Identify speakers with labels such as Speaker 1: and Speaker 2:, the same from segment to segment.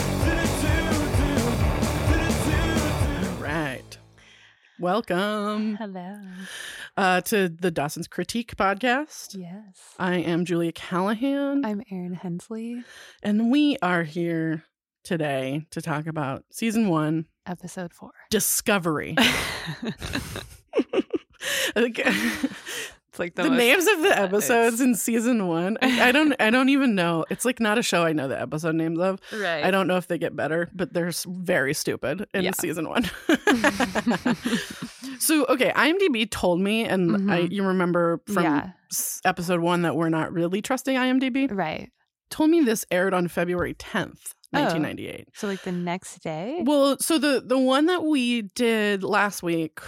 Speaker 1: Welcome
Speaker 2: Hello.
Speaker 1: uh, to the Dawson's Critique podcast.
Speaker 2: Yes.
Speaker 1: I am Julia Callahan,
Speaker 2: I'm Erin Hensley,
Speaker 1: and we are here today to talk about season one
Speaker 2: episode four.
Speaker 1: Discovery. Like,
Speaker 2: it's like
Speaker 1: the
Speaker 2: most-
Speaker 1: names of the
Speaker 2: uh,
Speaker 1: episodes in season one, I, I don't, I don't even know. It's like not a show I know the episode names of.
Speaker 2: Right.
Speaker 1: I don't know if they get better, but they're s- very stupid in
Speaker 2: Yeah.
Speaker 1: season one. so, okay, IMDb told me, and I,
Speaker 2: Mhm.
Speaker 1: you remember from
Speaker 2: yeah.
Speaker 1: s- episode one that we're not really trusting IMDb,
Speaker 2: Right.
Speaker 1: told me this aired on February 10th,
Speaker 2: Oh.
Speaker 1: 1998.
Speaker 2: So like the next day.
Speaker 1: Well, so the the one that we did last week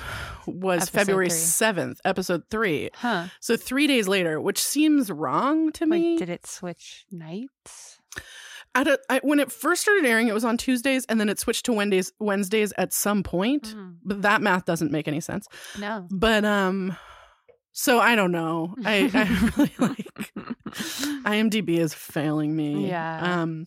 Speaker 1: was
Speaker 2: Episode
Speaker 1: February
Speaker 2: three.
Speaker 1: 7th, episode 3.
Speaker 2: huh.
Speaker 1: So 3 days later, which seems wrong to me.
Speaker 2: Like did it switch nights?
Speaker 1: I don't, I, when it first started airing, it was on Tuesdays, and then it switched to Wednesdays, Wednesdays at some point.
Speaker 2: Mm,
Speaker 1: But that math doesn't make any sense.
Speaker 2: No.
Speaker 1: But um, so I don't know. I, I really like IMDb is failing me.
Speaker 2: Yeah.
Speaker 1: Um,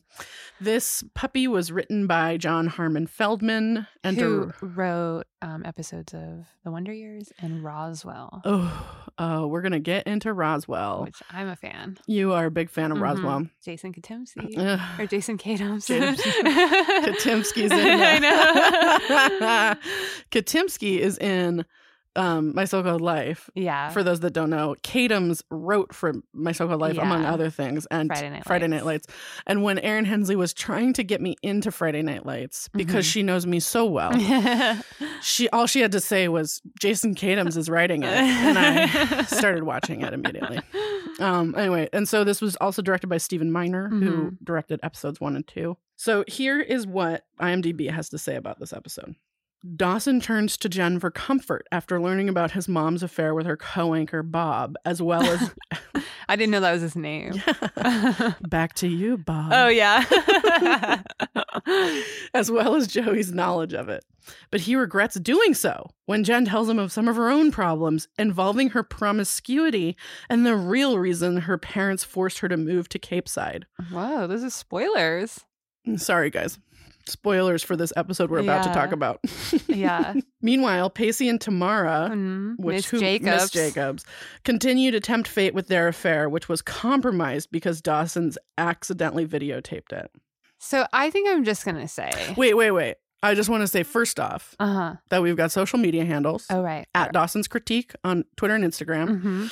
Speaker 1: this puppy was written by John Harmon Feldman and
Speaker 2: Who
Speaker 1: dir-
Speaker 2: wrote um, episodes of The Wonder Years and Roswell,
Speaker 1: oh, oh, we're gonna get into Roswell.
Speaker 2: which I'm a fan.
Speaker 1: You are a big fan of
Speaker 2: Mhm.
Speaker 1: Roswell.
Speaker 2: Jason Katomsky.
Speaker 1: Ugh.
Speaker 2: or Jason K. Thompson.
Speaker 1: James- Katimsky's in.
Speaker 2: I
Speaker 1: that.
Speaker 2: know.
Speaker 1: Katimsky is in um, My So-Called Life.
Speaker 2: yeah.
Speaker 1: For those that don't know, Kadams wrote for My So-Called Life, among
Speaker 2: Yeah.
Speaker 1: other things, and
Speaker 2: Friday Night
Speaker 1: Friday
Speaker 2: Lights.
Speaker 1: Night Lights. And when Erin Hensley was trying to get me into Friday Night Lights because
Speaker 2: Mhm.
Speaker 1: she knows me so well, she all she had to say was Jason Kadams is writing it, and I started watching it immediately. Um, anyway, and so this was also directed by Stephen Miner, who
Speaker 2: Mm-hmm.
Speaker 1: directed episodes one and two. So here is what IMDb has to say about this episode. Dawson turns to Jen for comfort after learning about his mom's affair with her co-anchor Bob, as well as
Speaker 2: I didn't know that was his name.
Speaker 1: back to you, Bob.
Speaker 2: oh yeah.
Speaker 1: as well as Joey's knowledge of it. But he regrets doing so when Jen tells him of some of her own problems involving her promiscuity and the real reason her parents forced her to move to Cape Side.
Speaker 2: Whoa, those are spoilers.
Speaker 1: Mm, Sorry, guys. Spoilers for this episode we're about to
Speaker 2: Yeah.
Speaker 1: talk about.
Speaker 2: Yeah.
Speaker 1: Meanwhile, Pacey and Tamara,
Speaker 2: Mhm.
Speaker 1: which
Speaker 2: Miss
Speaker 1: who,
Speaker 2: Jacobs.
Speaker 1: Miss Jacobs, continue to tempt fate with their affair, which was compromised because Dawson's accidentally videotaped it.
Speaker 2: So I think I'm just gonna say.
Speaker 1: Wait, wait, wait. I just want to say first off
Speaker 2: Uh huh.
Speaker 1: that we've got social media handles.
Speaker 2: Oh right.
Speaker 1: at Dawson's Critique on Twitter and Instagram,
Speaker 2: hmm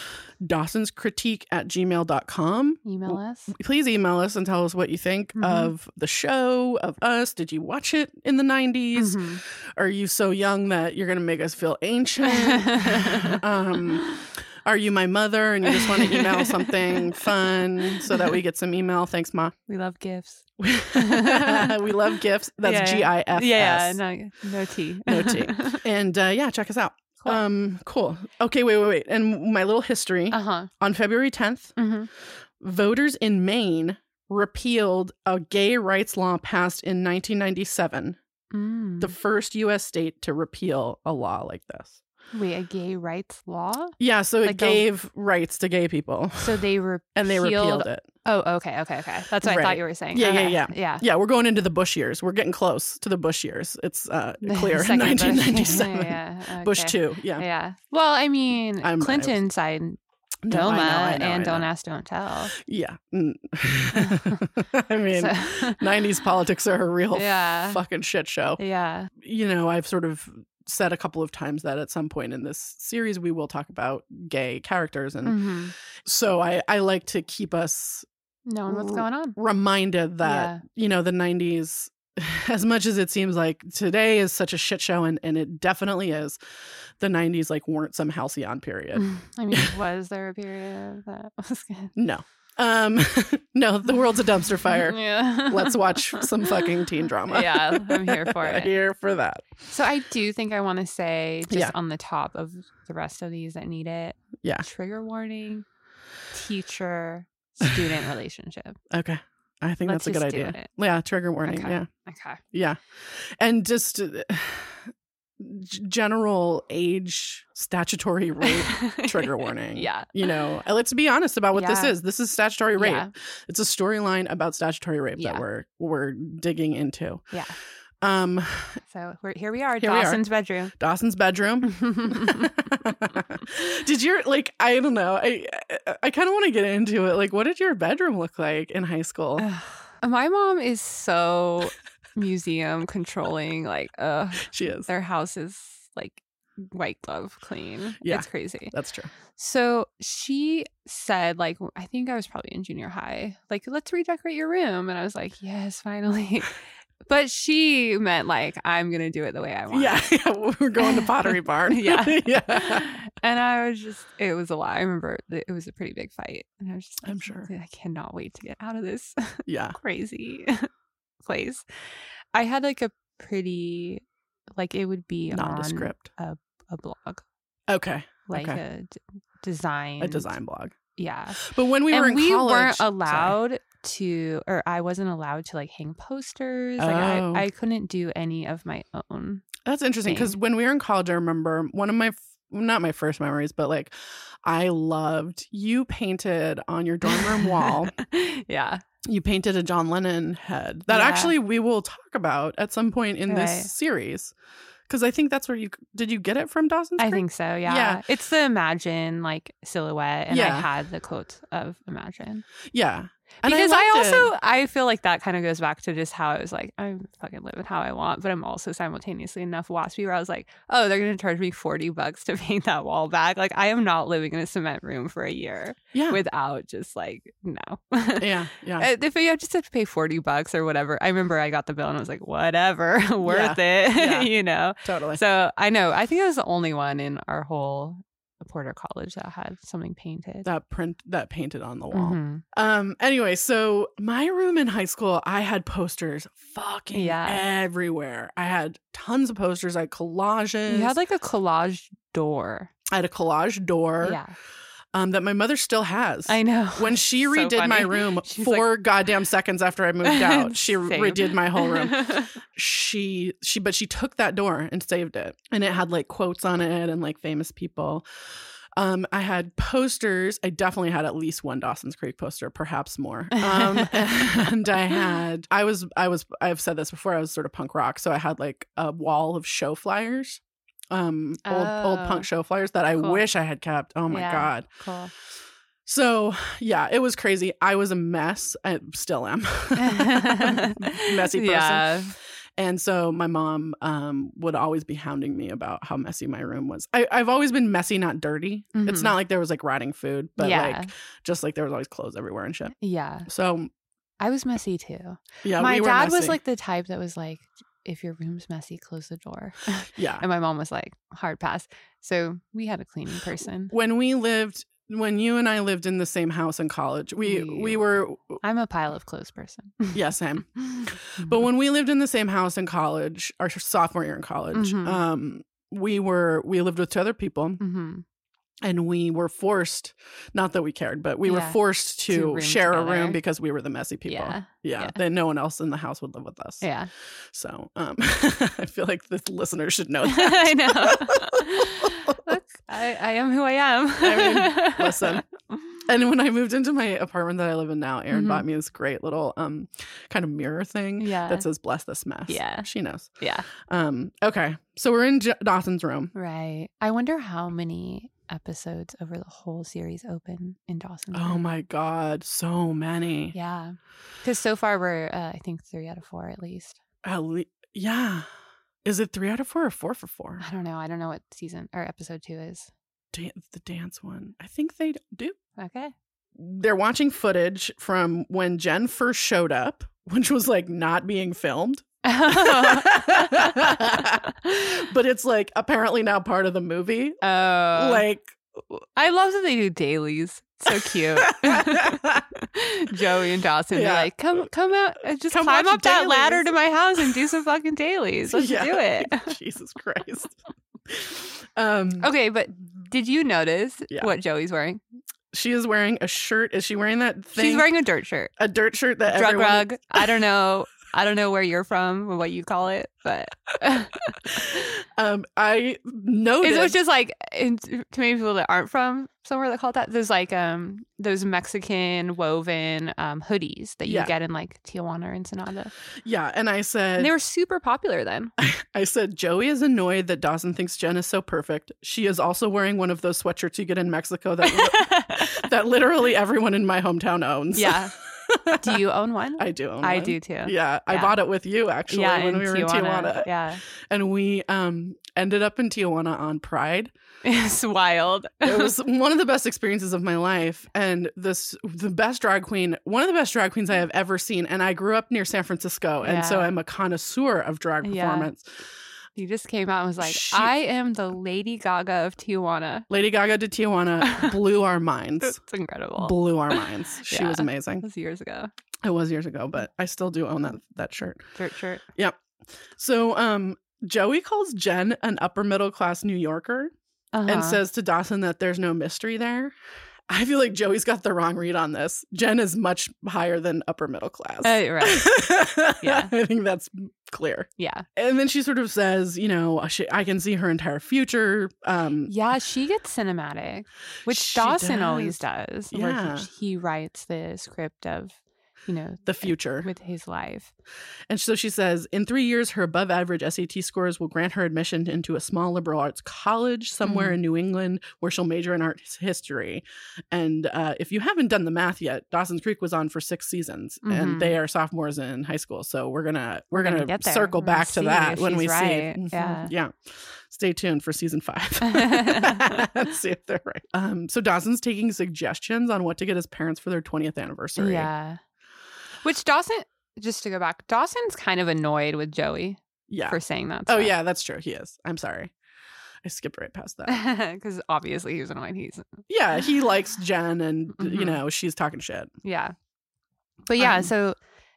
Speaker 1: Dawson's Critique at gmail.com.
Speaker 2: Email us.
Speaker 1: Please email us and tell us what you think
Speaker 2: Mhm.
Speaker 1: of the show, of us. Did you watch it in the 90s?
Speaker 2: Mhm.
Speaker 1: Are you so young that you're going to make us feel ancient? um, are you my mother and you just want to email something fun so that we get some email? Thanks, Ma.
Speaker 2: we love gifts.
Speaker 1: we love gifts. That's
Speaker 2: Yeah,
Speaker 1: G I F S.
Speaker 2: Yeah, no, no tea.
Speaker 1: No tea. And uh, yeah, check us out.
Speaker 2: Cool.
Speaker 1: Um, cool. Okay, wait, wait, wait. And my little history.
Speaker 2: Uh huh.
Speaker 1: On February 10th,
Speaker 2: hmm
Speaker 1: voters in Maine repealed a gay rights law passed in 1997,
Speaker 2: Mm.
Speaker 1: the first US state to repeal a law like this.
Speaker 2: Wait, a gay rights law?
Speaker 1: Yeah, so it
Speaker 2: Like the-
Speaker 1: gave rights to gay people
Speaker 2: So they repealed.
Speaker 1: and they repealed it.
Speaker 2: Oh, okay, okay, okay. That's what I
Speaker 1: Right.
Speaker 2: thought you were saying.
Speaker 1: Yeah, yeah,
Speaker 2: okay.
Speaker 1: yeah.
Speaker 2: yeah.
Speaker 1: Yeah, we're going into the Bush years. We're getting close to the Bush years. It's uh,
Speaker 2: The
Speaker 1: clear in
Speaker 2: second Bush.
Speaker 1: 1997. Bush,
Speaker 2: Yeah, yeah, okay. Eh,
Speaker 1: 2, yeah.
Speaker 2: Yeah. Well, I mean,
Speaker 1: I'm- I
Speaker 2: Clinton signed DOMA
Speaker 1: No, I know, I know,
Speaker 2: and
Speaker 1: I know.
Speaker 2: Don't Ask, Don't Tell.
Speaker 1: Yeah. Mm. I mean,
Speaker 2: So-
Speaker 1: 90s politics are a real
Speaker 2: Yeah.
Speaker 1: fucking shit show.
Speaker 2: yeah.
Speaker 1: you know, I've sort of said a couple of times that at some point in this series we will talk about gay characters and
Speaker 2: hmm
Speaker 1: so I, I like to keep us
Speaker 2: Knowing what's going on.
Speaker 1: reminded that you know the 90s as much as it seems like today is such a shit show and, and it definitely is the 90s like weren't some halcyon period
Speaker 2: I mean, was there a period that was good?
Speaker 1: no um no the world's a dumpster fire
Speaker 2: Yeah.
Speaker 1: let's watch some fucking teen drama
Speaker 2: Yeah, I'm here for it.
Speaker 1: here for that
Speaker 2: So I do think I want to say just
Speaker 1: Yeah.
Speaker 2: on the top of the rest of these that need it.
Speaker 1: Yeah.
Speaker 2: Trigger warning, teacher, student relationship.
Speaker 1: okay i think
Speaker 2: Let's
Speaker 1: that's a good
Speaker 2: just do
Speaker 1: idea
Speaker 2: it.
Speaker 1: yeah trigger warning
Speaker 2: Okay.
Speaker 1: yeah
Speaker 2: Okay.
Speaker 1: Yeah. And just uh, g- general age statutory rape trigger warning.
Speaker 2: Yeah.
Speaker 1: You know, uh, let's be honest about what this
Speaker 2: Yeah.
Speaker 1: is. This is statutory rape.
Speaker 2: Yeah.
Speaker 1: It's a storyline about statutory rape
Speaker 2: Yeah.
Speaker 1: that we're we're digging into.
Speaker 2: Yeah.
Speaker 1: Um,
Speaker 2: So we're, here we are,
Speaker 1: Here we are.
Speaker 2: Dawson's bedroom.
Speaker 1: Dawson's bedroom. did your like I don't know I I, I kind of want to get into it. Like, what did your bedroom look like in high school?
Speaker 2: Ugh. My mom is so museum controlling. Like, uh,
Speaker 1: She is.
Speaker 2: their house is like white glove clean.
Speaker 1: Yeah.
Speaker 2: It's crazy.
Speaker 1: That's true.
Speaker 2: So she said, like, I think I was probably in junior high, like, let's redecorate your room. And I was like, yes, finally. but she meant, like, I'm going to do it the way I want.
Speaker 1: Yeah, yeah, we're going to Pottery Barn.
Speaker 2: Yeah.
Speaker 1: yeah.
Speaker 2: and I was just, it was a lot. I remember that it was a pretty big fight. And I was just, like,
Speaker 1: I'm sure.
Speaker 2: I cannot wait to get out of this
Speaker 1: Yeah.
Speaker 2: crazy place. I had like a pretty, like, it would be on
Speaker 1: Nondescript.
Speaker 2: a blog,
Speaker 1: Okay.
Speaker 2: like
Speaker 1: Okay.
Speaker 2: a d- design.
Speaker 1: A design blog.
Speaker 2: Yeah.
Speaker 1: But when we were in
Speaker 2: and we
Speaker 1: college,
Speaker 2: weren't
Speaker 1: sorry.
Speaker 2: allowed to or i wasn't allowed to like hang posters like
Speaker 1: Oh.
Speaker 2: I, I couldn't do any of my own
Speaker 1: That's interesting because
Speaker 2: thing.
Speaker 1: when we were in college, I remember one of my f- not my first memories, but like I loved you painted on your dorm room wall.
Speaker 2: yeah
Speaker 1: You painted a John Lennon head that
Speaker 2: Yeah.
Speaker 1: actually we will talk about at some point in
Speaker 2: Right.
Speaker 1: this series because I think that's where you did you get it from Dawson's
Speaker 2: i
Speaker 1: Creek?
Speaker 2: think so yeah.
Speaker 1: Yeah.
Speaker 2: it's the imagine like silhouette and
Speaker 1: Yeah.
Speaker 2: i had the quote of imagine
Speaker 1: yeah And
Speaker 2: because i,
Speaker 1: loved it.
Speaker 2: also i feel like that kind of goes back to just how i was like i'm fucking living how i want but i'm also simultaneously enough waspy where i was like oh they're gonna charge me 40 bucks to paint that wall back like i am not living in a cement room for a year
Speaker 1: yeah
Speaker 2: without just like no
Speaker 1: yeah yeah
Speaker 2: Uh, If you just have to pay 40 bucks or whatever. I remember I got the bill and I was like, whatever, worth it,
Speaker 1: Yeah.
Speaker 2: you know?
Speaker 1: totally
Speaker 2: So I know, I think I was the only one in our whole Porter College that had something painted.
Speaker 1: that print that painted on the wall.
Speaker 2: Mhm.
Speaker 1: Um. Anyway, so my room in high school, I had posters fucking
Speaker 2: Yeah.
Speaker 1: everywhere. I had tons of posters. I had collages.
Speaker 2: You had like a collage door.
Speaker 1: I had a collage door.
Speaker 2: Yeah.
Speaker 1: Um. That my mother still has.
Speaker 2: I know.
Speaker 1: when she
Speaker 2: So
Speaker 1: redid my
Speaker 2: funny.
Speaker 1: room
Speaker 2: She's like-
Speaker 1: four goddamn seconds after I moved out, she
Speaker 2: Same.
Speaker 1: redid my whole room. She she but she took that door and saved it. And it had like quotes on it and like famous people. Um, I had posters. I definitely had at least one Dawson's Creek poster, perhaps more. Um, and I had I was I was I've said this before, I was sort of punk rock, so I had like a wall of show flyers. Um old old
Speaker 2: Oh.
Speaker 1: punk show flyers that I
Speaker 2: Cool.
Speaker 1: wish I had kept. Oh my
Speaker 2: Yeah.
Speaker 1: god.
Speaker 2: cool.
Speaker 1: So yeah, it was crazy. I was a mess. I still am. messy person.
Speaker 2: Yeah.
Speaker 1: And so my mom um, would always be hounding me about how messy my room was. I, I've always been messy, not dirty. It's
Speaker 2: Mhm.
Speaker 1: not like there was like rotting food, but
Speaker 2: yeah.
Speaker 1: like just like there was always clothes everywhere and shit.
Speaker 2: yeah.
Speaker 1: So
Speaker 2: I was messy too.
Speaker 1: yeah,
Speaker 2: my
Speaker 1: we were
Speaker 2: dad was
Speaker 1: messy.
Speaker 2: like the type that was like, if your room's messy, close the door.
Speaker 1: yeah.
Speaker 2: And my mom was like, hard pass. So we had a cleaning person.
Speaker 1: When we lived, when you and I lived in the same house in college, we
Speaker 2: We-
Speaker 1: we were
Speaker 2: I'm a pile of clothes person.
Speaker 1: yeah same. But when we lived in the same house in college, our sophomore year in college,
Speaker 2: Mhm.
Speaker 1: um, we were we lived with two other people,
Speaker 2: hmm
Speaker 1: and we were forced. Not that we cared, but we were
Speaker 2: Yeah.
Speaker 1: forced
Speaker 2: To
Speaker 1: to
Speaker 2: room
Speaker 1: share a
Speaker 2: together.
Speaker 1: room because we were the messy people. Yeah,
Speaker 2: yeah, yeah.
Speaker 1: then no one else in the house would live with us.
Speaker 2: yeah,
Speaker 1: So um, I feel like the listener should know that.
Speaker 2: I know. Look, I, I am who I am.
Speaker 1: I mean, listen. And when I moved into my apartment that I live in now, Erin
Speaker 2: Mhm.
Speaker 1: bought me this great little um, kind of mirror thing
Speaker 2: Yeah,
Speaker 1: that says "Bless this mess."
Speaker 2: Yeah.
Speaker 1: she knows.
Speaker 2: yeah,
Speaker 1: Um, okay, so we're in J- Dawson's room.
Speaker 2: right. I wonder how many episodes over the whole series open in Dawson.
Speaker 1: Oh my god, so many.
Speaker 2: Mm-hmm. Yeah, because so far we're uh, I think three out of four at least.
Speaker 1: At le- yeah. Is it three out of four or four for four?
Speaker 2: I don't know. I don't know what season or episode two is.
Speaker 1: Dan- the dance one. I think they do.
Speaker 2: Okay.
Speaker 1: They're watching footage from when Jen first showed up, which was like not being filmed,
Speaker 2: oh,
Speaker 1: but it's like apparently now part of the movie.
Speaker 2: Uh.
Speaker 1: like,
Speaker 2: I love that they do dailies. So cute. Joey and Dawson
Speaker 1: Yeah.
Speaker 2: are like, come come out uh, just
Speaker 1: Come
Speaker 2: climb
Speaker 1: watch
Speaker 2: up that ladder
Speaker 1: dailies."
Speaker 2: to my house and do some fucking dailies. Let's
Speaker 1: Yeah.
Speaker 2: do it.
Speaker 1: Jesus Christ. Um,
Speaker 2: Okay, but did you notice
Speaker 1: Yeah.
Speaker 2: what Joey's wearing?
Speaker 1: She is wearing a shirt. Is she wearing that thing?
Speaker 2: She's wearing a dirt shirt.
Speaker 1: a dirt shirt that
Speaker 2: Drug
Speaker 1: everyone
Speaker 2: rug. I don't know. I don't know where you're from or what you call it, but
Speaker 1: Um, I noticed.
Speaker 2: it's it's just like in, to many people that aren't from somewhere that call it that. There's like um those Mexican woven um hoodies that you
Speaker 1: Yeah.
Speaker 2: get in like Tijuana or Ensenada.
Speaker 1: yeah, and I said,
Speaker 2: And they were super popular then.
Speaker 1: I said Joey is annoyed that Dawson thinks Jen is so perfect. She is also wearing one of those sweatshirts you get in Mexico that that literally everyone in my hometown owns.
Speaker 2: yeah. Do you own one?
Speaker 1: I do. Own
Speaker 2: I
Speaker 1: one.
Speaker 2: do too.
Speaker 1: Yeah, I
Speaker 2: Yeah.
Speaker 1: bought it with you actually when we were in Tijuana,
Speaker 2: Yeah.
Speaker 1: and we um ended up in Tijuana on Pride.
Speaker 2: It's wild.
Speaker 1: It was one of the best experiences of my life, and this the best drag queen, one of the best drag queens I have ever seen. And I grew up near San Francisco, and so
Speaker 2: Yeah.
Speaker 1: I'm a connoisseur of drag
Speaker 2: Yeah.
Speaker 1: performance.
Speaker 2: You just came out and was like,
Speaker 1: She-
Speaker 2: I am the Lady Gaga of Tijuana.
Speaker 1: Lady Gaga to Tijuana blew our minds.
Speaker 2: It's incredible.
Speaker 1: blew our minds. She was
Speaker 2: Yeah.
Speaker 1: amazing.
Speaker 2: That was years ago.
Speaker 1: It was years ago, but I still do own that that shirt.
Speaker 2: Dirt shirt.
Speaker 1: So, um, Joey calls Jen an upper middle class New Yorker and
Speaker 2: Uh-huh.
Speaker 1: says to Dawson that there's no mystery there. I feel like Joey's got the wrong read on this. Jen is much higher than upper middle class.
Speaker 2: Uh, right. Yeah.
Speaker 1: I think that's clear.
Speaker 2: Yeah.
Speaker 1: And then she sort of says, you know, she, I can see her entire future. Um,
Speaker 2: Yeah, she gets cinematic, which
Speaker 1: She
Speaker 2: Dawson always does. where he-
Speaker 1: Yeah.
Speaker 2: he writes the script of, you know,
Speaker 1: the future.
Speaker 2: with his life.
Speaker 1: And so she says, in three years, her above average SAT scores will grant her admission into a small liberal arts college somewhere
Speaker 2: Mhm.
Speaker 1: in New England where she'll major in art his- history. And uh, if you haven't done the math yet, Dawson's Creek was on for six seasons
Speaker 2: Mhm.
Speaker 1: and they are sophomores in high school. So we're going to we're
Speaker 2: gonna
Speaker 1: going to
Speaker 2: get there.
Speaker 1: circle
Speaker 2: We're gonna
Speaker 1: back to
Speaker 2: see
Speaker 1: that
Speaker 2: if
Speaker 1: when
Speaker 2: she's
Speaker 1: we
Speaker 2: right.
Speaker 1: see. Mhm.
Speaker 2: Yeah.
Speaker 1: Yeah. Stay tuned for season five. Let's see if they're right. Um, so Dawson's taking suggestions on what to get his parents for their 20th anniversary.
Speaker 2: Yeah. Which Dawson, just to go back, Dawson's kind of annoyed with Joey
Speaker 1: Yeah.
Speaker 2: for saying that.
Speaker 1: Oh yeah, that's true. He is. I'm sorry. I skipped right past that.
Speaker 2: Because obviously he was annoyed. He's,
Speaker 1: yeah, he likes Jen and uh, you
Speaker 2: Mhm.
Speaker 1: know, she's talking shit.
Speaker 2: yeah. But yeah,
Speaker 1: Um,
Speaker 2: so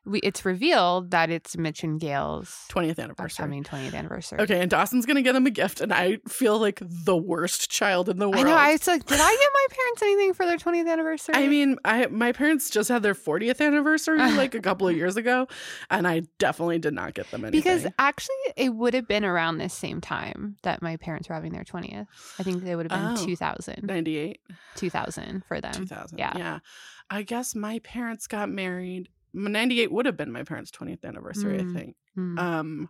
Speaker 2: we, it's revealed that it's Mitch and Gail's
Speaker 1: 20th anniversary.
Speaker 2: upcoming 20th anniversary.
Speaker 1: Okay, and Dawson's going to get him a gift and I feel like the worst child in the world.
Speaker 2: I know. I was like, did I get my parents anything for their 20th anniversary?
Speaker 1: I mean, I my parents just had their 40th anniversary
Speaker 2: Uh.
Speaker 1: like a couple of years ago, and I definitely did not get them anything.
Speaker 2: because actually, it would have been around this same time that my parents were having their 20th. I think they would have been
Speaker 1: Oh.
Speaker 2: 2000,
Speaker 1: 98,
Speaker 2: 2000 for them.
Speaker 1: 2000.
Speaker 2: um, yeah.
Speaker 1: yeah. I guess my parents got married. 98 would have been my parents' 20th anniversary,
Speaker 2: Mm.
Speaker 1: I think.
Speaker 2: Mm.
Speaker 1: Um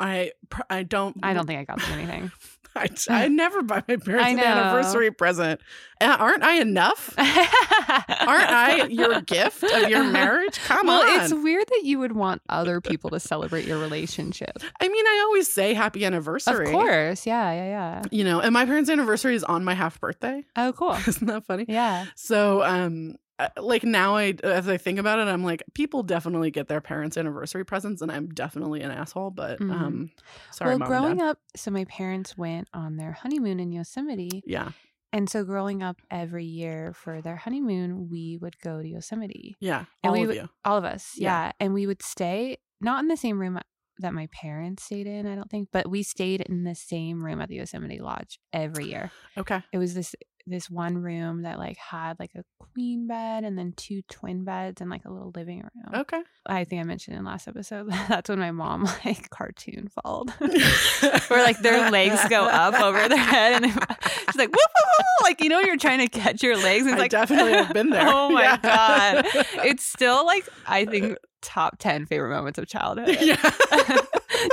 Speaker 1: I pr- I don't
Speaker 2: I don't think I got them anything.
Speaker 1: I, I never buy my parents
Speaker 2: I
Speaker 1: an
Speaker 2: know.
Speaker 1: anniversary present. Uh, aren't I enough? Aren't I your gift of your marriage? Come
Speaker 2: well,
Speaker 1: on.
Speaker 2: it's weird that you would want other people to celebrate your relationship.
Speaker 1: I mean, I always say happy anniversary.
Speaker 2: Of course. Yeah, yeah,
Speaker 1: You know, and my parents' anniversary is on my half birthday.
Speaker 2: yeah. Oh, cool.
Speaker 1: Isn't that funny?
Speaker 2: Yeah.
Speaker 1: So, um, uh, like now, I as I think about it, I'm like, people definitely get their parents' anniversary presents, and I'm definitely an asshole. But
Speaker 2: Mhm.
Speaker 1: um, sorry,
Speaker 2: well,
Speaker 1: mom
Speaker 2: growing
Speaker 1: and dad.
Speaker 2: up, so my parents went on their honeymoon in Yosemite.
Speaker 1: yeah,
Speaker 2: And so growing up every year for their honeymoon, we would go to Yosemite.
Speaker 1: yeah,
Speaker 2: And
Speaker 1: all
Speaker 2: we
Speaker 1: of
Speaker 2: would-
Speaker 1: you.
Speaker 2: All of us.
Speaker 1: Yeah.
Speaker 2: Yeah. And we would stay not in the same room that my parents stayed in, I don't think, but we stayed in the same room at the Yosemite Lodge every year.
Speaker 1: Okay,
Speaker 2: It was this this one room that like had like a queen bed and then two twin beds and like a little living room.
Speaker 1: okay.
Speaker 2: I think I mentioned in last episode but that's when my mom like cartoon followed. Where like their legs go up over their head, and she's like, whoop, whoop, whoop, whoop," like you know, when you're trying to catch your legs. And it's
Speaker 1: I
Speaker 2: like,
Speaker 1: definitely have been there.
Speaker 2: Oh my
Speaker 1: Yeah.
Speaker 2: god, it's still like I think top ten favorite moments of childhood.
Speaker 1: yeah.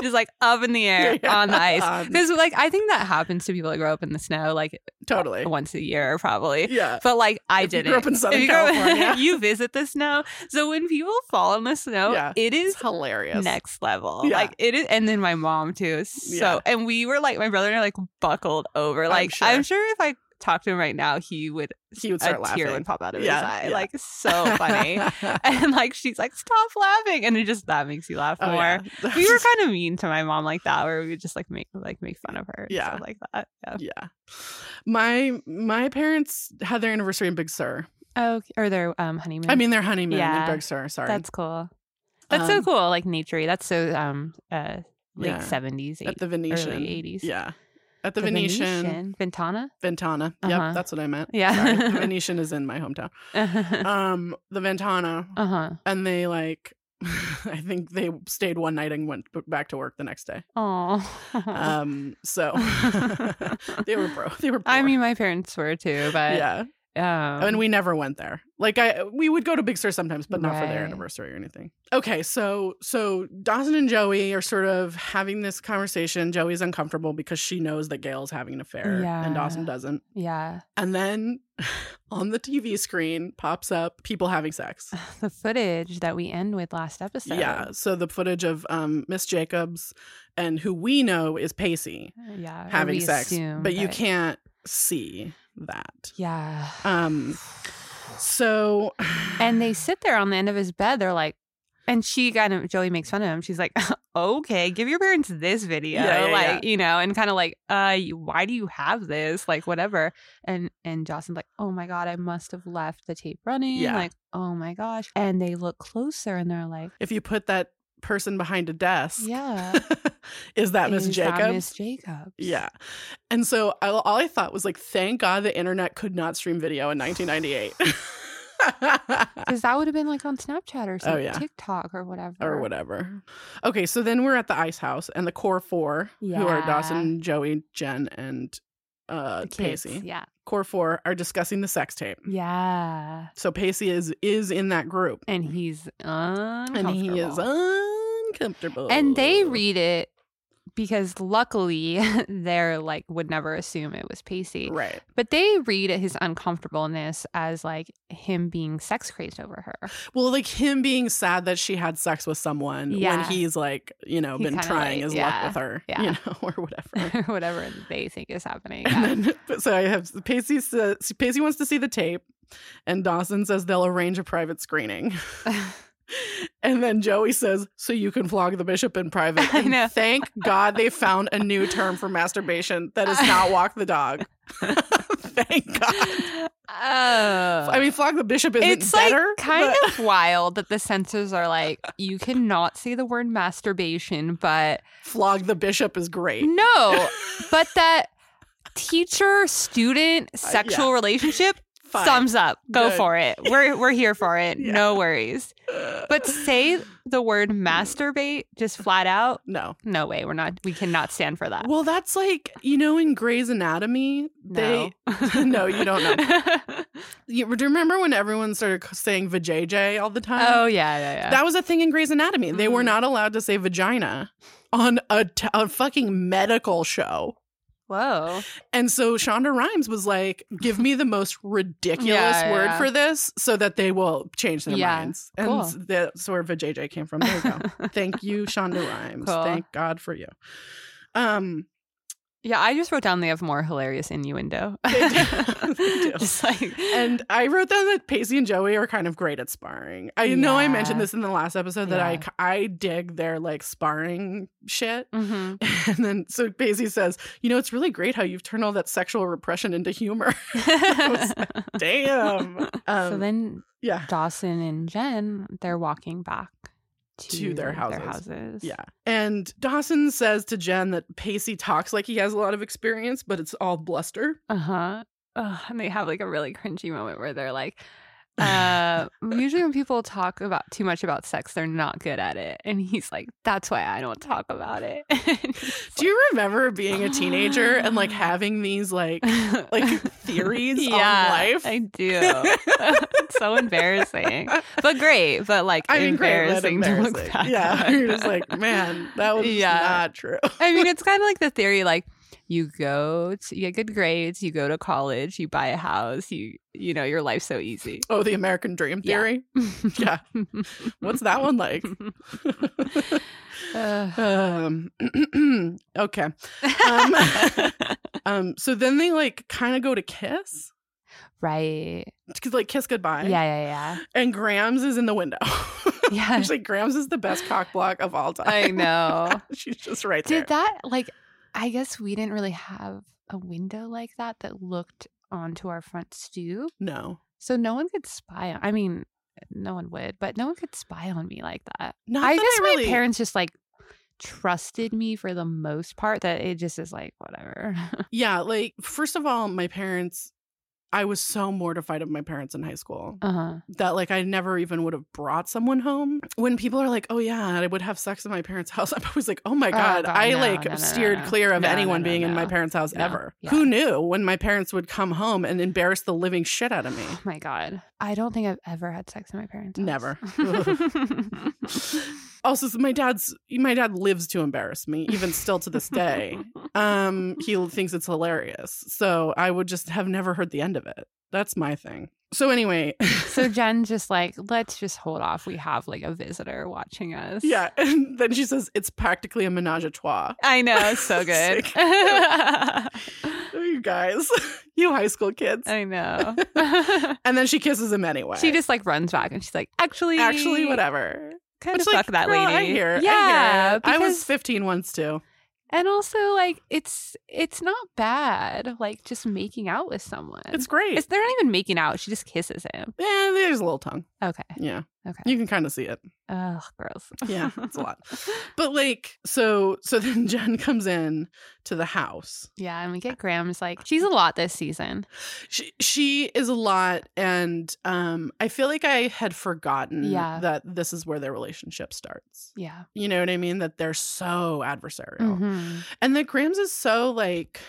Speaker 2: Just like up in the air
Speaker 1: Yeah.
Speaker 2: on the ice.
Speaker 1: Um,
Speaker 2: Because like I think that happens to people that grow up in the snow like
Speaker 1: totally.
Speaker 2: once a year probably.
Speaker 1: Yeah.
Speaker 2: But like I
Speaker 1: If you
Speaker 2: didn't.
Speaker 1: grew up in Southern
Speaker 2: If you grow up-
Speaker 1: California.
Speaker 2: you visit the snow. So when people fall in the snow,
Speaker 1: Yeah.
Speaker 2: it is
Speaker 1: It's hilarious.
Speaker 2: next level.
Speaker 1: Yeah.
Speaker 2: Like it is, and then my mom too. is So
Speaker 1: Yeah.
Speaker 2: and we were like, my brother and I like buckled over. Like I'm
Speaker 1: sure.
Speaker 2: sure, if I talked to him right now, he would
Speaker 1: He would
Speaker 2: a
Speaker 1: start
Speaker 2: tear
Speaker 1: laughing. Oh,
Speaker 2: would pop out of
Speaker 1: Yeah,
Speaker 2: his eye.
Speaker 1: yeah.
Speaker 2: Like so funny. and like she's like, stop laughing, and it just that makes you laugh
Speaker 1: Oh,
Speaker 2: more.
Speaker 1: yeah.
Speaker 2: We were kind of mean to my mom like that, where we would just like make like make fun of her, and
Speaker 1: Yeah.
Speaker 2: stuff like that. Yeah.
Speaker 1: yeah. My my parents had their anniversary in Big Sur.
Speaker 2: Oh, or their um honeymoon.
Speaker 1: I mean their honeymoon
Speaker 2: Yeah.
Speaker 1: in Big Sur. Sorry.
Speaker 2: that's cool. That's
Speaker 1: Um,
Speaker 2: so cool. Like naturey. That's so um uh
Speaker 1: Yeah.
Speaker 2: late seventies,
Speaker 1: at the Venetian.
Speaker 2: early eighties.
Speaker 1: Yeah. At the, Venetian,
Speaker 2: Ventana.
Speaker 1: Ventana.
Speaker 2: Uh-huh.
Speaker 1: Yep, that's what I meant. Sorry. the
Speaker 2: Yeah.
Speaker 1: Venetian is in my hometown.
Speaker 2: uh
Speaker 1: Um, the Ventana,
Speaker 2: huh.
Speaker 1: and they like I think they stayed one night and went b- back to work the next day.
Speaker 2: Oh.
Speaker 1: Um, so uh, they were bro. They were. Poor.
Speaker 2: I mean, my parents were too, but yeah.
Speaker 1: yeah.
Speaker 2: Um,
Speaker 1: I mean, we never went there. Like I, we would go to Big Sur sometimes, but not for their
Speaker 2: Right.
Speaker 1: anniversary or anything. Okay, so so Dawson and Joey are sort of having this conversation. Joey's uncomfortable because she knows that Gail's having an affair and Dawson
Speaker 2: Yeah.
Speaker 1: doesn't.
Speaker 2: yeah,
Speaker 1: And then on the TV screen pops up people having sex.
Speaker 2: the footage that we end with last episode.
Speaker 1: Yeah. So the footage of um, Miss Jacobs and who we know is Pacey
Speaker 2: yeah, or
Speaker 1: having
Speaker 2: we
Speaker 1: sex,
Speaker 2: assume
Speaker 1: but you
Speaker 2: that-
Speaker 1: can't see that.
Speaker 2: Yeah,
Speaker 1: Um. So.
Speaker 2: and they sit there on the end of his bed. They're like, and she kind of Joey makes fun of him. She's like, okay, give your parents this video,
Speaker 1: Yeah, yeah,
Speaker 2: like you know, and kind of like, uh, you- why do you have this, like whatever. And and Jocelyn's like, oh my god, I must have left the tape running.
Speaker 1: Yeah.
Speaker 2: Like, oh my gosh. And they look closer, and they're like,
Speaker 1: if you put that person behind a desk,
Speaker 2: yeah,
Speaker 1: is that Miss
Speaker 2: is that
Speaker 1: Jacobs?
Speaker 2: Miss Jacobs.
Speaker 1: yeah. And so I, all I thought was like, thank God the internet could not stream video in 1998
Speaker 2: Because that would have been like on Snapchat or something,
Speaker 1: Oh, yeah.
Speaker 2: TikTok or whatever.
Speaker 1: or whatever. Okay, so then we're at the ice house and the core four, who are
Speaker 2: Yeah.
Speaker 1: Dawson, Joey, Jen, and uh,
Speaker 2: The kids.
Speaker 1: Pacey.
Speaker 2: Yeah.
Speaker 1: Core four are discussing the sex tape.
Speaker 2: Yeah.
Speaker 1: So Pacey is is in that group,
Speaker 2: And he's
Speaker 1: and
Speaker 2: uncomfortable.
Speaker 1: he is uncomfortable.
Speaker 2: And they read it because luckily they're like would never assume it was Pacey.
Speaker 1: right.
Speaker 2: But they read his uncomfortableness as like him being sex crazed over her.
Speaker 1: Well, like him being sad that she had sex with someone when
Speaker 2: Yeah.
Speaker 1: he's like, you know,
Speaker 2: He
Speaker 1: been
Speaker 2: kinda
Speaker 1: trying
Speaker 2: like-
Speaker 1: his luck
Speaker 2: yeah,
Speaker 1: with her, you
Speaker 2: yeah.
Speaker 1: know, or whatever.
Speaker 2: or whatever they think is happening. Yeah.
Speaker 1: and then, but so I have Pacey says Pacey wants to see the tape, and Dawson says they'll arrange a private screening. And then Joey says, "So you can flog the bishop in private."
Speaker 2: I
Speaker 1: And
Speaker 2: know.
Speaker 1: Thank God they found a new term for masturbation that is not walk the dog. thank God.
Speaker 2: oh.
Speaker 1: I mean, flog the bishop isn't
Speaker 2: it's
Speaker 1: better.
Speaker 2: like kind of wild that the censors are like, you cannot say the word masturbation, but
Speaker 1: flog the bishop is great.
Speaker 2: no, but that teacher student
Speaker 1: Uh,
Speaker 2: sexual relationship
Speaker 1: Fine.
Speaker 2: thumbs up. Go
Speaker 1: Good.
Speaker 2: for it. We're we're here for it.
Speaker 1: Yeah.
Speaker 2: No worries.
Speaker 1: Uh,
Speaker 2: But say the word masturbate just flat out.
Speaker 1: no.
Speaker 2: No way. We're not. We cannot stand for that.
Speaker 1: Well, that's like you know in Grey's Anatomy, they
Speaker 2: no.
Speaker 1: No, you don't
Speaker 2: know.
Speaker 1: you, do you remember when everyone started c- saying vajayjay all the time?
Speaker 2: oh yeah, yeah, yeah.
Speaker 1: That was a thing in Grey's Anatomy. They were
Speaker 2: Mhm.
Speaker 1: not allowed to say vagina on a, t- a fucking medical show.
Speaker 2: Whoa.
Speaker 1: And so Shonda Rhimes was like, give me the most ridiculous
Speaker 2: Yeah,
Speaker 1: word
Speaker 2: yeah.
Speaker 1: for this so that they will change their
Speaker 2: Yeah,
Speaker 1: minds.
Speaker 2: cool.
Speaker 1: And that's where vajayjay came from. There you go. Thank you, Shonda Rhimes.
Speaker 2: Cool.
Speaker 1: Thank God for you. Um,
Speaker 2: Yeah, I just wrote down they have more hilarious innuendo.
Speaker 1: They do. They do.
Speaker 2: just like
Speaker 1: and I wrote down that Pacey and Joey are kind of great at sparring. I know I
Speaker 2: Yeah.
Speaker 1: mentioned this in the last episode that I
Speaker 2: Yeah.
Speaker 1: I dig their like sparring shit.
Speaker 2: Mhm.
Speaker 1: And then so Pacey says, "You know, it's really great how you've turned all that sexual repression into humor." Damn. Um,
Speaker 2: so then
Speaker 1: yeah,
Speaker 2: Dawson and Jen, they're walking back to,
Speaker 1: To their houses.
Speaker 2: houses.
Speaker 1: yeah. And Dawson says to Jen that Pacey talks like he has a lot of experience, but it's all bluster.
Speaker 2: Uh huh. and they have like a really cringy moment where they're like, uh, usually when people talk about too much about sex, they're not good at it. And he's like, that's why I don't talk about it.
Speaker 1: Do you remember being a teenager and like having these like like theories on life?
Speaker 2: I do. it's so embarrassing, but great. But like
Speaker 1: I mean, great, but
Speaker 2: embarrassing, to look
Speaker 1: embarrassing.
Speaker 2: back.
Speaker 1: Yeah,
Speaker 2: on.
Speaker 1: you're just like, man, that was
Speaker 2: Yeah.
Speaker 1: not true.
Speaker 2: I mean, it's kind of like the theory, like you go, to, you get good grades, you go to college, you buy a house, you you know your life's so easy.
Speaker 1: Oh, the American Dream
Speaker 2: Yeah.
Speaker 1: theory. Yeah, what's that one like?
Speaker 2: Uh,
Speaker 1: um, okay. Um, um, so then they like kind of go to kiss,
Speaker 2: right?
Speaker 1: cause like kiss goodbye.
Speaker 2: Yeah, yeah,
Speaker 1: And Grams is in the window.
Speaker 2: yeah. Yeah,
Speaker 1: Actually, Grams is the best cock block of all time.
Speaker 2: I know.
Speaker 1: She's just right there.
Speaker 2: Did that like? I guess we didn't really have a window like that that looked onto our front stoop.
Speaker 1: no,
Speaker 2: So no one could spy on. I mean, no one would, but no one could spy on me like that.
Speaker 1: not
Speaker 2: I
Speaker 1: that
Speaker 2: guess
Speaker 1: I really.
Speaker 2: my parents just like trusted me for the most part. That it just is like whatever.
Speaker 1: Yeah, like first of all, my parents I was so mortified of my parents in high school
Speaker 2: Uh huh.
Speaker 1: that like I never even would have brought someone home. When people are like, "Oh yeah, I would have sex in my parents' house," I'm always like, "Oh my
Speaker 2: Oh,
Speaker 1: god!"
Speaker 2: God,
Speaker 1: I
Speaker 2: no,
Speaker 1: like
Speaker 2: no, no,
Speaker 1: steered
Speaker 2: no.
Speaker 1: clear of
Speaker 2: No, no,
Speaker 1: anyone
Speaker 2: no,
Speaker 1: being in
Speaker 2: no.
Speaker 1: my parents' house
Speaker 2: No.
Speaker 1: ever.
Speaker 2: Yeah.
Speaker 1: Who knew when my parents would come home and embarrass the living shit out of me?
Speaker 2: Oh my god. I don't think I've ever had sex in my parents' house.
Speaker 1: Never. Also, so my dad's my dad lives to embarrass me, even still to this day. um, he thinks it's hilarious, so I would just have never heard the end of it. That's my thing. So anyway,
Speaker 2: so Jen just like, let's just hold off. We have like a visitor watching us.
Speaker 1: yeah. And then she says it's practically a menage a trois.
Speaker 2: I know, so good.
Speaker 1: Sick.
Speaker 2: I
Speaker 1: Oh, you guys, you high school kids.
Speaker 2: know.
Speaker 1: And then she kisses him anyway.
Speaker 2: she just like runs back and she's like, actually,
Speaker 1: actually whatever.
Speaker 2: kind
Speaker 1: Which,
Speaker 2: of
Speaker 1: like,
Speaker 2: fuck that
Speaker 1: girl,
Speaker 2: lady.
Speaker 1: I hear. I
Speaker 2: yeah,
Speaker 1: hear it. I, was
Speaker 2: because-
Speaker 1: 15 once too.
Speaker 2: and also like it's it's not bad. Like just making out with someone.
Speaker 1: It's great.
Speaker 2: It's- they're not even making out. She just kisses him.
Speaker 1: yeah, there's a little tongue.
Speaker 2: Okay.
Speaker 1: Yeah,
Speaker 2: Okay.
Speaker 1: you can kind of see it.
Speaker 2: Ugh, gross.
Speaker 1: Yeah, it's a lot. But like, so so then Jen comes in to the house.
Speaker 2: Yeah, and we get Graham's like she's a lot this season.
Speaker 1: She she is a lot, and um, I feel like I had forgotten
Speaker 2: Yeah.
Speaker 1: that this is where their relationship starts.
Speaker 2: Yeah.
Speaker 1: You know what I mean? That they're so adversarial,
Speaker 2: Mhm.
Speaker 1: and that Graham's is so like,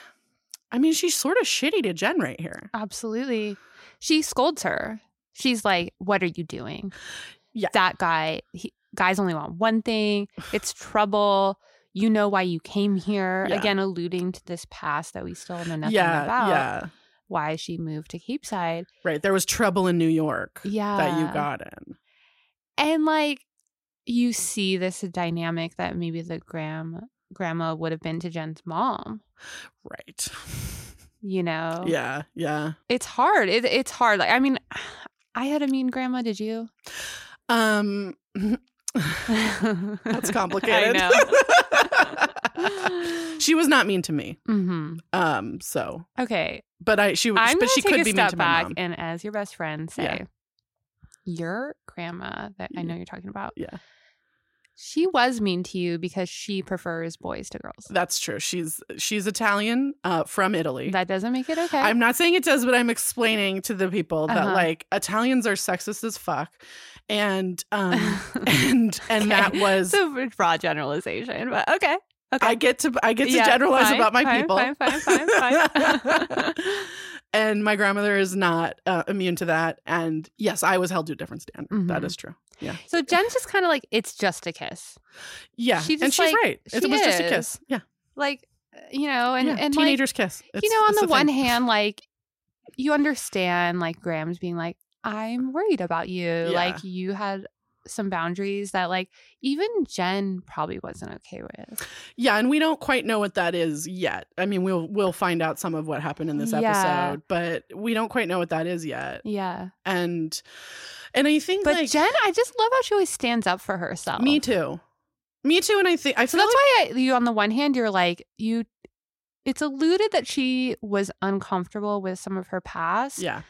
Speaker 1: I mean, she's sort of shitty to Jen right here.
Speaker 2: Absolutely. She scolds her. She's like, "What are you doing?
Speaker 1: Yeah.
Speaker 2: That guy. He, guys only want one thing. It's trouble." You know why you came here.
Speaker 1: Yeah.
Speaker 2: Again, alluding to this past that we still know nothing
Speaker 1: yeah,
Speaker 2: about.
Speaker 1: yeah,
Speaker 2: Why she moved to Keepside.
Speaker 1: right. There was trouble in New York
Speaker 2: Yeah.
Speaker 1: that you got in.
Speaker 2: And like you see this dynamic that maybe the gram grandma would have been to Jen's mom,
Speaker 1: Right.
Speaker 2: you know?
Speaker 1: Yeah, yeah.
Speaker 2: It's hard. It, it's hard. Like I mean, I had a mean grandma, did you?
Speaker 1: Um
Speaker 2: That's
Speaker 1: That's complicated.
Speaker 2: I know.
Speaker 1: she was not mean to me.
Speaker 2: hmm
Speaker 1: Um, so
Speaker 2: Okay.
Speaker 1: but I she
Speaker 2: I'm
Speaker 1: but
Speaker 2: going to
Speaker 1: she
Speaker 2: take
Speaker 1: could
Speaker 2: a
Speaker 1: be mean
Speaker 2: step
Speaker 1: to my
Speaker 2: back
Speaker 1: mom.
Speaker 2: and as your best friend say,
Speaker 1: Yeah.
Speaker 2: your grandma that I know you're talking about.
Speaker 1: Yeah.
Speaker 2: She was mean to you because she prefers boys to girls.
Speaker 1: That's true. She's she's Italian, uh, from Italy.
Speaker 2: That doesn't make it okay.
Speaker 1: I'm not saying it does, but I'm explaining to the people that
Speaker 2: Uh-huh.
Speaker 1: like Italians are sexist as fuck. And um and and that
Speaker 2: Okay.
Speaker 1: was
Speaker 2: it's a broad generalization, but okay. Okay.
Speaker 1: I get to I get to
Speaker 2: Yeah,
Speaker 1: generalize
Speaker 2: fine,
Speaker 1: about my
Speaker 2: fine,
Speaker 1: people.
Speaker 2: fine, fine, fine, fine.
Speaker 1: and my grandmother is not uh, immune to that. And yes, I was held to a different standard. That
Speaker 2: Mhm.
Speaker 1: is true. Yeah,
Speaker 2: so Jen's just kind of like, it's just a kiss.
Speaker 1: yeah.
Speaker 2: She
Speaker 1: and
Speaker 2: just,
Speaker 1: she's
Speaker 2: like,
Speaker 1: right. It
Speaker 2: she
Speaker 1: was just a
Speaker 2: is.
Speaker 1: kiss. Yeah,
Speaker 2: Like, uh, you know, and,
Speaker 1: yeah.
Speaker 2: and like,
Speaker 1: teenagers kiss.
Speaker 2: you
Speaker 1: It's-
Speaker 2: know, on
Speaker 1: it's
Speaker 2: the, one
Speaker 1: thing.
Speaker 2: hand, like, you understand, like, Graham's being like, I'm worried about you. Like, you had some boundaries that, like, even Jen probably wasn't okay with.
Speaker 1: yeah, and we don't quite know what that is yet. I mean, we'll we'll find out some of what happened in this
Speaker 2: Yeah.
Speaker 1: episode, but we don't quite know what that is yet.
Speaker 2: Yeah.
Speaker 1: And and I think
Speaker 2: But
Speaker 1: like
Speaker 2: Jen, I just love how she always stands up for herself.
Speaker 1: me too, me too. And I think I
Speaker 2: So
Speaker 1: feel
Speaker 2: that's why I, you, on the one hand, you're like you. It's alluded that she was uncomfortable with some of her past,
Speaker 1: yeah.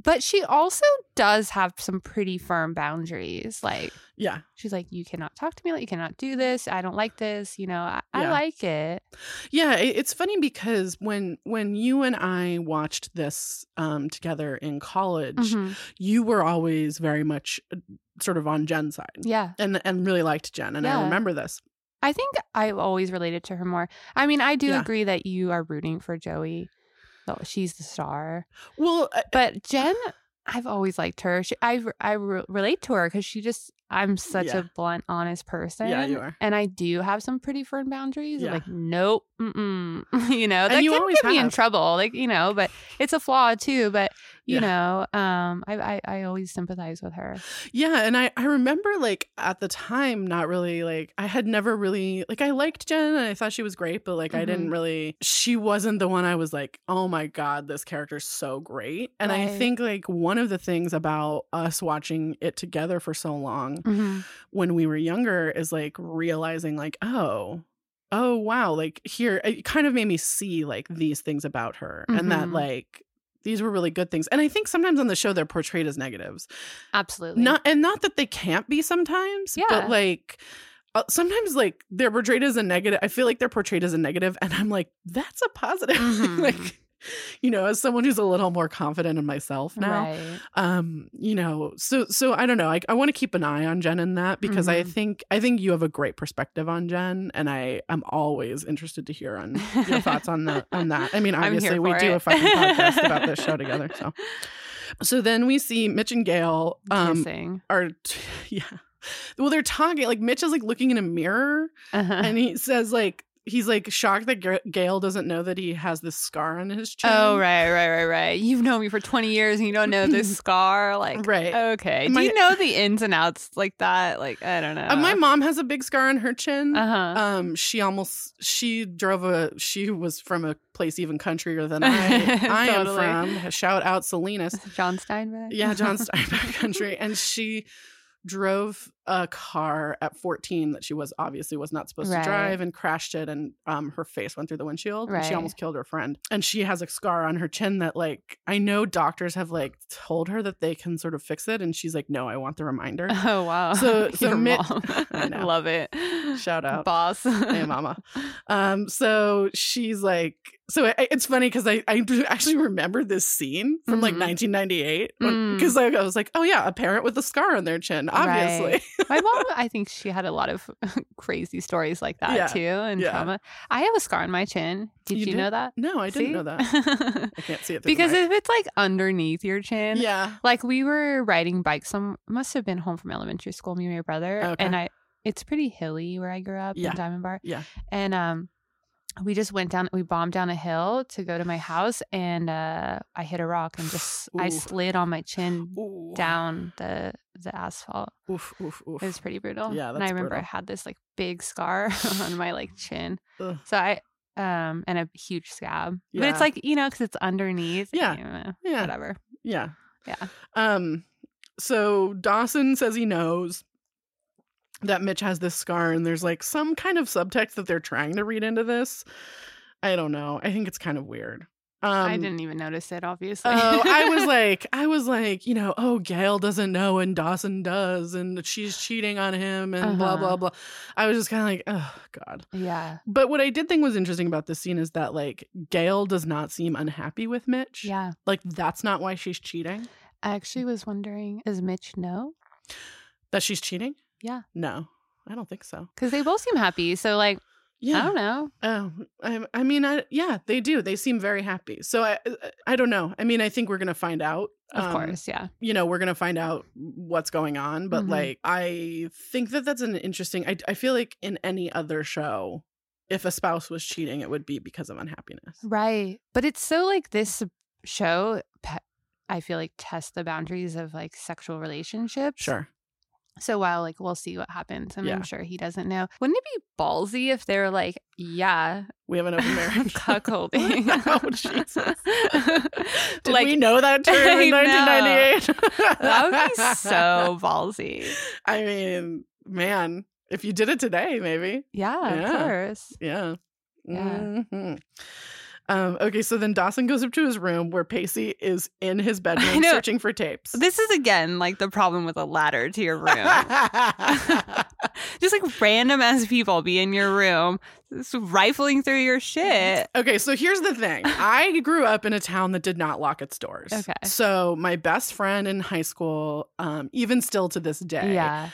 Speaker 2: but she also does have some pretty firm boundaries. Like
Speaker 1: Yeah.
Speaker 2: she's like, you cannot talk to me. Like you cannot do this. I don't like this. You know, I, I
Speaker 1: Yeah.
Speaker 2: like it.
Speaker 1: Yeah, it- it's funny because when when you and I watched this um, together in college,
Speaker 2: Mhm.
Speaker 1: you were always very much uh, sort of on Jen's side,
Speaker 2: Yeah,
Speaker 1: and and really liked Jen, and I
Speaker 2: Yeah.
Speaker 1: remember this.
Speaker 2: I think I've always related to her more. I mean, I do
Speaker 1: Yeah.
Speaker 2: agree that you are rooting for Joey. though She's the star.
Speaker 1: Well, uh,
Speaker 2: but Jen, I've always liked her. She, I I re- relate to her because she just I'm such
Speaker 1: Yeah.
Speaker 2: a blunt, honest person.
Speaker 1: yeah, you are.
Speaker 2: And I do have some pretty firm boundaries.
Speaker 1: Yeah.
Speaker 2: Like, nope, mm-mm. you know,
Speaker 1: And
Speaker 2: that
Speaker 1: you
Speaker 2: can
Speaker 1: always
Speaker 2: get me in
Speaker 1: have.
Speaker 2: trouble. Like, you know, but it's a flaw too. But you know, um, I, I I always sympathize with her.
Speaker 1: Yeah, and I I remember like at the time not really like I had never really like I liked Jen and I thought she was great, but like I didn't really she wasn't the one I was like, "Oh my god, this character's so great." And I
Speaker 2: Right.
Speaker 1: think like one of the things about us watching it together for so long
Speaker 2: Mhm.
Speaker 1: when we were younger is like realizing like oh oh wow like here it kind of made me see like these things about her and that
Speaker 2: Mhm.
Speaker 1: like these were really good things and i think sometimes on the show they're portrayed as negatives
Speaker 2: Absolutely.
Speaker 1: not and not that they can't be sometimes
Speaker 2: Yeah.
Speaker 1: but like uh, sometimes like they're portrayed as a negative i feel like they're portrayed as a negative and i'm like that's a positive
Speaker 2: Mhm.
Speaker 1: like you know, as someone who's a little more confident in myself now,
Speaker 2: Right.
Speaker 1: um, you know, so so I don't know. I, I want to keep an eye on Jen in that because I
Speaker 2: Mhm.
Speaker 1: think I think you have a great perspective on Jen, and I am always interested to hear on your thoughts on that on that. I mean,
Speaker 2: I'm here
Speaker 1: obviously we
Speaker 2: for
Speaker 1: do
Speaker 2: it.
Speaker 1: a fucking podcast about this show together. So so then we see Mitch and Gail um
Speaker 2: Kissing.
Speaker 1: are t- yeah. Well, they're talking like Mitch is like looking in a mirror
Speaker 2: Uh-huh.
Speaker 1: and he says like he's like shocked that G- Gail doesn't know that he has this scar on his chin.
Speaker 2: Oh right, right, right, right. You've known me for twenty years, and you don't know this scar. Like,
Speaker 1: Right.
Speaker 2: Okay. Do
Speaker 1: My-
Speaker 2: you know the ins and outs like that? Like, I don't know.
Speaker 1: Uh, my mom has a big scar on her chin.
Speaker 2: Uh huh.
Speaker 1: um she almost she drove a she was from a place even countrier than i i
Speaker 2: Totally.
Speaker 1: am from shout out salinas
Speaker 2: John Steinbeck.
Speaker 1: yeah john steinbeck country and she drove a car at 14 that she was obviously was not supposed
Speaker 2: Right.
Speaker 1: to drive and crashed it and um her face went through the windshield and she
Speaker 2: Right.
Speaker 1: almost killed her friend and she has a scar on her chin that like i know doctors have like told her that they can sort of fix it and she's like no i want the reminder
Speaker 2: Oh wow.
Speaker 1: So- so
Speaker 2: Your
Speaker 1: Mitch-
Speaker 2: mom.
Speaker 1: I know.
Speaker 2: Love it.
Speaker 1: shout out
Speaker 2: Boss.
Speaker 1: hey mama um so she's like so I, it's funny because I, I actually remember this scene from like
Speaker 2: Mhm.
Speaker 1: 1998
Speaker 2: Mm.
Speaker 1: because like, i was like oh yeah a parent with a scar on their chin obviously
Speaker 2: Right. My mom, I think she had a lot of crazy stories like that
Speaker 1: Yeah.
Speaker 2: too, and
Speaker 1: Yeah.
Speaker 2: trauma. I have a scar on my chin. Did
Speaker 1: You
Speaker 2: you,
Speaker 1: do?
Speaker 2: know that?
Speaker 1: no i didn't
Speaker 2: See?
Speaker 1: know that i can't see it through the
Speaker 2: because
Speaker 1: mic.
Speaker 2: if it's like underneath your chin,
Speaker 1: yeah
Speaker 2: like we were riding bikes. Some must have been home from elementary school, me and my brother,
Speaker 1: Okay.
Speaker 2: and I. It's pretty hilly where I grew up
Speaker 1: Yeah.
Speaker 2: in Diamond Bar.
Speaker 1: Yeah.
Speaker 2: and um, we just went down. We bombed down a hill to go to my house, and uh, I hit a rock and just I
Speaker 1: Ooh.
Speaker 2: slid on my chin
Speaker 1: Ooh.
Speaker 2: down the the asphalt.
Speaker 1: oof oof oof
Speaker 2: It was pretty brutal.
Speaker 1: Yeah,
Speaker 2: and I
Speaker 1: that's
Speaker 2: remember I
Speaker 1: brutal.
Speaker 2: had this like big scar on my like chin.
Speaker 1: Ugh.
Speaker 2: So I um and a huge scab. But
Speaker 1: Yeah.
Speaker 2: it's like you know because it's underneath.
Speaker 1: Yeah.
Speaker 2: you know,
Speaker 1: yeah
Speaker 2: whatever.
Speaker 1: yeah
Speaker 2: Yeah.
Speaker 1: um so dawson says he knows that mitch has this scar and there's like some kind of subtext that they're trying to read into this i don't know i think it's kind of weird um
Speaker 2: I didn't even notice it. Obviously.
Speaker 1: Oh, I was like, I was like, you know, oh, Gail doesn't know and Dawson does, and she's cheating on him, and blah
Speaker 2: Uh-huh.
Speaker 1: blah blah. I was just kind of like, oh god.
Speaker 2: yeah,
Speaker 1: But what I did think was interesting about this scene is that like Gail does not seem unhappy with Mitch.
Speaker 2: yeah.
Speaker 1: like that's not why she's cheating.
Speaker 2: I actually was wondering, does Mitch know?
Speaker 1: That she's cheating.
Speaker 2: Yeah.
Speaker 1: No, I don't think so.
Speaker 2: Because they both seem happy. So like, I
Speaker 1: Yeah.
Speaker 2: don't know.
Speaker 1: Oh, I, I mean, I yeah, they do. They seem very happy. So I, uh, I don't know. I mean, I think we're gonna find out.
Speaker 2: Of
Speaker 1: Um,
Speaker 2: course, yeah.
Speaker 1: you know we're gonna find out what's going on but
Speaker 2: Mhm.
Speaker 1: like i think that that's an interesting I, I feel like in any other show if a spouse was cheating it would be because of unhappiness
Speaker 2: Right. But it's so like this show, pe- I feel like, tests the boundaries of like sexual relationships.
Speaker 1: sure
Speaker 2: So while like we'll see what happens, and
Speaker 1: Yeah.
Speaker 2: I'm sure he doesn't know. Wouldn't it be ballsy if they're like, yeah,
Speaker 1: we have an open marriage
Speaker 2: cuckolding?
Speaker 1: oh jesus did
Speaker 2: like
Speaker 1: we know that term in
Speaker 2: I know.
Speaker 1: 1998
Speaker 2: that would be so ballsy.
Speaker 1: i mean man if you did it today maybe
Speaker 2: Yeah,
Speaker 1: Yeah.
Speaker 2: of course.
Speaker 1: Yeah.
Speaker 2: Yeah.
Speaker 1: Mhm. Um, okay, so then Dawson goes up to his room where Pacey is in his bedroom
Speaker 2: know.
Speaker 1: searching for tapes.
Speaker 2: This is again like the problem with a ladder to your room. Just like random ass people be in your room, just rifling through your shit.
Speaker 1: okay, so here's the thing. I grew up in a town that did not lock its doors.
Speaker 2: Okay.
Speaker 1: So my best friend in high school, um, even still to this day,
Speaker 2: Yeah.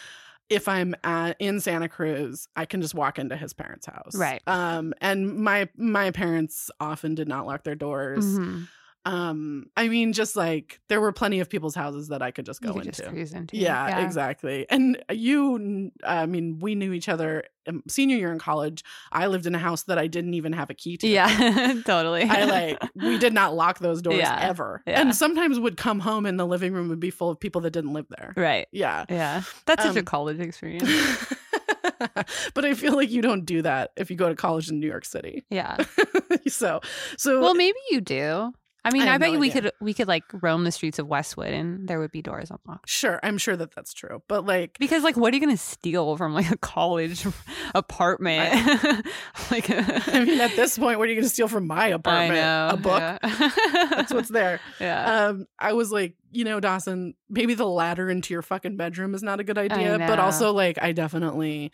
Speaker 1: if I'm at, in Santa Cruz, I can just walk into his parents' house.
Speaker 2: Right.
Speaker 1: Um, and my my parents often did not lock their doors.
Speaker 2: Mhm.
Speaker 1: Um, I mean, just like there were plenty of people's houses that I could just go
Speaker 2: you could
Speaker 1: into.
Speaker 2: just cruise into.
Speaker 1: yeah, exactly. And uh, you, I mean, we knew each other um, senior year in college. I lived in a house that I didn't even have a key to.
Speaker 2: Yeah, totally.
Speaker 1: I like we did not lock those doors
Speaker 2: Yeah,
Speaker 1: ever,
Speaker 2: yeah.
Speaker 1: and sometimes would come home and the living room would be full of people that didn't live there.
Speaker 2: Right.
Speaker 1: Yeah,
Speaker 2: Yeah. That's such a
Speaker 1: Um,
Speaker 2: college experience.
Speaker 1: but I feel like you don't do that if you go to college in New York City.
Speaker 2: Yeah.
Speaker 1: so, so
Speaker 2: Well, maybe you do. I mean,
Speaker 1: I
Speaker 2: I,
Speaker 1: have
Speaker 2: bet
Speaker 1: no
Speaker 2: you we
Speaker 1: idea.
Speaker 2: could we could like roam the streets of Westwood and there would be doors unlocked.
Speaker 1: sure, I'm sure that that's true, but like
Speaker 2: Because like what are you going to steal from like a college apartment? like
Speaker 1: I mean, at this point, what are you going to steal from my
Speaker 2: I
Speaker 1: apartment?
Speaker 2: know.
Speaker 1: A book.
Speaker 2: Yeah.
Speaker 1: That's what's there.
Speaker 2: yeah.
Speaker 1: Um, I was like, you know, Dawson, maybe the ladder into your fucking bedroom is not a good idea. But
Speaker 2: know.
Speaker 1: also, like, I definitely,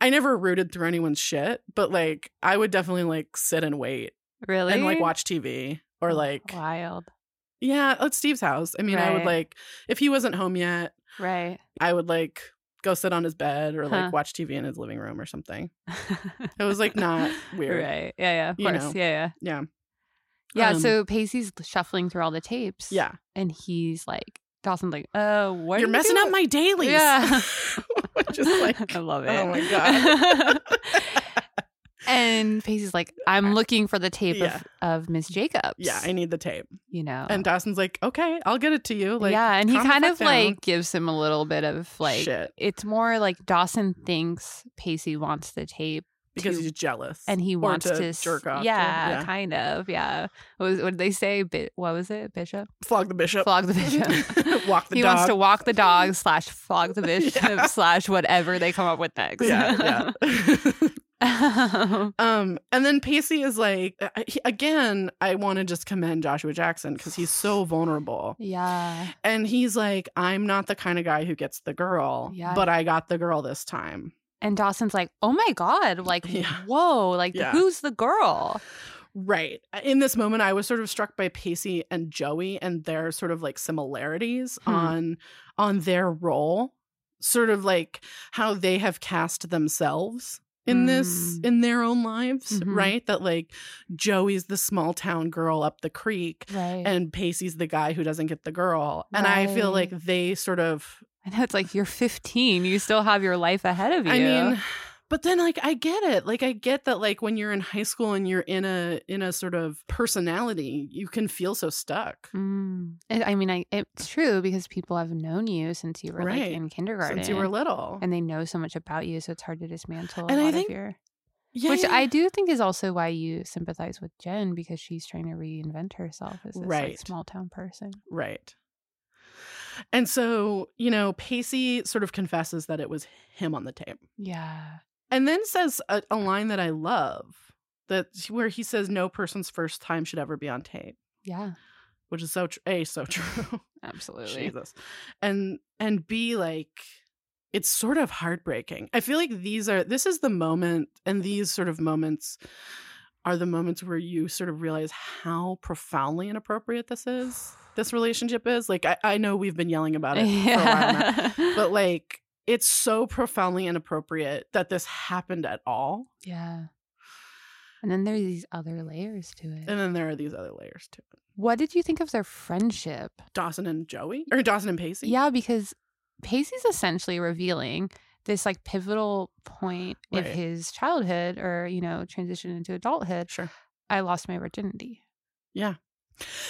Speaker 1: I never rooted through anyone's shit, but like, I would definitely like sit and wait
Speaker 2: really? Oh,
Speaker 1: and like watch TV or like
Speaker 2: wild,
Speaker 1: yeah, at Steve's house. I mean, I would
Speaker 2: Right.
Speaker 1: like if he wasn't home yet,
Speaker 2: right?
Speaker 1: I would like go sit on his bed or
Speaker 2: Huh.
Speaker 1: like watch TV in his living room or something. It was like not weird.
Speaker 2: right? Yeah, yeah, of
Speaker 1: You
Speaker 2: course,
Speaker 1: know.
Speaker 2: yeah, yeah,
Speaker 1: Yeah.
Speaker 2: yeah.
Speaker 1: Um,
Speaker 2: so Pacey's shuffling through all the tapes,
Speaker 1: Yeah.
Speaker 2: and he's like, Dawson's like, "Uh, what?
Speaker 1: You're
Speaker 2: are you
Speaker 1: messing up
Speaker 2: doing?"
Speaker 1: my dailies.
Speaker 2: Yeah.
Speaker 1: Just like
Speaker 2: I love it.
Speaker 1: oh my God.
Speaker 2: and Pacey's like, I'm looking for the tape
Speaker 1: Yeah.
Speaker 2: of, of Miss Jacobs.
Speaker 1: Yeah, I need the tape.
Speaker 2: you know.
Speaker 1: And Dawson's like, okay, I'll get it to you. Like,
Speaker 2: Oh. yeah, and he
Speaker 1: calm the
Speaker 2: kind
Speaker 1: fuck
Speaker 2: of
Speaker 1: down.
Speaker 2: like gives him a little bit of like
Speaker 1: Shit.
Speaker 2: it's more like Dawson thinks Pacey wants the tape
Speaker 1: because
Speaker 2: to-
Speaker 1: he's jealous
Speaker 2: and he
Speaker 1: Or
Speaker 2: wants
Speaker 1: to
Speaker 2: to, s-
Speaker 1: jerk off to.
Speaker 2: Yeah,
Speaker 1: Yeah.
Speaker 2: kind of. Yeah. What, was, what did they say? Bi- what was it? Bishop?
Speaker 1: flog the bishop.
Speaker 2: Flog the bishop.
Speaker 1: Oh. Walk the
Speaker 2: he
Speaker 1: dog.
Speaker 2: wants to walk the dog slash flog the bishop
Speaker 1: Yeah.
Speaker 2: slash whatever they come up with next.
Speaker 1: yeah, yeah.
Speaker 2: yeah.
Speaker 1: um, and then Pacey is like, I- he- again, I want to just commend Joshua Jackson because he's so vulnerable.
Speaker 2: yeah.
Speaker 1: And he's like, I'm not the kind of guy who gets the girl,
Speaker 2: Yeah.
Speaker 1: but I got the girl this time.
Speaker 2: And Dawson's like, oh my God, like,
Speaker 1: Yeah.
Speaker 2: whoa, like,
Speaker 1: Yeah.
Speaker 2: who's the girl?
Speaker 1: Right. uh, In this moment, I was sort of struck by Pacey and Joey and their sort of like similarities
Speaker 2: Hmm.
Speaker 1: on on their role, sort of like how they have cast themselves in this
Speaker 2: Mm.
Speaker 1: in their own lives,
Speaker 2: Mhm.
Speaker 1: right? That like Joey's the small town girl up the creek
Speaker 2: Right.
Speaker 1: and Pacey's the guy who doesn't get the girl. And I feel like
Speaker 2: Right.
Speaker 1: they sort of
Speaker 2: I know it's like you're 15, you still have your life ahead of you.
Speaker 1: I mean, but then like I get it. Like I get that like when you're in high school and you're in a in a sort of personality, you can feel so stuck
Speaker 2: Mm. And I mean, I, it's true because people have known you since you were
Speaker 1: Right.
Speaker 2: like in kindergarten,
Speaker 1: since you were little.
Speaker 2: and they know so much about you, so it's hard to dismantle.
Speaker 1: And
Speaker 2: a
Speaker 1: I
Speaker 2: lot
Speaker 1: think-
Speaker 2: of your,
Speaker 1: yeah,
Speaker 2: which
Speaker 1: yeah,
Speaker 2: I do think is also why you sympathize with Jen because she's trying to reinvent herself as this like,
Speaker 1: Right.
Speaker 2: small town person.
Speaker 1: right. And so, you know, Pacey sort of confesses that it was him on the tape.
Speaker 2: Yeah,
Speaker 1: And then says a, a line that I love that where he says no person's first time should ever be on tape,
Speaker 2: yeah,
Speaker 1: which is so tr- a so true.
Speaker 2: absolutely.
Speaker 1: Jesus. And and B like it's sort of heartbreaking. I feel like these are this is the moment and these sort of moments are the moments where you sort of realize how profoundly inappropriate this is. This relationship is. Like I, I know we've been yelling about it for a while now.
Speaker 2: yeah.
Speaker 1: But like it's so profoundly inappropriate that this happened at all.
Speaker 2: yeah. And then there's these other layers to it.
Speaker 1: And then there are these other layers too.
Speaker 2: what did you think of their friendship?
Speaker 1: Dawson and Joey? Or Dawson and Pacey?
Speaker 2: Yeah, because Pacey's essentially revealing this like pivotal point of
Speaker 1: Right.
Speaker 2: his childhood or, you know, transition into adulthood.
Speaker 1: Sure.
Speaker 2: I lost my virginity.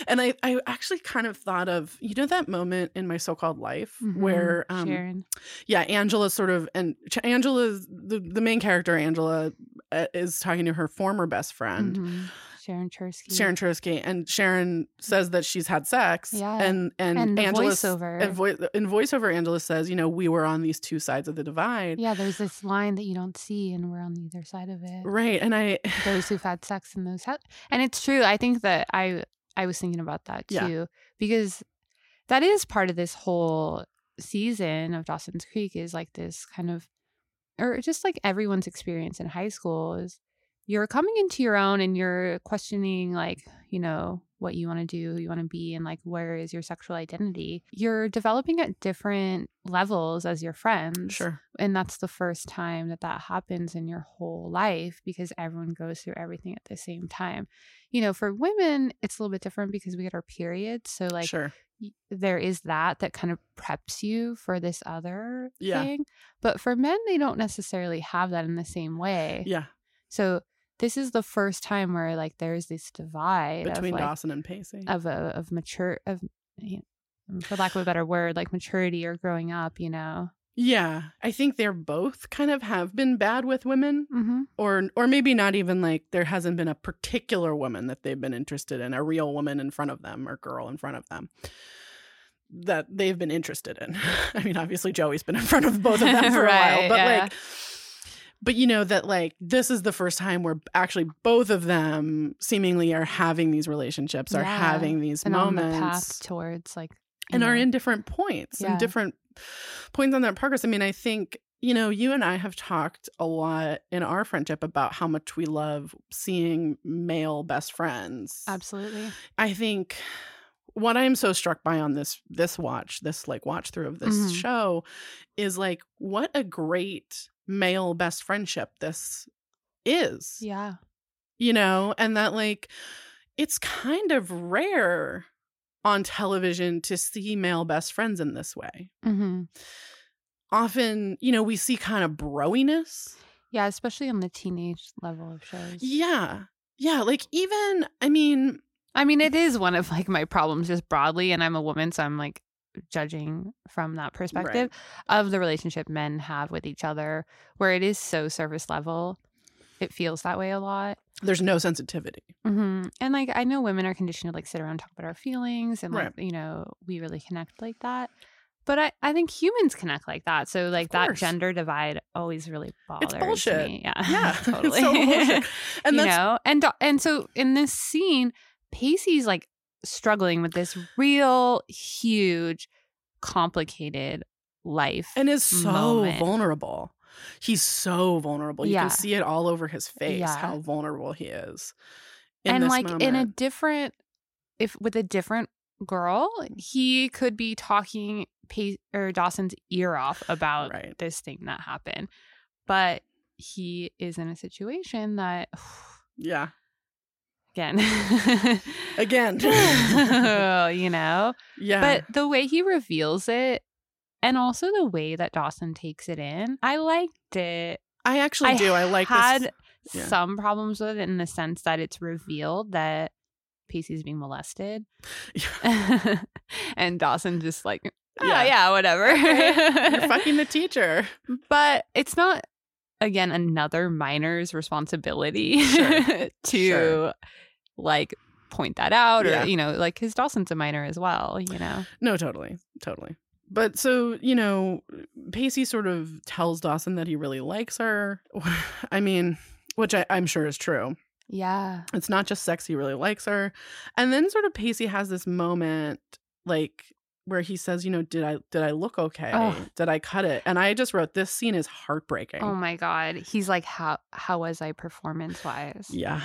Speaker 1: And I, I actually kind of thought of you know that moment in my so-called life
Speaker 2: Mm-hmm.
Speaker 1: where um
Speaker 2: Sharon.
Speaker 1: yeah Angela sort of and Ch- Angela's the, the main character Angela uh, is talking to her former best friend
Speaker 2: Mhm. Sharon Chersky.
Speaker 1: Sharon Trisky and Sharon says that she's had sex
Speaker 2: Yeah.
Speaker 1: and and,
Speaker 2: and the
Speaker 1: Angela s-
Speaker 2: voiceover.
Speaker 1: and voi- in voiceover Angela says you know we were on these two sides of the divide
Speaker 2: yeah, there's this line that you don't see and we're on either side of it.
Speaker 1: right and I
Speaker 2: Those who've had sex and those have and it's true. I think that I I was thinking about that too.
Speaker 1: Yeah.
Speaker 2: Because that is part of this whole season of Dawson's Creek is like this kind of or just like everyone's experience in high school is you're coming into your own and you're questioning like you know what you want to do who you want to be and like where is your sexual identity you're developing at different levels as your friends
Speaker 1: sure
Speaker 2: and that's the first time that that happens in your whole life because everyone goes through everything at the same time you know for women it's a little bit different because we get our periods so like
Speaker 1: sure
Speaker 2: y- there is that that kind of preps you for this other
Speaker 1: Yeah.
Speaker 2: thing. But for men, they don't necessarily have that in the same way.
Speaker 1: yeah
Speaker 2: So this is the first time where like there's this divide
Speaker 1: between
Speaker 2: of, like,
Speaker 1: Dawson and Pacey
Speaker 2: of a, of mature of you know, for lack of a better word, like maturity or growing up. You know.
Speaker 1: yeah I think they're both kind of have been bad with women
Speaker 2: Mm-hmm.
Speaker 1: or or maybe not even like there hasn't been a particular woman that they've been interested in a real woman in front of them or girl in front of them that they've been interested in i mean obviously joey's been in front of both of them for a while
Speaker 2: Right,
Speaker 1: but
Speaker 2: yeah.
Speaker 1: like but you know that like this is the first time where actually both of them seemingly are having these relationships are
Speaker 2: Yeah.
Speaker 1: having these
Speaker 2: And on
Speaker 1: moments
Speaker 2: the path towards like you
Speaker 1: and are
Speaker 2: know,
Speaker 1: in different points
Speaker 2: Yeah.
Speaker 1: and different points on that progress. I mean, I think you know, you and I have talked a lot in our friendship about how much we love seeing male best friends.
Speaker 2: Absolutely.
Speaker 1: I think what I'm so struck by on this this watch, this like watch through of this
Speaker 2: Mhm.
Speaker 1: show is like what a great male best friendship this is.
Speaker 2: Yeah.
Speaker 1: You know, and that like it's kind of rare on television to see male best friends in this way.
Speaker 2: Mm-hmm.
Speaker 1: Often, you know, we see kind of broiness.
Speaker 2: Yeah, especially on the teenage level of shows.
Speaker 1: Yeah. Yeah, like even I mean,
Speaker 2: I mean, it is one of like my problems just broadly, and I'm a woman, so I'm like judging from that perspective of the relationship men have with each other, where it is so surface level. It feels that way a lot.
Speaker 1: there's no sensitivity.
Speaker 2: hmm And like, I know women are conditioned to like sit around and talk about our feelings, and like,
Speaker 1: Right.
Speaker 2: you know, we really connect like that. But I, I think humans connect like that. So like that
Speaker 1: course.
Speaker 2: gender divide always really bothers
Speaker 1: bullshit.
Speaker 2: me. Yeah,
Speaker 1: Yeah. it's so
Speaker 2: totally.
Speaker 1: bullshit. And
Speaker 2: you
Speaker 1: that's
Speaker 2: know, and do- and so in this scene, Pacey's like struggling with this real huge, complicated life.
Speaker 1: and is so
Speaker 2: moment.
Speaker 1: vulnerable. He's so vulnerable. You
Speaker 2: Yeah.
Speaker 1: can see it all over his face
Speaker 2: Yeah.
Speaker 1: how vulnerable he is. In
Speaker 2: and
Speaker 1: this
Speaker 2: like in a
Speaker 1: moment.
Speaker 2: different, if with a different girl, he could be talking Pace or Dawson's ear off about
Speaker 1: Right.
Speaker 2: this thing that happened, but he is in a situation that
Speaker 1: yeah.
Speaker 2: again,
Speaker 1: Again.
Speaker 2: you know,
Speaker 1: yeah.
Speaker 2: But the way he reveals it and also the way that Dawson takes it in, I liked it.
Speaker 1: I actually do. I like
Speaker 2: had
Speaker 1: this. yeah.
Speaker 2: some problems with it in the sense that it's revealed that Pacey's being molested. and Dawson just like, oh,
Speaker 1: Yeah.
Speaker 2: yeah, whatever.
Speaker 1: You're fucking the teacher.
Speaker 2: but it's not again another minor's responsibility
Speaker 1: Sure.
Speaker 2: to
Speaker 1: Sure.
Speaker 2: like point that out or
Speaker 1: Yeah.
Speaker 2: you know like his dawson's a minor as well you know
Speaker 1: No, totally. Totally. But so, you know, Pacey sort of tells Dawson that he really likes her. I mean, which I, I'm sure is true.
Speaker 2: yeah
Speaker 1: it's not just sex he really likes her and then sort of pacey has this moment like where he says you know did i did i look okay
Speaker 2: Ugh.
Speaker 1: did i cut it and i just wrote this scene is heartbreaking
Speaker 2: Oh my god, he's like, how how was I performance wise?
Speaker 1: yeah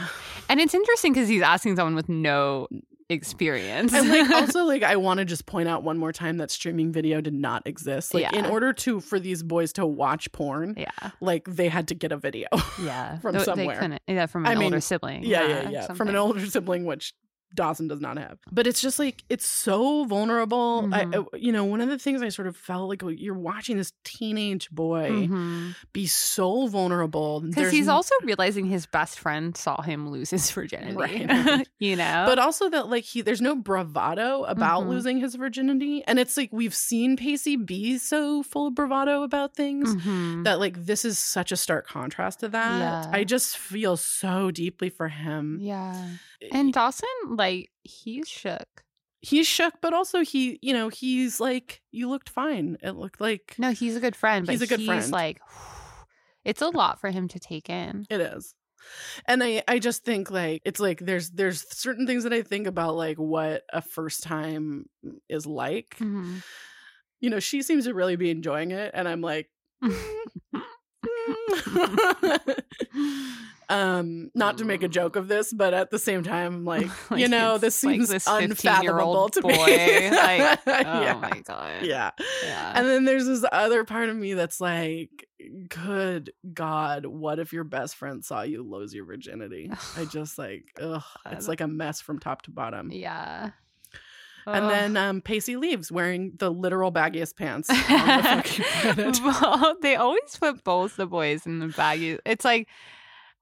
Speaker 2: And it's interesting because he's asking someone with no experience.
Speaker 1: and like also like i want to just point out one more time that streaming video did not exist like in
Speaker 2: Yeah.
Speaker 1: order to for these boys to watch porn
Speaker 2: yeah,
Speaker 1: like they had to get a video
Speaker 2: yeah,
Speaker 1: From
Speaker 2: They- they
Speaker 1: somewhere.
Speaker 2: couldn't- yeah, from
Speaker 1: I
Speaker 2: an older
Speaker 1: mean,
Speaker 2: sibling.
Speaker 1: yeah yeah yeah from an
Speaker 2: something.
Speaker 1: older sibling which dawson does not have but it's just like it's so vulnerable I,
Speaker 2: Mhm.
Speaker 1: I- you know one of the things i sort of felt like you're watching this teenage boy
Speaker 2: Mhm.
Speaker 1: be so vulnerable
Speaker 2: Because
Speaker 1: There's
Speaker 2: he's
Speaker 1: n-
Speaker 2: also realizing his best friend saw him lose his virginity.
Speaker 1: Right.
Speaker 2: you know,
Speaker 1: but also that like he there's no bravado about
Speaker 2: Mhm.
Speaker 1: losing his virginity and it's like we've seen pacey be so full of bravado about things
Speaker 2: Mhm.
Speaker 1: that like this is such a stark contrast to that
Speaker 2: Yeah.
Speaker 1: i just feel so deeply for him Eh,
Speaker 2: yeah, and Dawson like he's shook.
Speaker 1: he's shook but also he you know he's like you looked fine it looked like
Speaker 2: No, he's a good friend, but
Speaker 1: He's a good friend.
Speaker 2: like, it's a lot for him to take in.
Speaker 1: It is. And I, I just think like it's like there's there's certain things that I think about like what a first time is like.
Speaker 2: Mhm.
Speaker 1: You know, she seems to really be enjoying it, and I'm like, mm. um, not to make a joke of this, but at the same time, I'm like,
Speaker 2: Like,
Speaker 1: you know,
Speaker 2: it's
Speaker 1: this
Speaker 2: like
Speaker 1: seems
Speaker 2: this 15-year-old
Speaker 1: unfathomable to me.
Speaker 2: boy, like, Oh
Speaker 1: yeah.
Speaker 2: my god.
Speaker 1: yeah.
Speaker 2: Yeah.
Speaker 1: And then there's this other part of me that's like, good God, what if your best friend saw you lose your virginity? I just like, ugh, it's like a mess from top to bottom.
Speaker 2: yeah.
Speaker 1: And then um, Pacey leaves wearing the literal baggiest pants on the fucking planet.
Speaker 2: well, they always put both the boys in the baggy. It's like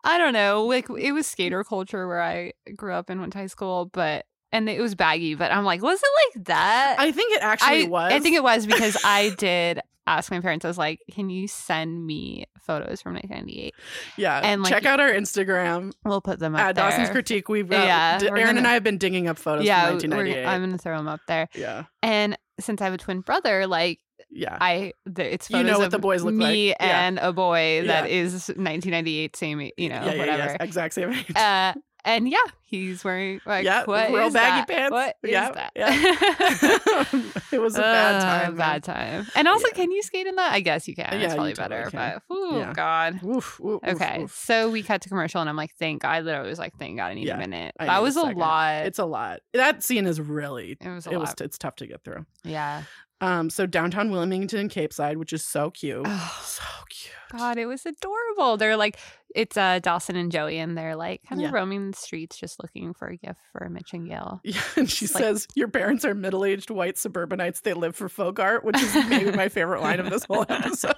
Speaker 2: I don't know, like it was skater culture where I grew up and went to high school, but and it was baggy, but I'm like, was it like that?
Speaker 1: I think it actually
Speaker 2: I,
Speaker 1: was.
Speaker 2: I think it was because I did ask my parents. I was like, "Can you send me photos from 1998?
Speaker 1: yeah.
Speaker 2: and, like-
Speaker 1: check out our Instagram
Speaker 2: We'll put them up
Speaker 1: at
Speaker 2: there."
Speaker 1: Dawson's Critique. We've got
Speaker 2: Yeah,
Speaker 1: D-
Speaker 2: we're
Speaker 1: Aaron
Speaker 2: gonna-
Speaker 1: and I have been digging up photos
Speaker 2: yeah,
Speaker 1: from
Speaker 2: we're-
Speaker 1: 1998.
Speaker 2: I'm gonna throw them up there.
Speaker 1: yeah,
Speaker 2: And since I have a twin brother, like
Speaker 1: yeah,
Speaker 2: I, the, it's
Speaker 1: You
Speaker 2: photos
Speaker 1: know what
Speaker 2: of
Speaker 1: the boys look like.
Speaker 2: me
Speaker 1: Yeah.
Speaker 2: and a boy that is 1998, same, you know,
Speaker 1: yeah, yeah,
Speaker 2: whatever.
Speaker 1: yeah, exact same age.
Speaker 2: Uh, And yeah, he's wearing like
Speaker 1: Yeah,
Speaker 2: what
Speaker 1: real
Speaker 2: is
Speaker 1: baggy pants.
Speaker 2: that? What is
Speaker 1: Yeah,
Speaker 2: that?
Speaker 1: it was a bad
Speaker 2: Uh,
Speaker 1: time. man.
Speaker 2: bad time. And also,
Speaker 1: Yeah.
Speaker 2: can you skate in that? I guess you can.
Speaker 1: Yeah,
Speaker 2: it's
Speaker 1: you
Speaker 2: probably
Speaker 1: totally
Speaker 2: better.
Speaker 1: can.
Speaker 2: But oh
Speaker 1: Yeah.
Speaker 2: god.
Speaker 1: Oof, oof, oof,
Speaker 2: Okay,
Speaker 1: oof.
Speaker 2: so we cut to commercial, and I'm like, thank God. I literally was like, thank God, I need
Speaker 1: Yeah,
Speaker 2: a minute.
Speaker 1: I
Speaker 2: that
Speaker 1: need a
Speaker 2: was a,
Speaker 1: second.
Speaker 2: lot.
Speaker 1: It's a lot. That scene is really.
Speaker 2: it was a
Speaker 1: It
Speaker 2: lot.
Speaker 1: was. It's tough to get through.
Speaker 2: yeah.
Speaker 1: Um. So downtown Wilmington, Cape Side, which is so cute.
Speaker 2: Oh,
Speaker 1: so cute.
Speaker 2: God, it was adorable. They're like, it's uh, Dawson and Joey, and they're like kind of
Speaker 1: Yeah.
Speaker 2: roaming the streets, just looking for a gift for Mitch and Gail.
Speaker 1: Yeah, and she
Speaker 2: It's like-
Speaker 1: says, Your parents are middle aged white suburbanites. They live for folk art, which is maybe my favorite line of this whole episode.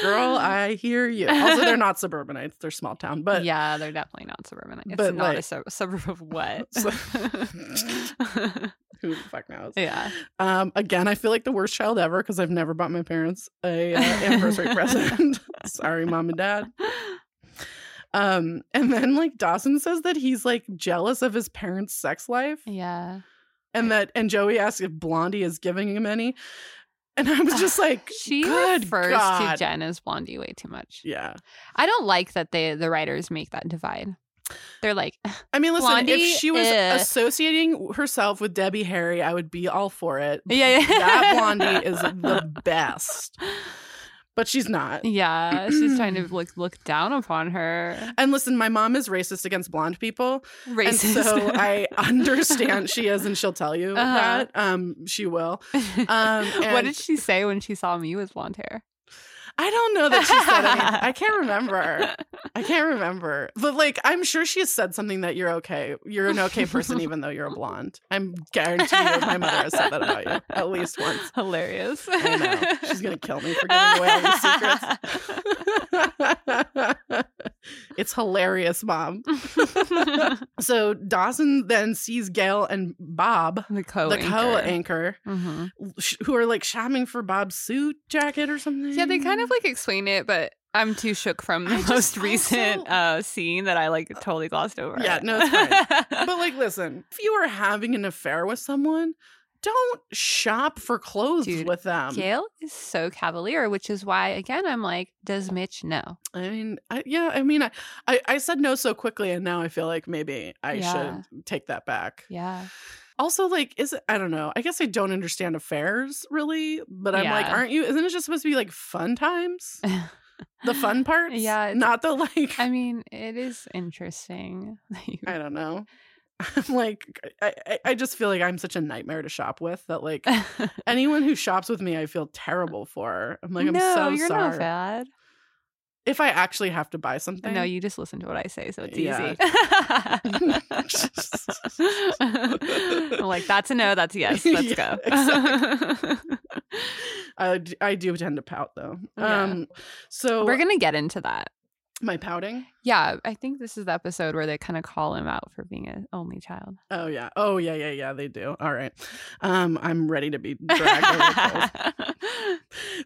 Speaker 1: Girl, I hear you. Also, they're not suburbanites, they're small town, but
Speaker 2: yeah, they're definitely not suburban. It's
Speaker 1: but,
Speaker 2: not a
Speaker 1: like-
Speaker 2: sub- suburb of what?
Speaker 1: So- who the fuck knows?
Speaker 2: yeah.
Speaker 1: Um, again, I feel like the worst child ever because I've never bought my parents a uh, anniversary present. Sorry, mom and dad. Um, and then like Dawson says that he's like jealous of his parents' sex life.
Speaker 2: Yeah.
Speaker 1: and that and Joey asked if Blondie is giving him any, and I was just like,
Speaker 2: She
Speaker 1: Good
Speaker 2: refers to
Speaker 1: God.
Speaker 2: Jen as Blondie way too much.
Speaker 1: yeah.
Speaker 2: I don't like that they the writers make that divide. They're like,
Speaker 1: I mean, listen,
Speaker 2: Blondie,
Speaker 1: if she was
Speaker 2: eh.
Speaker 1: associating herself with Debbie Harry, I would be all for it.
Speaker 2: yeah, yeah.
Speaker 1: That Blondie is the best, but she's not.
Speaker 2: Yeah, she's trying to look look down upon her.
Speaker 1: And listen, my mom is racist against blonde people, and
Speaker 2: Racist.
Speaker 1: so I understand she is, and she'll tell you
Speaker 2: Uh-huh.
Speaker 1: that. Um, she will. Um,
Speaker 2: what
Speaker 1: and-
Speaker 2: did she say when she saw me with blonde hair?
Speaker 1: I don't know that she said anything. I can't remember. I can't remember. But like, I'm sure she has said something that you're okay. You're an okay person, even though you're a blonde. I'm guarantee you my mother has said that about you at least once.
Speaker 2: Hilarious.
Speaker 1: I know. She's going to kill me for giving away all these secrets. it's hilarious, mom.
Speaker 2: Mm.
Speaker 1: So Dawson then sees Gail and Bob,
Speaker 2: the co
Speaker 1: the Mm-hmm. co anchor,
Speaker 2: hmm
Speaker 1: who are like shopping for Bob's suit jacket or something.
Speaker 2: Yeah, they kind of like explain it, but I'm too shook from the
Speaker 1: I just
Speaker 2: most recent
Speaker 1: also-
Speaker 2: uh, scene that I like totally glossed over.
Speaker 1: Yeah, no, it's
Speaker 2: fine.
Speaker 1: but like listen if you are having an affair with someone don't shop for clothes
Speaker 2: Dude,
Speaker 1: with them
Speaker 2: Gail is so cavalier, which is why, again, I'm like, does Mitch know?
Speaker 1: i mean I, yeah i mean I, I i said no so quickly and now i feel like maybe i
Speaker 2: Yeah.
Speaker 1: should take that back
Speaker 2: Yeah.
Speaker 1: also like is it i don't know i guess i don't understand affairs really but i'm like
Speaker 2: Yeah.
Speaker 1: aren't you isn't it just supposed to be like fun times the fun parts
Speaker 2: Yeah, it's-
Speaker 1: not the like
Speaker 2: I mean, it is interesting. that you-
Speaker 1: i don't know i'm like I, I- I just feel like i'm such a nightmare to shop with that like anyone who shops with me, I feel terrible for. I'm like, I'm
Speaker 2: no,
Speaker 1: so
Speaker 2: you're
Speaker 1: sorry.
Speaker 2: not bad.
Speaker 1: If I actually have to buy something,
Speaker 2: No, you just listen to what I say, so it's
Speaker 1: Yeah.
Speaker 2: easy. I'm like that's a no, that's a yes. Let's
Speaker 1: Yeah,
Speaker 2: go.
Speaker 1: I, d- I do tend to pout though.
Speaker 2: Yeah.
Speaker 1: Um, so
Speaker 2: We're gonna get into that.
Speaker 1: my pouting.
Speaker 2: Yeah, I think this is the episode where they kind of call him out for being an only child.
Speaker 1: Oh yeah. Oh yeah. Yeah yeah. They do. All right. Um, I'm ready to be dragged over the coals.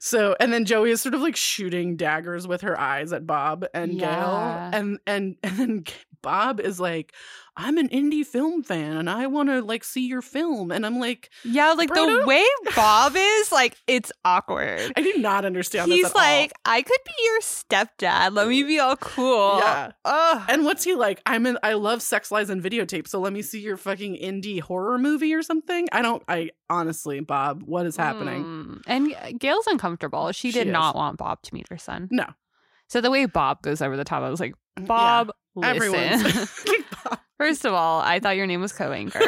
Speaker 1: So and then Joey is sort of like shooting daggers with her eyes at Bob and
Speaker 2: Yeah.
Speaker 1: Gail, and and and then G- Bob is like, I'm an indie film fan and I want to like see your film, and I'm like,
Speaker 2: yeah, like the
Speaker 1: Bruno?
Speaker 2: way Bob is, like it's awkward.
Speaker 1: I do not understand. this
Speaker 2: He's
Speaker 1: at all.
Speaker 2: like, I could be your stepdad. Let me be all cool.
Speaker 1: Yeah.
Speaker 2: Ugh.
Speaker 1: And what's he like? I'm in. I love sex lies and videotape. So let me see your fucking indie horror movie or something. I don't. I honestly, Bob, what is happening?
Speaker 2: Mm. And Gail's uncomfortable. She
Speaker 1: She
Speaker 2: did
Speaker 1: is.
Speaker 2: not want Bob to meet her son.
Speaker 1: No.
Speaker 2: So the way Bob goes over the top, I was like,
Speaker 1: Yeah.
Speaker 2: Bob, listen.
Speaker 1: everyone's Bob.
Speaker 2: First of all, I thought your name was co-anchor.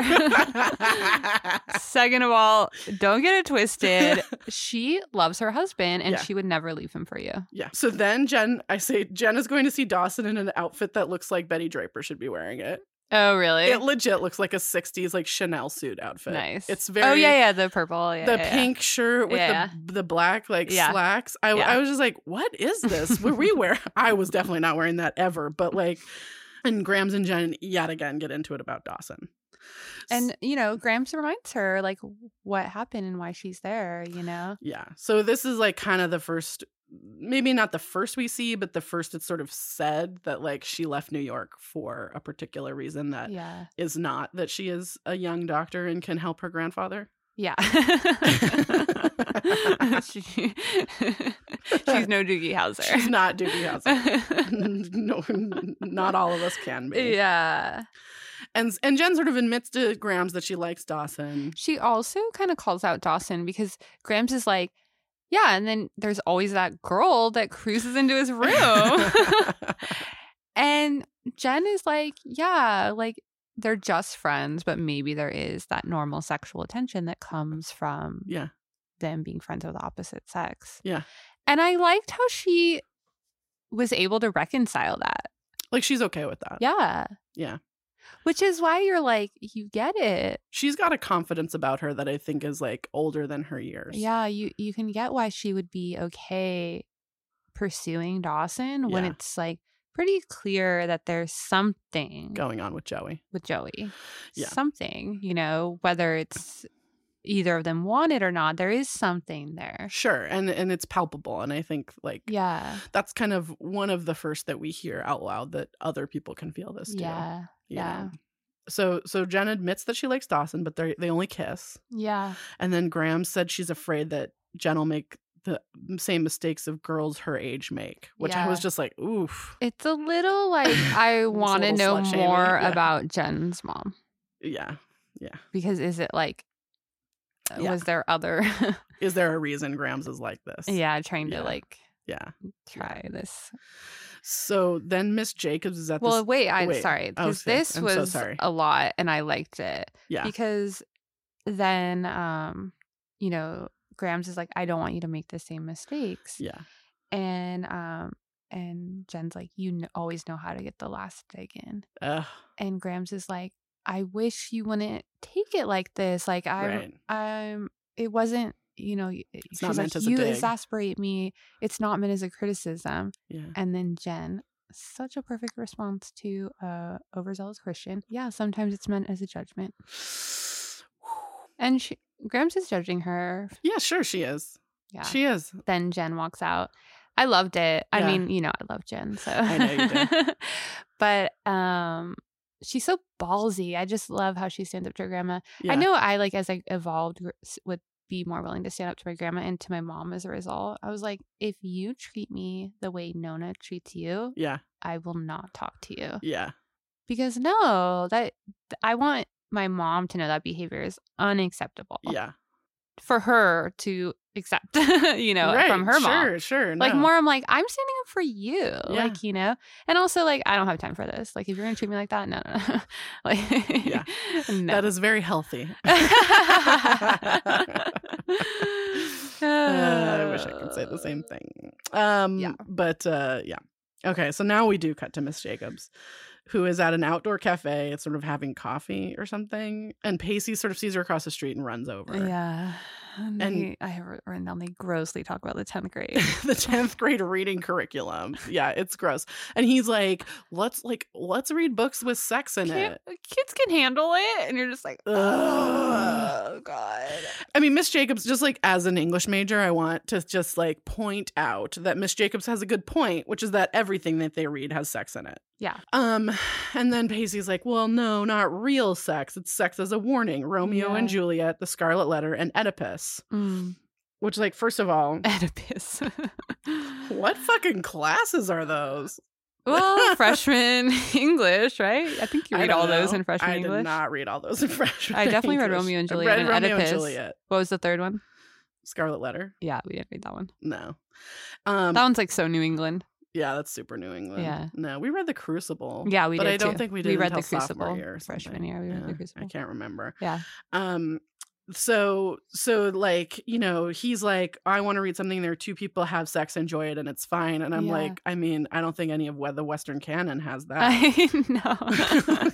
Speaker 2: Second of all, don't get it twisted. She loves her husband and
Speaker 1: Yeah.
Speaker 2: she would never leave him for you.
Speaker 1: yeah. So then Jen, I say Jen is going to see Dawson in an outfit that looks like Betty Draper should be wearing it.
Speaker 2: Oh, really?
Speaker 1: It legit looks like a '60s like Chanel suit outfit.
Speaker 2: nice.
Speaker 1: It's very.
Speaker 2: Oh yeah, yeah, the purple. Yeah,
Speaker 1: the
Speaker 2: yeah, yeah.
Speaker 1: pink shirt with
Speaker 2: Yeah.
Speaker 1: the the black like
Speaker 2: Yeah.
Speaker 1: slacks. I
Speaker 2: Yeah.
Speaker 1: I was just like, what is this? Were we wear? I was definitely not wearing that ever. But like, and Grams and Jen yet again get into it about Dawson.
Speaker 2: And you know, Gramps reminds her like what happened and why she's there, you know?
Speaker 1: Yeah, so this is like kind of the first, maybe not the first we see, but the first it's sort of said that like she left New York for a particular reason that is
Speaker 2: Yeah.
Speaker 1: not that she is a young doctor and can help her grandfather.
Speaker 2: Yeah. She- she's no Doogie
Speaker 1: She's
Speaker 2: Howser.
Speaker 1: not Doogie Howser. no, not all of us can be.
Speaker 2: yeah.
Speaker 1: And and Jen sort of admits to Grams that she likes Dawson.
Speaker 2: She also kind of calls out Dawson because Grams is like, yeah, and then there's always that girl that cruises into his room. and Jen is like, yeah, like they're just friends, but maybe there is that normal sexual attention that comes from
Speaker 1: Uh, Yeah.
Speaker 2: them being friends with the opposite sex.
Speaker 1: Yeah.
Speaker 2: And I liked how she was able to reconcile that.
Speaker 1: like she's okay with that.
Speaker 2: Yeah.
Speaker 1: Uh, Yeah.
Speaker 2: Which is why you're like, you get it.
Speaker 1: She's got a confidence about her that I think is like older than her years.
Speaker 2: Yeah, you you can get why she would be okay pursuing Dawson when
Speaker 1: Yeah.
Speaker 2: it's like pretty clear that there's something
Speaker 1: Going on with Joey.
Speaker 2: with Joey.
Speaker 1: Yeah.
Speaker 2: Something, you know, whether it's either of them want it or not, there is something there.
Speaker 1: Sure. And and it's palpable. And I think like
Speaker 2: Yeah.
Speaker 1: that's kind of one of the first that we hear out loud that other people can feel this too.
Speaker 2: Yeah.
Speaker 1: you
Speaker 2: yeah.
Speaker 1: know? So so Jen admits that she likes Dawson, but they they only kiss.
Speaker 2: Yeah.
Speaker 1: And then Graham said she's afraid that Jen will make the same mistakes of girls her age make, which I was
Speaker 2: Yeah.
Speaker 1: just like, oof.
Speaker 2: It's a little like I
Speaker 1: It's a
Speaker 2: want to
Speaker 1: little
Speaker 2: know
Speaker 1: slut-shaming,
Speaker 2: more
Speaker 1: yeah.
Speaker 2: about Jen's mom
Speaker 1: Yeah.
Speaker 2: because is it like uh,
Speaker 1: Yeah.
Speaker 2: was there other
Speaker 1: Is there a reason Graham's is like this?
Speaker 2: yeah trying
Speaker 1: Yeah.
Speaker 2: to like
Speaker 1: Yeah.
Speaker 2: try this
Speaker 1: So then Miss Jacobs is at
Speaker 2: well
Speaker 1: this.
Speaker 2: wait i'm
Speaker 1: wait.
Speaker 2: sorry
Speaker 1: Oh,
Speaker 2: because
Speaker 1: okay.
Speaker 2: this
Speaker 1: I'm
Speaker 2: was
Speaker 1: so sorry.
Speaker 2: a lot and i liked it
Speaker 1: Yeah.
Speaker 2: because then um you know grams is like i don't want you to make the same mistakes
Speaker 1: Yeah.
Speaker 2: and um and jen's like you kn- always know how to get the last dig in
Speaker 1: Ugh,
Speaker 2: and grams is like i wish you wouldn't take it like this like i
Speaker 1: right.
Speaker 2: I'm it wasn't you know
Speaker 1: It's
Speaker 2: it's
Speaker 1: not
Speaker 2: not
Speaker 1: meant as a
Speaker 2: you
Speaker 1: dig."
Speaker 2: exasperate me it's not meant as a criticism
Speaker 1: Yeah.
Speaker 2: and then jen such a perfect response to uh overzealous christian yeah sometimes it's meant as a judgment and she grams is judging her
Speaker 1: Yeah, sure she is.
Speaker 2: yeah
Speaker 1: She is.
Speaker 2: then jen walks out i loved it i
Speaker 1: Yeah.
Speaker 2: mean you know i love jen so
Speaker 1: I know you
Speaker 2: but um she's so ballsy i just love how she stands up to her grandma
Speaker 1: Yeah.
Speaker 2: I know I like as I evolved gr- s- would be more willing to stand up to my grandma and to my mom as a result. I was like, if you treat me the way Nona treats you,
Speaker 1: Yeah.
Speaker 2: I will not talk to you.
Speaker 1: Yeah.
Speaker 2: Because no, that th- I want my mom to know that behavior is unacceptable
Speaker 1: Yeah.
Speaker 2: for her to accept, you know,
Speaker 1: right.
Speaker 2: from
Speaker 1: sure,
Speaker 2: her mom.
Speaker 1: Sure, sure.
Speaker 2: Like more, I'm like, I'm standing up for you, like you know, and also like, I don't have time for this. Like, if you're gonna treat me like that, no, no, no, like,
Speaker 1: Yeah.
Speaker 2: no.
Speaker 1: That is very healthy.
Speaker 2: Uh,
Speaker 1: Uh, I wish I could say the same thing. Um,
Speaker 2: Yeah.
Speaker 1: But uh, yeah. Okay, so now we do cut to Miss Jacobs, who is at an outdoor cafe, sort of having coffee or something. And Pacey sort of sees her across the street and runs over.
Speaker 2: Yeah. And,
Speaker 1: And-
Speaker 2: they- I have written down they grossly talk about the 10th grade.
Speaker 1: the 10th grade reading curriculum. Yeah, it's gross. And he's like, let's like let's read books with sex in
Speaker 2: Can't-
Speaker 1: it.
Speaker 2: kids can handle it. And you're just like,
Speaker 1: Ugh.
Speaker 2: oh, God.
Speaker 1: I mean, Miss Jacobs, just like as an English major, I want to just like point out that Miss Jacobs has a good point, which is that everything that they read has sex in it.
Speaker 2: Yeah.
Speaker 1: Um, and then Pacey's like, well, no, not real sex. It's sex as a warning. Romeo and
Speaker 2: Yeah.
Speaker 1: Juliet, the Scarlet Letter, and Oedipus.
Speaker 2: Mm.
Speaker 1: Which, like, first of all,
Speaker 2: Oedipus.
Speaker 1: what fucking classes are those?
Speaker 2: Well, freshman English, right? I think you
Speaker 1: I
Speaker 2: read
Speaker 1: don't
Speaker 2: all those
Speaker 1: know.
Speaker 2: in freshman
Speaker 1: I
Speaker 2: English.
Speaker 1: did not read all those in freshman.
Speaker 2: I definitely read
Speaker 1: English.
Speaker 2: Romeo and
Speaker 1: I
Speaker 2: Juliet
Speaker 1: read
Speaker 2: and
Speaker 1: Romeo and
Speaker 2: Oedipus.
Speaker 1: Juliet.
Speaker 2: What was the third one?
Speaker 1: Scarlet Letter.
Speaker 2: Yeah, we didn't read that one.
Speaker 1: No. Um,
Speaker 2: That one's like so New England.
Speaker 1: yeah, that's super New England.
Speaker 2: Yeah.
Speaker 1: No, we read The Crucible.
Speaker 2: Yeah, we
Speaker 1: but
Speaker 2: did
Speaker 1: I don't
Speaker 2: too.
Speaker 1: think we did.
Speaker 2: We read
Speaker 1: until
Speaker 2: the Crucible
Speaker 1: sophomore year or
Speaker 2: freshman
Speaker 1: something.
Speaker 2: year. We read
Speaker 1: Yeah,
Speaker 2: the Crucible.
Speaker 1: I can't remember.
Speaker 2: Yeah.
Speaker 1: Um. So so like you know he's like I want to read something. There are two people have sex, enjoy it, and it's fine. And I'm
Speaker 2: Yeah.
Speaker 1: like, I mean, I don't think any of we- the Western canon has that.
Speaker 2: I know.
Speaker 1: uh,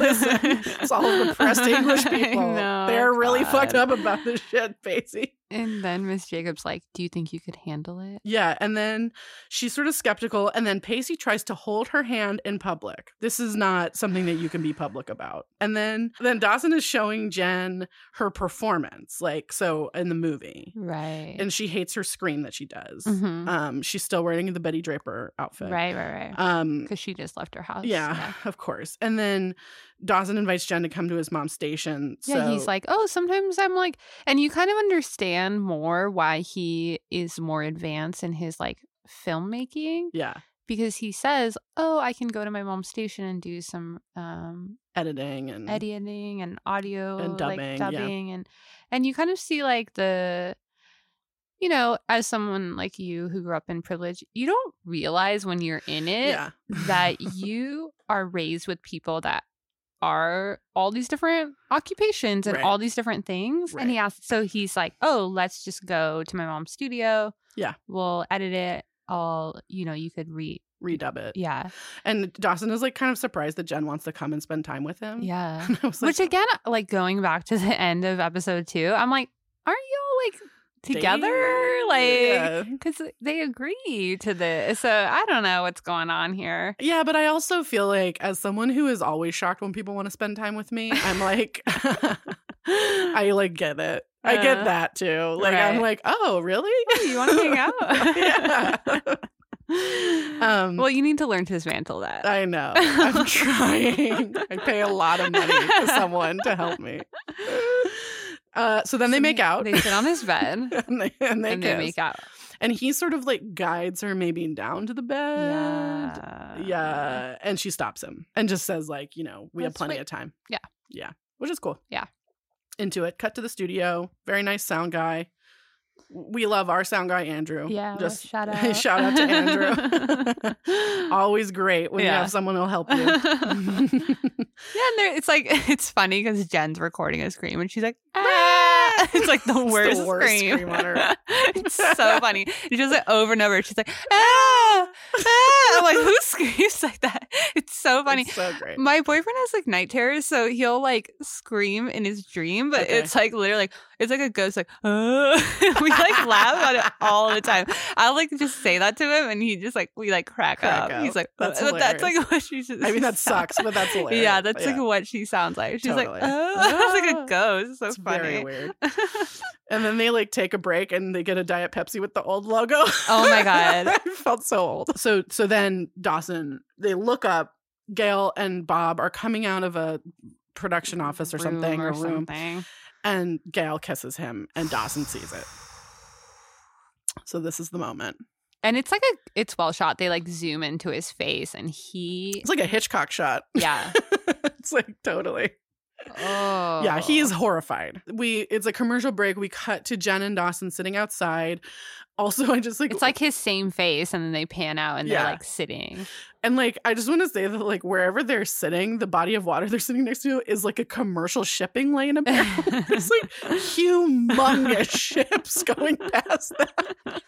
Speaker 1: Listen, it's all the depressed English
Speaker 2: I
Speaker 1: people.
Speaker 2: know,
Speaker 1: They're really
Speaker 2: God.
Speaker 1: fucked up about this shit, Pacey.
Speaker 2: And then Miss Jacobs like, "Do you think you could handle it?"
Speaker 1: Yeah, and then she's sort of skeptical, and then Pacey tries to hold her hand in public. This is not something that you can be public about. And then then Dawson is showing Jen her performance, like so in the movie,
Speaker 2: Right.
Speaker 1: and she hates her scream that she does.
Speaker 2: Mhm.
Speaker 1: Um, she's still wearing the Betty Draper outfit,
Speaker 2: Right. Right. Right.
Speaker 1: Um,
Speaker 2: Because she just left her house.
Speaker 1: yeah, of course. And then Dawson invites Jen to come to his mom's station.
Speaker 2: Yeah,
Speaker 1: so-
Speaker 2: he's like, oh, sometimes I'm like, and you kind of understand more why he is more advanced in his like filmmaking
Speaker 1: yeah,
Speaker 2: because he says, oh, I can go to my mom's station and do some um,
Speaker 1: editing and
Speaker 2: editing and audio
Speaker 1: Mm. And dubbing, yeah.
Speaker 2: like dubbing and and you kind of see like the you know as someone like you who grew up in privilege you don't realize when you're in it
Speaker 1: yeah,
Speaker 2: that you are raised with people that are all these different occupations and
Speaker 1: Right.
Speaker 2: all these different things. And he asked, so he's like, oh, let's just go to my mom's studio.
Speaker 1: Yeah.
Speaker 2: We'll edit it. I'll, you know, you could read.
Speaker 1: redub it.
Speaker 2: Yeah.
Speaker 1: And Dawson is like kind of surprised that Jen wants to come and spend time with him.
Speaker 2: Yeah.
Speaker 1: And I was Um, like,
Speaker 2: Which again, uh, like going back to the end of episode two, I'm like, aren't you all like together?
Speaker 1: "Dang."
Speaker 2: Like,
Speaker 1: Yeah.
Speaker 2: because they agree to this. So I don't know what's going on here.
Speaker 1: Yeah, but I also feel like as someone who is always shocked when people want to spend time with me, I'm like I like get it. I
Speaker 2: Uh,
Speaker 1: get that too. Like I'm
Speaker 2: right.
Speaker 1: like, "Oh, really?
Speaker 2: You want to hang
Speaker 1: yeah.
Speaker 2: out?
Speaker 1: Um uh,
Speaker 2: well, you need to learn to dismantle that.
Speaker 1: I know. I'm trying. I pay a lot of money to someone to help me. Uh, so then they
Speaker 2: So
Speaker 1: make out
Speaker 2: They sit on his bed
Speaker 1: and they, and they
Speaker 2: and they
Speaker 1: kiss.
Speaker 2: make out.
Speaker 1: And he sort of like guides her maybe down to the bed.
Speaker 2: Yeah. Uh-huh.
Speaker 1: Yeah. And she stops him and just says, like, you know, we have
Speaker 2: That's
Speaker 1: plenty
Speaker 2: sweet.
Speaker 1: of time.
Speaker 2: Yeah.
Speaker 1: Yeah. Which is cool.
Speaker 2: Yeah.
Speaker 1: Into it. Cut to the studio. Very nice sound guy. We love our sound guy, Andrew.
Speaker 2: Yeah. well,
Speaker 1: Just
Speaker 2: shout out.
Speaker 1: shout out to Andrew. always great when you
Speaker 2: Yeah.
Speaker 1: have someone who'll help
Speaker 2: yeah,
Speaker 1: you.
Speaker 2: and there, it's like it's funny because Jen's recording a scream and she's like, ah! it's like the
Speaker 1: It's the
Speaker 2: worst,
Speaker 1: worst
Speaker 2: scream.
Speaker 1: scream on earth.
Speaker 2: it's so funny. She does it over and over. She's like, ah, ah. I'm like, who screams like that? It's so funny.
Speaker 1: It's so great.
Speaker 2: My boyfriend has like night terrors, so he'll like scream in his dream, but
Speaker 1: Okay.
Speaker 2: it's like literally like it's like a ghost like oh. we like laugh about it all the time. I like just say that to him, and he just like we like crack,
Speaker 1: Crack
Speaker 2: up.
Speaker 1: up.
Speaker 2: He's like
Speaker 1: That's
Speaker 2: "Uh," that's
Speaker 1: hilarious.
Speaker 2: like what she. Should,
Speaker 1: I mean, that sucks, but that's hilarious.
Speaker 2: yeah, that's
Speaker 1: Yeah.
Speaker 2: like what she sounds like. She's
Speaker 1: Totally.
Speaker 2: like oh, it's like
Speaker 1: Ah.
Speaker 2: a ghost. It's so
Speaker 1: It's very
Speaker 2: funny.
Speaker 1: weird. And then they like take a break and they get a Diet Pepsi with the old logo.
Speaker 2: Oh my God.
Speaker 1: I felt so old. So so then Dawson, they look up. Gail and Bob are coming out of a production office or something
Speaker 2: Room
Speaker 1: or room,
Speaker 2: something.
Speaker 1: and Gail kisses him, and Dawson sees it. So this is the moment.
Speaker 2: And it's like a it's well shot. They like zoom into his face, and he
Speaker 1: It's like a Hitchcock shot.
Speaker 2: yeah
Speaker 1: it's like totally.
Speaker 2: oh
Speaker 1: Yeah, he is horrified. We it's a commercial break. We cut to Jen and Dawson sitting outside. Also, I just like
Speaker 2: It's like his same face, and then they pan out and
Speaker 1: Yeah.
Speaker 2: they're like sitting.
Speaker 1: And like, I just want to say that like wherever they're sitting, the body of water they're sitting next to is like a commercial shipping lane. Apparently, it's like humongous ships going past them.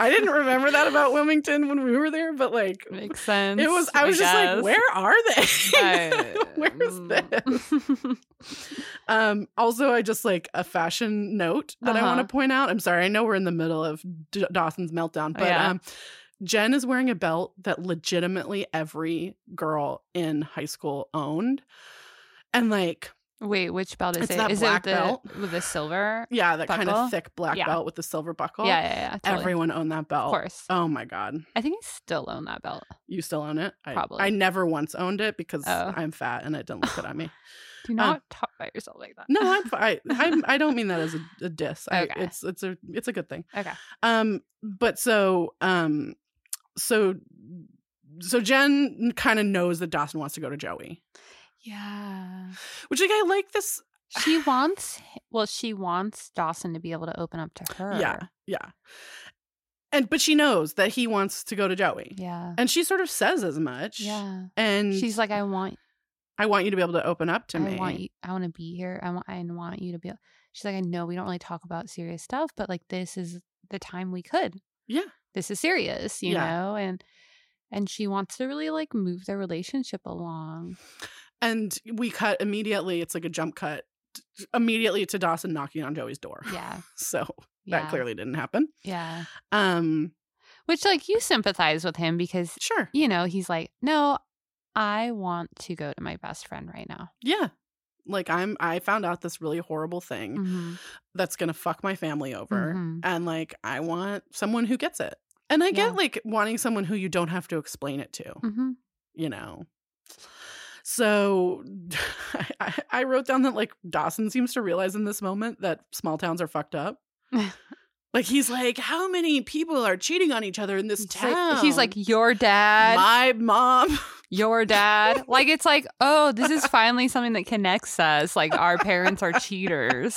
Speaker 1: I didn't remember that about Wilmington when we were there, but like,
Speaker 2: Makes sense.
Speaker 1: it was. I was just like, where are they? Where is this?
Speaker 2: this?
Speaker 1: Um, also, I just like a fashion note that I want
Speaker 2: Uh-huh.
Speaker 1: to point out. I'm sorry, I know we're in the middle of D- Dawson's meltdown,
Speaker 2: Oh,
Speaker 1: but
Speaker 2: yeah.
Speaker 1: um, Jen is wearing a belt that legitimately every girl in high school owned. And like,
Speaker 2: Wait, which belt is
Speaker 1: It's
Speaker 2: it?
Speaker 1: that
Speaker 2: Is
Speaker 1: black
Speaker 2: it the
Speaker 1: belt.
Speaker 2: with the silver?
Speaker 1: yeah, that kind
Speaker 2: Buckle?
Speaker 1: of thick black
Speaker 2: Yeah.
Speaker 1: belt with the silver buckle.
Speaker 2: Yeah, yeah, yeah. totally.
Speaker 1: Everyone owned that belt.
Speaker 2: of course.
Speaker 1: Oh my God.
Speaker 2: I think I still own that belt.
Speaker 1: You still own it? I,
Speaker 2: Probably.
Speaker 1: I never once owned it because
Speaker 2: Oh.
Speaker 1: I'm fat and it didn't look good on me.
Speaker 2: Do not talk about yourself like that.
Speaker 1: Um, No, I'm, fi- I, I'm, I don't mean that as a, a diss. I,
Speaker 2: Okay.
Speaker 1: It's it's a it's a good thing.
Speaker 2: Okay.
Speaker 1: Um, but so um, so so Jen kind of knows that Dawson wants to go to Joey,
Speaker 2: Yeah.
Speaker 1: which like I like this.
Speaker 2: She wants. Well, she wants Dawson to be able to open up to her.
Speaker 1: Yeah, yeah. And but she knows that he wants to go to Joey,
Speaker 2: Yeah.
Speaker 1: and she sort of says as much.
Speaker 2: Yeah.
Speaker 1: And
Speaker 2: She's like, I want
Speaker 1: I want you to be able to open up to
Speaker 2: I
Speaker 1: me.
Speaker 2: want you. I want to be here. I want. I want you to be. She's like, I know we don't really talk about serious stuff, but like this is the time we could.
Speaker 1: Yeah.
Speaker 2: this is serious, you
Speaker 1: Yeah.
Speaker 2: know, and and she wants to really like move their relationship along.
Speaker 1: And we cut immediately. It's like a jump cut t- immediately to Dawson knocking on Joey's door.
Speaker 2: Yeah,
Speaker 1: So
Speaker 2: yeah,
Speaker 1: that clearly didn't happen.
Speaker 2: yeah.
Speaker 1: Um,
Speaker 2: Which like you sympathize with him because
Speaker 1: sure.
Speaker 2: you know he's like, no, I want to go to my best friend right now.
Speaker 1: Yeah. Like I'm I found out this really horrible thing
Speaker 2: Mhm.
Speaker 1: that's going to fuck my family over
Speaker 2: Mhm.
Speaker 1: and like I want someone who gets it. And I get
Speaker 2: Yeah. Mm-hmm.
Speaker 1: like wanting someone who you don't have to explain it to,
Speaker 2: Mhm.
Speaker 1: you know. So I- I, I wrote down that like Dawson seems to realize in this moment that small towns are fucked up. like he's like, how many people are cheating on each other in this
Speaker 2: He's
Speaker 1: town?
Speaker 2: like, he's like, your dad,
Speaker 1: my mom.
Speaker 2: your dad. like it's like, oh, this is finally something that connects us. Like our parents are cheaters.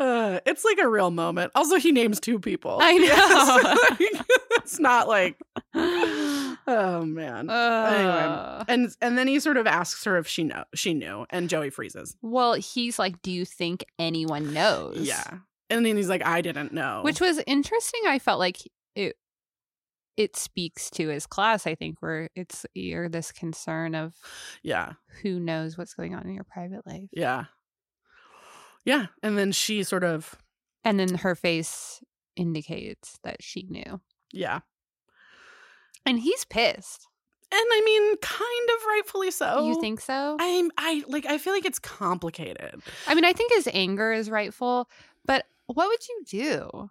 Speaker 1: Uh, it's like a real moment. Also, he names two people.
Speaker 2: I know.
Speaker 1: Yes. it's not like,
Speaker 2: Uh,
Speaker 1: oh man. and and then he sort of asks her if she know she knew, and Joey freezes.
Speaker 2: Well, he's like, do you think anyone knows?
Speaker 1: Yeah, and then he's like, I didn't know.
Speaker 2: which was interesting. I felt like it it speaks to his class. I think where it's you're this concern of
Speaker 1: yeah,
Speaker 2: who knows what's going on in your private life,
Speaker 1: yeah, yeah. And then she sort of
Speaker 2: and then her face indicates that she knew,
Speaker 1: yeah, and
Speaker 2: and he's pissed.
Speaker 1: I mean, kind of rightfully so.
Speaker 2: you think so? I,
Speaker 1: I'm Oh, I like I feel like it's complicated.
Speaker 2: mean, I think his anger is rightful, but what would you do?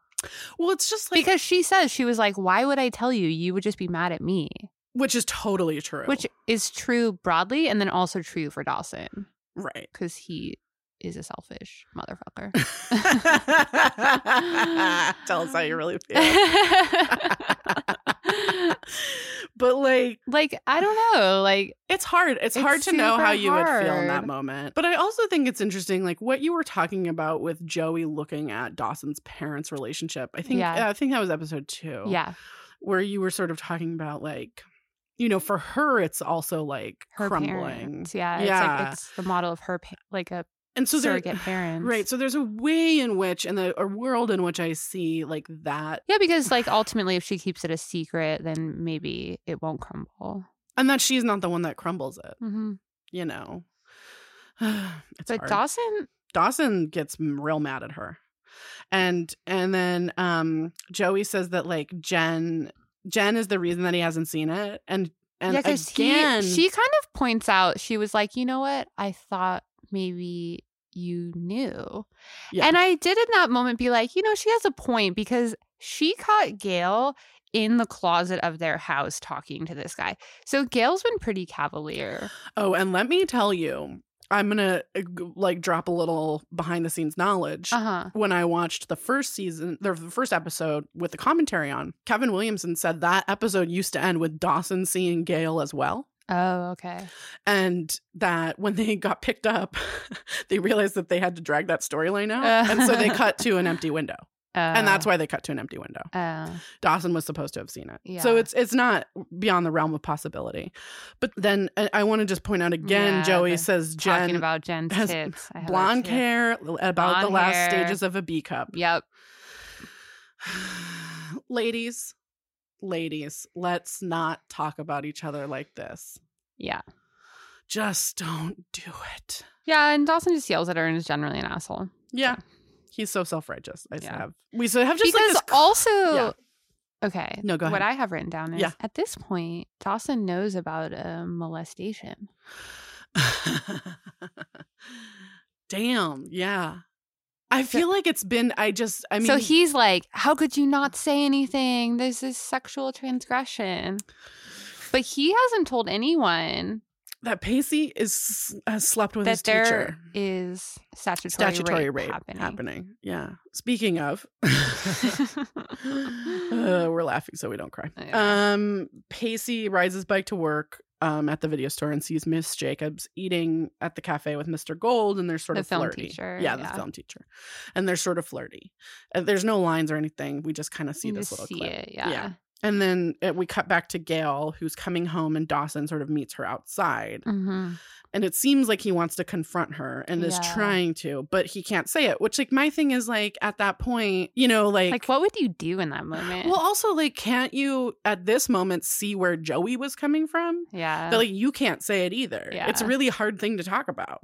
Speaker 1: Well, it's just like
Speaker 2: because she says she was like, "Why would I tell you? You would just be mad at me,"
Speaker 1: which is totally true.
Speaker 2: which is true broadly, and then also true for Dawson
Speaker 1: right.
Speaker 2: because he is a selfish motherfucker.
Speaker 1: Tell us how you really feel. but like
Speaker 2: like I don't know. Like
Speaker 1: it's hard. It's,
Speaker 2: It's
Speaker 1: hard to know
Speaker 2: super
Speaker 1: how you would feel in that
Speaker 2: hard.
Speaker 1: moment. But I also think it's interesting, like what you were talking about with Joey looking at Dawson's parents' relationship. I think uh,
Speaker 2: Yeah.
Speaker 1: I think that was episode two.
Speaker 2: yeah,
Speaker 1: Where you were sort of talking about like, you know, for her it's also like
Speaker 2: her
Speaker 1: crumbling.
Speaker 2: parents. Yeah, It's,
Speaker 1: Yeah.
Speaker 2: like, it's the model of her pa- like a
Speaker 1: And so there
Speaker 2: surrogate parents.
Speaker 1: Right. So there's a way in which and a, a world in which I see like that
Speaker 2: yeah, because like ultimately, if she keeps it a secret, then maybe it won't crumble.
Speaker 1: and that she's not the one that crumbles it,
Speaker 2: hmm
Speaker 1: you know. it's
Speaker 2: But
Speaker 1: hard.
Speaker 2: Dawson,
Speaker 1: Dawson gets m- real mad at her. And and then um Joey says that like Jen Jen is the reason that he hasn't seen it and and
Speaker 2: yeah, because
Speaker 1: again
Speaker 2: she kind of points out she was like, you know what? I thought maybe you knew.
Speaker 1: Yeah.
Speaker 2: And I did in that moment be like, you know, she has a point because she caught Gail in the closet of their house talking to this guy. So Gail's been pretty cavalier.
Speaker 1: Oh, and let me tell you, I'm going to like drop a little behind the scenes knowledge.
Speaker 2: Uh-huh.
Speaker 1: When I watched the first season, the the first episode with the commentary on, Kevin Williamson said that episode used to end with Dawson seeing Gail as well.
Speaker 2: Oh, okay.
Speaker 1: and that when they got picked up, they realized that they had to drag that storyline out, and so they cut to an empty window, and
Speaker 2: Oh.
Speaker 1: that's why they cut to an empty window.
Speaker 2: uh,
Speaker 1: Dawson was supposed to have seen it, so
Speaker 2: Yeah.
Speaker 1: it's it's not beyond the realm of possibility. But then I, I want to just point out again,
Speaker 2: Yeah,
Speaker 1: Joey
Speaker 2: the-
Speaker 1: says
Speaker 2: talking
Speaker 1: Jen
Speaker 2: about Jen's
Speaker 1: has
Speaker 2: tits. I have that
Speaker 1: blonde
Speaker 2: too.
Speaker 1: hair about the
Speaker 2: Blonde
Speaker 1: last
Speaker 2: hair.
Speaker 1: stages of a B cup,
Speaker 2: Yep.
Speaker 1: ladies. Ladies, let's not talk about each other like this.
Speaker 2: Yeah.
Speaker 1: Just don't do it.
Speaker 2: Yeah, and Dawson just yells at her and is generally an asshole.
Speaker 1: Yeah. He's so self righteous. I
Speaker 2: Yeah.
Speaker 1: have. We so have just
Speaker 2: because
Speaker 1: like this
Speaker 2: also
Speaker 1: Yeah.
Speaker 2: okay
Speaker 1: No, go
Speaker 2: what
Speaker 1: ahead.
Speaker 2: i have written down is
Speaker 1: Yeah.
Speaker 2: at this point dawson knows about a molestation
Speaker 1: Damn. Yeah. I feel like it's been. I just. I mean.
Speaker 2: so he's like how could you not say anything this is sexual transgression but he hasn't told anyone
Speaker 1: that Pacey is has slept with his
Speaker 2: that there
Speaker 1: teacher.
Speaker 2: is statutory,
Speaker 1: Statutory
Speaker 2: rape,
Speaker 1: rape,
Speaker 2: happening,
Speaker 1: happening. Yeah. Speaking of. Uh, we're laughing so we don't cry.
Speaker 2: Oh, Yeah.
Speaker 1: Um, Pacey rides his bike to work um, at the video store and sees Miss Jacobs eating at the cafe with Mr. Gold, and they're sort
Speaker 2: The
Speaker 1: of
Speaker 2: film
Speaker 1: flirty.
Speaker 2: teacher,
Speaker 1: yeah, the
Speaker 2: yeah.
Speaker 1: film teacher, and they're sort of flirty. Uh, there's no lines or anything. We just kind of see
Speaker 2: You
Speaker 1: this
Speaker 2: just
Speaker 1: little
Speaker 2: see
Speaker 1: clip.
Speaker 2: it yeah,
Speaker 1: Yeah. And then uh, we cut back to Gail, who's coming home, and Dawson sort of meets her outside.
Speaker 2: Mhm.
Speaker 1: And it seems like he wants to confront her and is
Speaker 2: Yeah.
Speaker 1: trying to, but he can't say it. Which, like, my thing is, like, at that point, you know,
Speaker 2: like what would you do in that moment
Speaker 1: well, also, like, can't you at this moment see where Joey was coming from?
Speaker 2: yeah
Speaker 1: That, like, you can't say it either. It's a
Speaker 2: Uh. Yeah.
Speaker 1: really hard thing to talk about.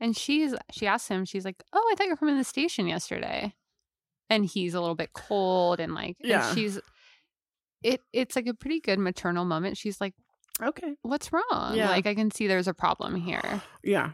Speaker 2: And she's she asked him, she's like, Oh, I thought you were coming to the station yesterday. And he's a little bit cold and like and
Speaker 1: Yeah.
Speaker 2: she's it it's like a pretty good maternal moment. She's like,
Speaker 1: Okay.
Speaker 2: What's wrong?
Speaker 1: Yeah.
Speaker 2: Like I can see there's a problem here.
Speaker 1: Yeah.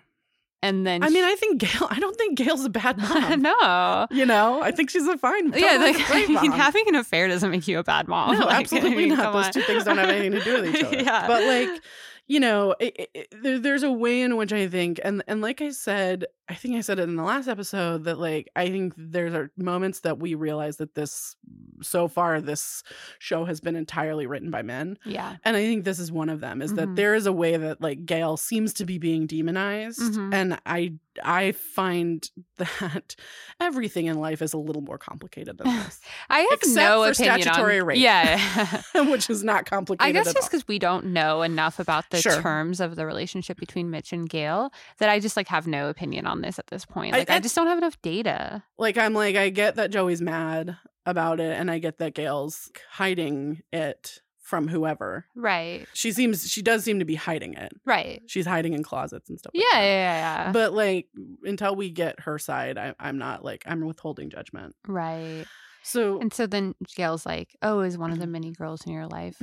Speaker 2: And then
Speaker 1: I mean, I think Gail, I don't think Gail's a bad mom.
Speaker 2: no.
Speaker 1: You know, I think she's a fine mom.
Speaker 2: Yeah, like
Speaker 1: great
Speaker 2: I mean,
Speaker 1: mom.
Speaker 2: having an affair doesn't make you a bad mom.
Speaker 1: No,
Speaker 2: Like, I
Speaker 1: absolutely
Speaker 2: mean,
Speaker 1: not.
Speaker 2: come
Speaker 1: Those
Speaker 2: on.
Speaker 1: two things don't have anything to do with each other.
Speaker 2: yeah.
Speaker 1: But like, you know, it, it- it- there, there's a way in which I think, and and like I said, I think I said it in the last episode that like I think there's are moments that we realize that this, so far, this show has been entirely written by men,
Speaker 2: Yeah.
Speaker 1: and I think this is one of them. Is
Speaker 2: Mhm.
Speaker 1: that there is a way that like Gail seems to be being demonized,
Speaker 2: Mhm.
Speaker 1: and I I find that everything in life is a little more complicated than this,
Speaker 2: I have
Speaker 1: Except
Speaker 2: no
Speaker 1: for
Speaker 2: opinion
Speaker 1: statutory
Speaker 2: on
Speaker 1: rape.
Speaker 2: Yeah.
Speaker 1: which is not complicated.
Speaker 2: I guess
Speaker 1: at
Speaker 2: just
Speaker 1: all.
Speaker 2: because we don't know enough about the
Speaker 1: Sure.
Speaker 2: terms of the relationship between Mitch and Gail that I just like have no opinion on this at this point.
Speaker 1: I-
Speaker 2: Like I,
Speaker 1: I-
Speaker 2: just don't have enough data.
Speaker 1: like I'm like I get that Joey's mad about it and I get that Gail's hiding it from whoever.
Speaker 2: Right.
Speaker 1: She seems she does seem to be hiding it.
Speaker 2: Right.
Speaker 1: She's hiding in closets and stuff. like
Speaker 2: Yeah. Yeah.
Speaker 1: that.
Speaker 2: Yeah. yeah.
Speaker 1: But like until we get her side, I, I'm not like I'm withholding judgment.
Speaker 2: right.
Speaker 1: So
Speaker 2: And so then Gail's like, "Oh, is one of
Speaker 1: Mm-hmm.
Speaker 2: the many girls in your life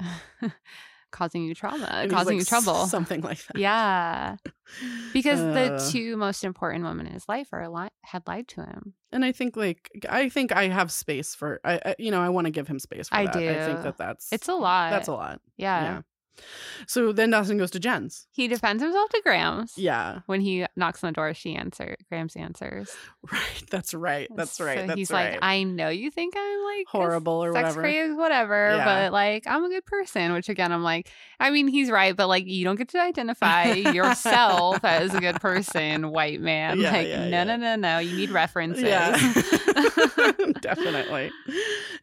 Speaker 2: like causing you trauma,
Speaker 1: and he's,
Speaker 2: uh, causing
Speaker 1: like,
Speaker 2: you trouble?"
Speaker 1: something like that.
Speaker 2: yeah, because
Speaker 1: Uh,
Speaker 2: the two most important women in his life are li- had lied to him.
Speaker 1: and I think like I think I have space for I, I you know I want to give him space. For
Speaker 2: I
Speaker 1: that. I
Speaker 2: do.
Speaker 1: think that that's
Speaker 2: It's a lot.
Speaker 1: that's a lot.
Speaker 2: Yeah.
Speaker 1: yeah. So then Dawson goes to Jen's.
Speaker 2: He defends himself to Grams.
Speaker 1: Yeah,
Speaker 2: When he knocks on the door, she answers. Grams answers.
Speaker 1: right. That's right. That's
Speaker 2: So
Speaker 1: right. that's
Speaker 2: he's
Speaker 1: right.
Speaker 2: like, I know you think I'm like a
Speaker 1: horrible or
Speaker 2: sex
Speaker 1: whatever.
Speaker 2: freak, whatever,
Speaker 1: Yeah.
Speaker 2: but like I'm a good person. Which again, I'm like, I mean, he's right, but like you don't get to identify yourself as a good person, white man.
Speaker 1: Yeah,
Speaker 2: like,
Speaker 1: yeah,
Speaker 2: no,
Speaker 1: yeah.
Speaker 2: no, no, no. You need references.
Speaker 1: Yeah, definitely.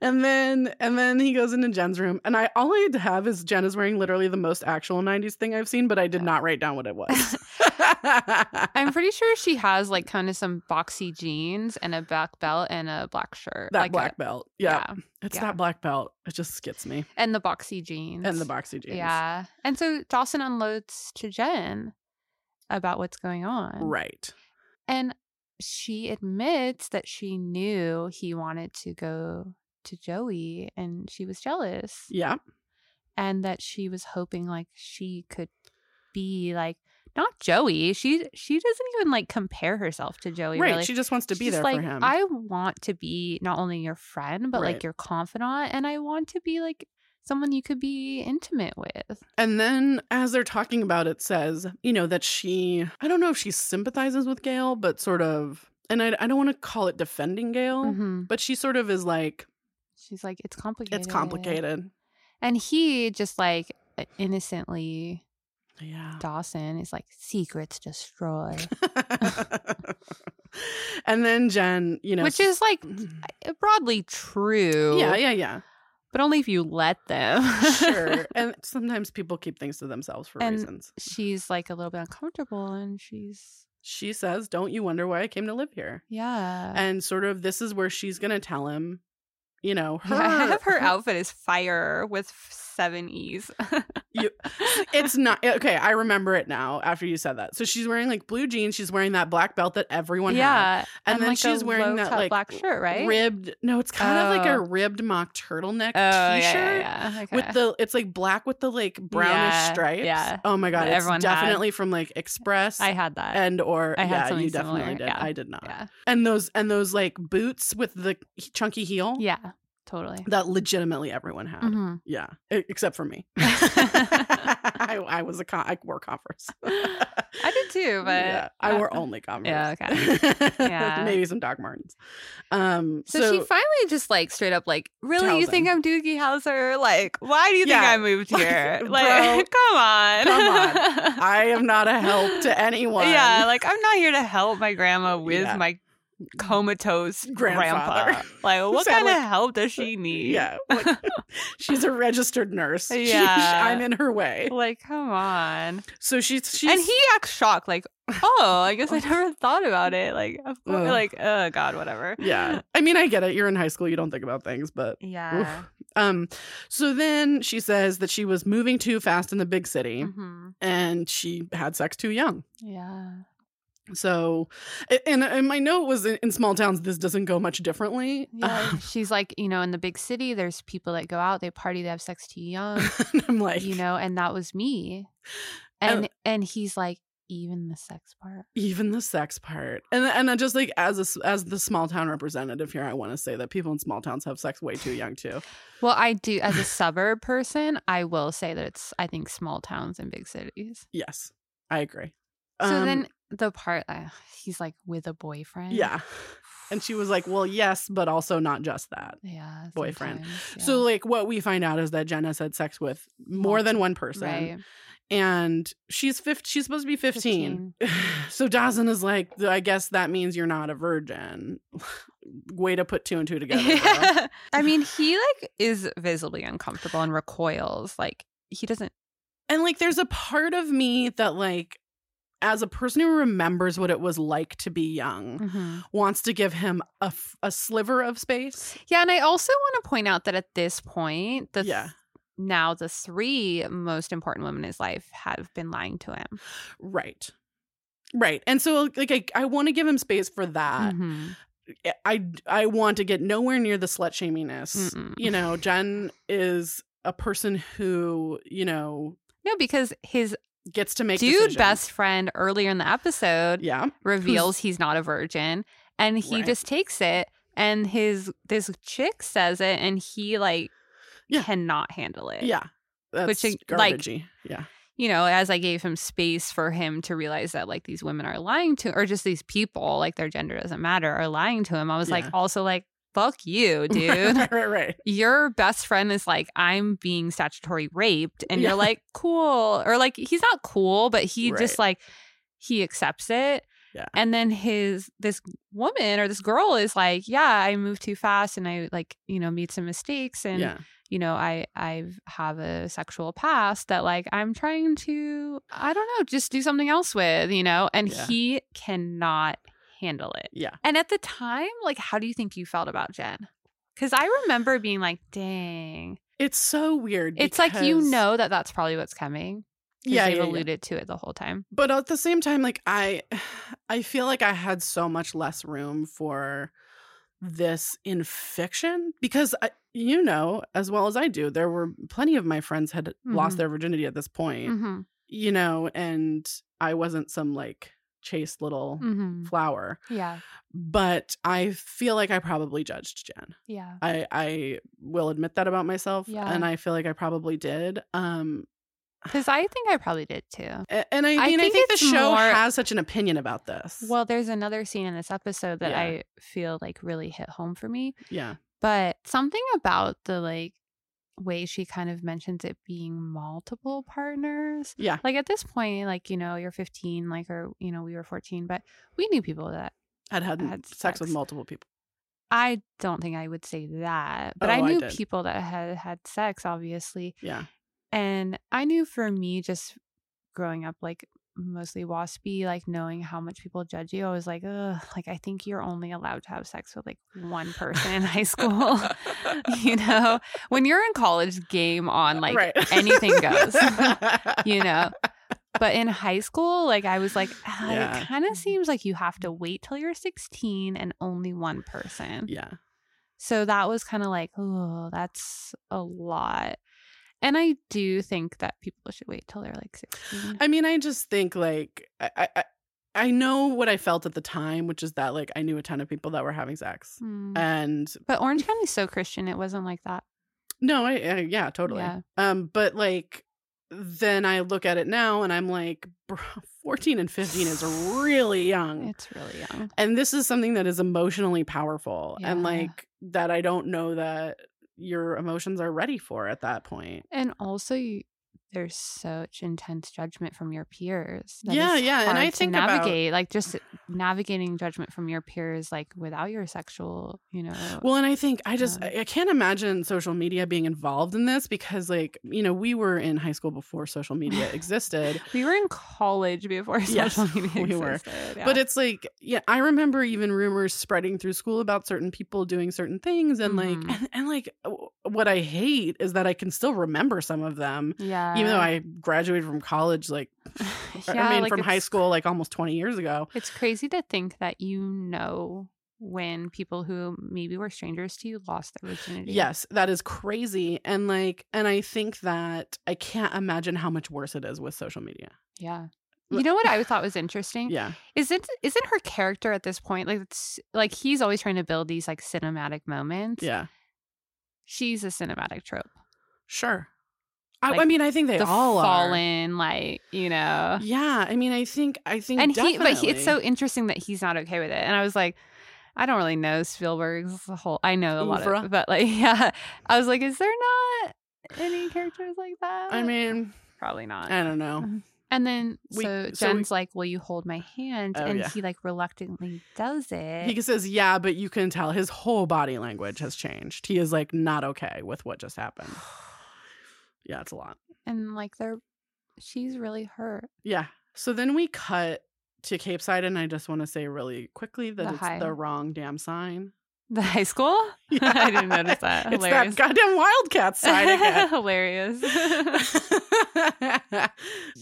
Speaker 1: And then and then he goes into Jen's room, and I all I had to have is Jen is wearing literally the most actual '90s thing I've seen, but I did not write down what it was.
Speaker 2: I'm pretty sure she has like kind of some boxy jeans and a black belt and a black shirt.
Speaker 1: that
Speaker 2: like a-
Speaker 1: black belt, yeah, it's
Speaker 2: yeah.
Speaker 1: that black belt. It just skits me.
Speaker 2: And the boxy jeans.
Speaker 1: And the boxy jeans,
Speaker 2: Yeah. And so Dawson unloads to Jen about what's going on.
Speaker 1: right.
Speaker 2: And she admits that she knew he wanted to go to Joey and she was jealous
Speaker 1: Yeah,
Speaker 2: and that she was hoping like she could be like not Joey. She she doesn't even like compare herself to Joey
Speaker 1: right.
Speaker 2: really.
Speaker 1: She just wants to
Speaker 2: She's
Speaker 1: be
Speaker 2: just
Speaker 1: there
Speaker 2: like,
Speaker 1: for him.
Speaker 2: I want to be not only your friend, but
Speaker 1: Right.
Speaker 2: like your confidant, and I want to be like someone you could be intimate with.
Speaker 1: And then as they're talking about it says, you know, that she I don't know if she sympathizes with Gail, but sort of and I, I don't want to call it defending Gail,
Speaker 2: Mhm.
Speaker 1: but she sort of is like,
Speaker 2: She's like, it's complicated.
Speaker 1: it's complicated.
Speaker 2: And he just like innocently
Speaker 1: Yeah.
Speaker 2: Dawson is like secrets destroy,
Speaker 1: and then Jen, you know
Speaker 2: which is like eh,
Speaker 1: s-
Speaker 2: broadly true.
Speaker 1: Yeah, yeah, yeah.
Speaker 2: But only if you let them.
Speaker 1: Sure. and sometimes people keep things to themselves for
Speaker 2: And-
Speaker 1: reasons.
Speaker 2: she's like a little bit uncomfortable and she's,
Speaker 1: She says, Don't you wonder why I came to live here?
Speaker 2: yeah.
Speaker 1: And sort of this is where she's gonna tell him, you know, her,
Speaker 2: her outfit is fire with seven E's.
Speaker 1: You- It's not eh, okay. I remember it now after you said that. So she's wearing like blue jeans. She's wearing that black belt that everyone had.
Speaker 2: yeah,
Speaker 1: And, then
Speaker 2: like, a
Speaker 1: she's wearing that
Speaker 2: low-cut
Speaker 1: like
Speaker 2: black shirt, right?
Speaker 1: ribbed. No, it's kind of like a
Speaker 2: Oh.
Speaker 1: ribbed mock turtleneck
Speaker 2: oh, yeah,
Speaker 1: t-shirt
Speaker 2: yeah, yeah. Okay.
Speaker 1: with the. It's like black with the like brownish
Speaker 2: Yeah,
Speaker 1: stripes.
Speaker 2: yeah.
Speaker 1: Oh my god,
Speaker 2: That everyone
Speaker 1: it's
Speaker 2: had.
Speaker 1: definitely from like Express
Speaker 2: I had that.
Speaker 1: and or
Speaker 2: I had
Speaker 1: yeah,
Speaker 2: something
Speaker 1: you definitely
Speaker 2: similar,
Speaker 1: did.
Speaker 2: yeah.
Speaker 1: I did not.
Speaker 2: yeah,
Speaker 1: And those and those like boots with the chunky heel.
Speaker 2: yeah, totally.
Speaker 1: That legitimately everyone had.
Speaker 2: Mhm.
Speaker 1: Yeah, e- except for me. I, I was a con- I wore Converse.
Speaker 2: I did too, but
Speaker 1: yeah, I wore only Converse.
Speaker 2: uh, yeah, okay. Yeah.
Speaker 1: maybe some Doc Martens. Um,
Speaker 2: So, she finally just like straight up like, really,
Speaker 1: Tells
Speaker 2: you think
Speaker 1: him.
Speaker 2: I'm Doogie Howser? Like, why do you
Speaker 1: Yeah.
Speaker 2: think I moved
Speaker 1: Like,
Speaker 2: here?
Speaker 1: bro,
Speaker 2: Like, come on,
Speaker 1: come on. I am not a help to anyone.
Speaker 2: Yeah, like I'm not here to help my grandma with
Speaker 1: Yeah.
Speaker 2: my comatose
Speaker 1: Grandfather.
Speaker 2: grandpa. Like, what
Speaker 1: Sound
Speaker 2: kind of
Speaker 1: like-
Speaker 2: help does she need?
Speaker 1: yeah. like, she's a registered nurse. She-
Speaker 2: Yeah.
Speaker 1: I'm in her way.
Speaker 2: Like, come on.
Speaker 1: So she's she's
Speaker 2: and he acts shocked, like, oh, I guess I never thought about it. Like, of course,
Speaker 1: Ugh.
Speaker 2: like, oh god, whatever.
Speaker 1: yeah. I mean, I get it. You're in high school. You don't think about things, but.
Speaker 2: Yeah.
Speaker 1: oof. Um, so then she says that she was moving too fast in the big city
Speaker 2: hmm
Speaker 1: and she had sex too young.
Speaker 2: Yeah.
Speaker 1: So, a- and, and my note was in, in small towns, this doesn't go much differently.
Speaker 2: Yeah, she's like, you know, in the big city, there's people that go out, they party, they have sex too young,
Speaker 1: and I'm like, Oh.
Speaker 2: you know, and that was me. And and he's like, even the sex part.
Speaker 1: even the sex part and and I just like as a s as the small town representative here i want to say that people in small towns have sex way too young too
Speaker 2: Well, I do as a suburb person, I will say that it's I think small towns and big cities.
Speaker 1: yes i agree
Speaker 2: So
Speaker 1: Um,
Speaker 2: then the part uh, he's like with a boyfriend.
Speaker 1: yeah and she was like well yes but also not just that
Speaker 2: yeah,
Speaker 1: Boyfriend.
Speaker 2: sometimes,
Speaker 1: so
Speaker 2: yeah.
Speaker 1: like what we find out is that jenna has had sex with more than one person
Speaker 2: right.
Speaker 1: and she's 15 she's supposed to be 15, so dawson is like i guess that means you're not a virgin way to put two and two together girl.
Speaker 2: I mean, he like is visibly uncomfortable and recoils. Like he doesn't.
Speaker 1: And like, there's a part of me that, like, as a person who remembers what it was like to be
Speaker 2: Mm.
Speaker 1: young, wants to give him a, f- a sliver of space.
Speaker 2: Yeah, and I also want to point out that at this point, the th-
Speaker 1: Yeah.
Speaker 2: now the three most important women in his life have been lying to him.
Speaker 1: Right. Right. And so, like, I, I want to give him space for that.
Speaker 2: Mhm.
Speaker 1: I, I want to get nowhere near the slut shaminess.
Speaker 2: Mm-mm.
Speaker 1: You know, Jen is a person who, you know,
Speaker 2: No, because his
Speaker 1: gets to make
Speaker 2: dude
Speaker 1: decisions.
Speaker 2: best friend earlier in the episode
Speaker 1: Yeah.
Speaker 2: reveals he's not a virgin, and he
Speaker 1: Right.
Speaker 2: just takes it. And his this chick says it, and he like
Speaker 1: Yeah.
Speaker 2: cannot handle it.
Speaker 1: Yeah. That's
Speaker 2: Which,
Speaker 1: Which,
Speaker 2: like-
Speaker 1: garbagey. yeah.
Speaker 2: you know, as I gave him space for him to realize that like these women are lying to, or just these people, like their gender doesn't matter, are lying to him. I was
Speaker 1: Yeah.
Speaker 2: like, also like, fuck you, dude.
Speaker 1: right, right, right.
Speaker 2: Your best friend is like, I'm being statutory raped, and
Speaker 1: Yeah.
Speaker 2: you're like, cool, or like he's not cool, but he just
Speaker 1: Right.
Speaker 2: like he accepts it.
Speaker 1: Yeah.
Speaker 2: And then his this woman or this girl is like, yeah, I moved too fast and I like you know made some mistakes and
Speaker 1: yeah.
Speaker 2: you know i i have a sexual past that like i'm trying to i don't know just do something else with you know and
Speaker 1: Yeah.
Speaker 2: he cannot handle it
Speaker 1: Yeah.
Speaker 2: and at the time like how do you think you felt about jen because i remember being like dang
Speaker 1: It's so weird.
Speaker 2: it's like you
Speaker 1: because-
Speaker 2: know that that's probably what's coming 'cause
Speaker 1: yeah,
Speaker 2: they've
Speaker 1: yeah, yeah.
Speaker 2: alluded to it the whole time
Speaker 1: But at the same time, like I, I feel like I had so much less room for this in fiction because I, you know as well as I do, there were plenty of my friends had
Speaker 2: Mhm.
Speaker 1: lost their virginity at this point,
Speaker 2: mm-hmm.
Speaker 1: you know, and I wasn't some like chaste little
Speaker 2: Mm-hmm.
Speaker 1: flower.
Speaker 2: yeah
Speaker 1: But I feel like I probably judged Jen.
Speaker 2: yeah
Speaker 1: I I will admit that about myself,
Speaker 2: Yeah.
Speaker 1: and I feel like I probably did. Um,
Speaker 2: because i think i probably did too
Speaker 1: A- And I mean,
Speaker 2: I
Speaker 1: I think,
Speaker 2: think
Speaker 1: the
Speaker 2: it's
Speaker 1: show
Speaker 2: more-
Speaker 1: has such an opinion about this.
Speaker 2: well there's another scene in this episode that
Speaker 1: Yeah.
Speaker 2: i feel like really hit home for me
Speaker 1: yeah,
Speaker 2: but something about the like way she kind of mentions it being multiple partners
Speaker 1: yeah,
Speaker 2: like at this point like you know you're 15 like or you know we were 14 but we knew people that
Speaker 1: I'd had,
Speaker 2: Had
Speaker 1: sex. with
Speaker 2: sex.
Speaker 1: multiple people.
Speaker 2: i don't think i would say that but
Speaker 1: Oh,
Speaker 2: i
Speaker 1: I
Speaker 2: knew
Speaker 1: did.
Speaker 2: people that had had sex obviously
Speaker 1: Yeah,
Speaker 2: and i knew for me just growing up like mostly waspy like knowing how much people judge you i was like Ugh, like i think you're only allowed to have sex with like one person in high school you know when you're in college game on like
Speaker 1: Uh, Right.
Speaker 2: anything goes you know but in high school like i was like ah,
Speaker 1: Yeah. Mm-hmm.
Speaker 2: it kind of seems like you have to wait till you're 16 and only one person
Speaker 1: Yeah,
Speaker 2: so that was kind of like oh that's a lot and i do think that people should wait till they're like 16
Speaker 1: I mean, I just think like I, I I- I know what I felt at the time, which is that like I knew a ton of people that were having sex,
Speaker 2: Mm.
Speaker 1: and
Speaker 2: but orange county's so christian it wasn't like that
Speaker 1: no, I, I yeah, totally.
Speaker 2: Yeah.
Speaker 1: Um, but like then I look at it now, and I'm like, bro, fourteen and fifteen is really young.
Speaker 2: it's really young
Speaker 1: and this is something that is emotionally powerful and
Speaker 2: Yeah.
Speaker 1: like that i don't know that your emotions are ready for at that point
Speaker 2: and also you there's such intense judgment from your peers.
Speaker 1: Yeah,
Speaker 2: is
Speaker 1: yeah, and
Speaker 2: hard
Speaker 1: I
Speaker 2: to
Speaker 1: think about-
Speaker 2: navigate like just navigating judgment from your peers, like without your sexual, you know.
Speaker 1: well and i think i just
Speaker 2: Yeah.
Speaker 1: i I can't imagine social media being involved in this because like you know we were in high school before social media existed
Speaker 2: we were in college before
Speaker 1: Yes,
Speaker 2: social media
Speaker 1: we were.
Speaker 2: existed,
Speaker 1: But
Speaker 2: yeah.
Speaker 1: it's like, yeah, I remember even rumors spreading through school about certain people doing certain things. And
Speaker 2: Mhm.
Speaker 1: like, and, and like, w- what I hate is that I can still remember some of them,
Speaker 2: yeah,
Speaker 1: even though I graduated from college, like, I
Speaker 2: Yeah,
Speaker 1: mean,
Speaker 2: like,
Speaker 1: from high
Speaker 2: it's-
Speaker 1: school, like almost 20 years ago.
Speaker 2: It's crazy to think that you know when people who maybe were strangers to you lost their virginity.
Speaker 1: Yes, that is crazy. And like, and I think that I can't imagine how much worse it is with social media.
Speaker 2: Yeah. You know what I thought was interesting?
Speaker 1: Yeah.
Speaker 2: Isn't isn't her character at this point like it's like he's always trying to build these like cinematic moments?
Speaker 1: Yeah.
Speaker 2: She's a cinematic trope.
Speaker 1: Sure. I, I
Speaker 2: Like,
Speaker 1: mean, I think they
Speaker 2: the
Speaker 1: all are.
Speaker 2: fallen, like, you know.
Speaker 1: Yeah. I mean, I think, I think,
Speaker 2: and he but he,
Speaker 1: definitely.
Speaker 2: it's so interesting that he's not okay with it and i was like i don't really know spielberg's whole i know a lot
Speaker 1: Oeuvre.
Speaker 2: of but like yeah i was like is there not any characters like that
Speaker 1: I mean,
Speaker 2: probably not
Speaker 1: I don't know.
Speaker 2: and then
Speaker 1: We-
Speaker 2: so
Speaker 1: so we-
Speaker 2: jen's like will you hold my hand
Speaker 1: Oh,
Speaker 2: and
Speaker 1: yeah.
Speaker 2: he like reluctantly does it
Speaker 1: He says, yeah, but you can tell his whole body language has changed. He is like not okay with what just happened. Yeah, it's a lot.
Speaker 2: and like they're she's really hurt
Speaker 1: Yeah. So then we cut to Cape Side, and I just want to say really quickly that
Speaker 2: The
Speaker 1: it's
Speaker 2: high-
Speaker 1: the wrong damn sign.
Speaker 2: the high school i didn't notice that
Speaker 1: it's
Speaker 2: hilarious
Speaker 1: that goddamn Wildcat sign again.
Speaker 2: hilarious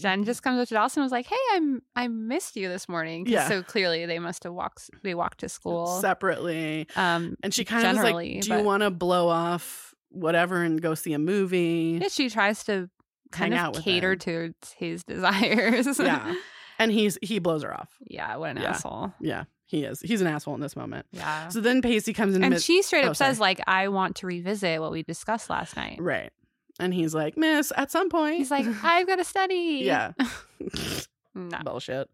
Speaker 2: Jen just comes up to Dawson and was like, "Hey, I'm I missed you this morning." 'Cause
Speaker 1: Yeah.
Speaker 2: So clearly they must have walked they walked to school.
Speaker 1: Separately.
Speaker 2: um
Speaker 1: And she kind of was
Speaker 2: Generally,
Speaker 1: like, Do you
Speaker 2: but-
Speaker 1: want to blow off whatever and go see a movie?
Speaker 2: yeah, she tries to kind
Speaker 1: Hang
Speaker 2: of
Speaker 1: out with
Speaker 2: cater
Speaker 1: him.
Speaker 2: to his desires.
Speaker 1: Yeah. And he's he blows her off.
Speaker 2: yeah, what an
Speaker 1: Yeah.
Speaker 2: asshole.
Speaker 1: Yeah, he is. He's an asshole in this moment.
Speaker 2: Yeah.
Speaker 1: So then Pacey comes in
Speaker 2: and
Speaker 1: mid-
Speaker 2: she straight up
Speaker 1: oh, sorry.
Speaker 2: says, like, I want to revisit what we discussed last night.
Speaker 1: Right. And he's like, Miss, at some point.
Speaker 2: He's like, I've got to study.
Speaker 1: Yeah.
Speaker 2: No.
Speaker 1: Bullshit.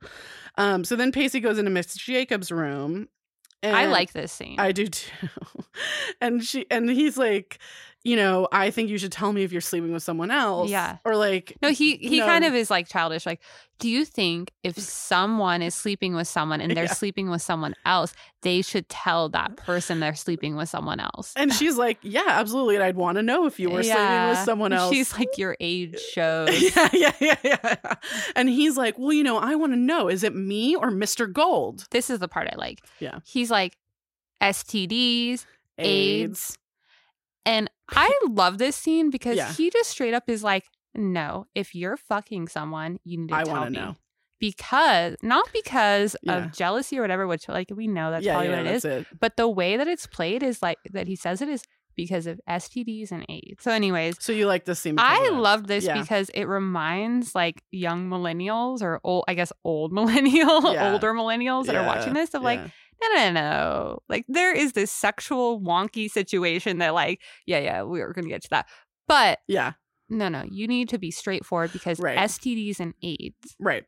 Speaker 1: Um, so then Pacey goes into Miss Jacobs' room. And
Speaker 2: I like this scene.
Speaker 1: I do too. and she and he's like, you know, I think you should tell me if you're sleeping with someone else.
Speaker 2: Yeah.
Speaker 1: Or like
Speaker 2: No, he he
Speaker 1: No.
Speaker 2: kind of is like childish. Like, do you think if someone is sleeping with someone and they're
Speaker 1: Yeah.
Speaker 2: sleeping with someone else, they should tell that person they're sleeping with someone else?
Speaker 1: and she's like, Yeah, absolutely. And I'd want to know if you were sleeping with
Speaker 2: Yeah.
Speaker 1: someone else.
Speaker 2: She's like, your age shows.
Speaker 1: yeah, yeah, yeah, yeah. And he's like, Well, you know, I want to know, is it me or Mr. Gold?
Speaker 2: this is the part I like.
Speaker 1: Yeah.
Speaker 2: he's like STDs, AIDS, and I love this scene because
Speaker 1: Yeah.
Speaker 2: he just straight up is like, no, if you're fucking someone, you need to
Speaker 1: I
Speaker 2: tell
Speaker 1: wanna
Speaker 2: me.
Speaker 1: know.
Speaker 2: Because not because
Speaker 1: Yeah.
Speaker 2: of jealousy or whatever, which like we know that's
Speaker 1: yeah,
Speaker 2: probably
Speaker 1: yeah,
Speaker 2: what it is.
Speaker 1: that's it.
Speaker 2: But the way that it's played is like that he says it is because of STDs and AIDS. So, anyways,
Speaker 1: So you like this scene? because
Speaker 2: I
Speaker 1: of that.
Speaker 2: love this
Speaker 1: Mm, Yeah.
Speaker 2: because it reminds like young millennials or old, I guess, old millennial,
Speaker 1: Yeah.
Speaker 2: older millennials that are watching
Speaker 1: Yeah,
Speaker 2: this of like,
Speaker 1: yeah.
Speaker 2: no, no, no, no. Like, there is this sexual wonky situation that, like, yeah, yeah, we are going to get to that. But
Speaker 1: yeah,
Speaker 2: no, no, you need to be straightforward because
Speaker 1: Right.
Speaker 2: STDs and AIDS.
Speaker 1: right,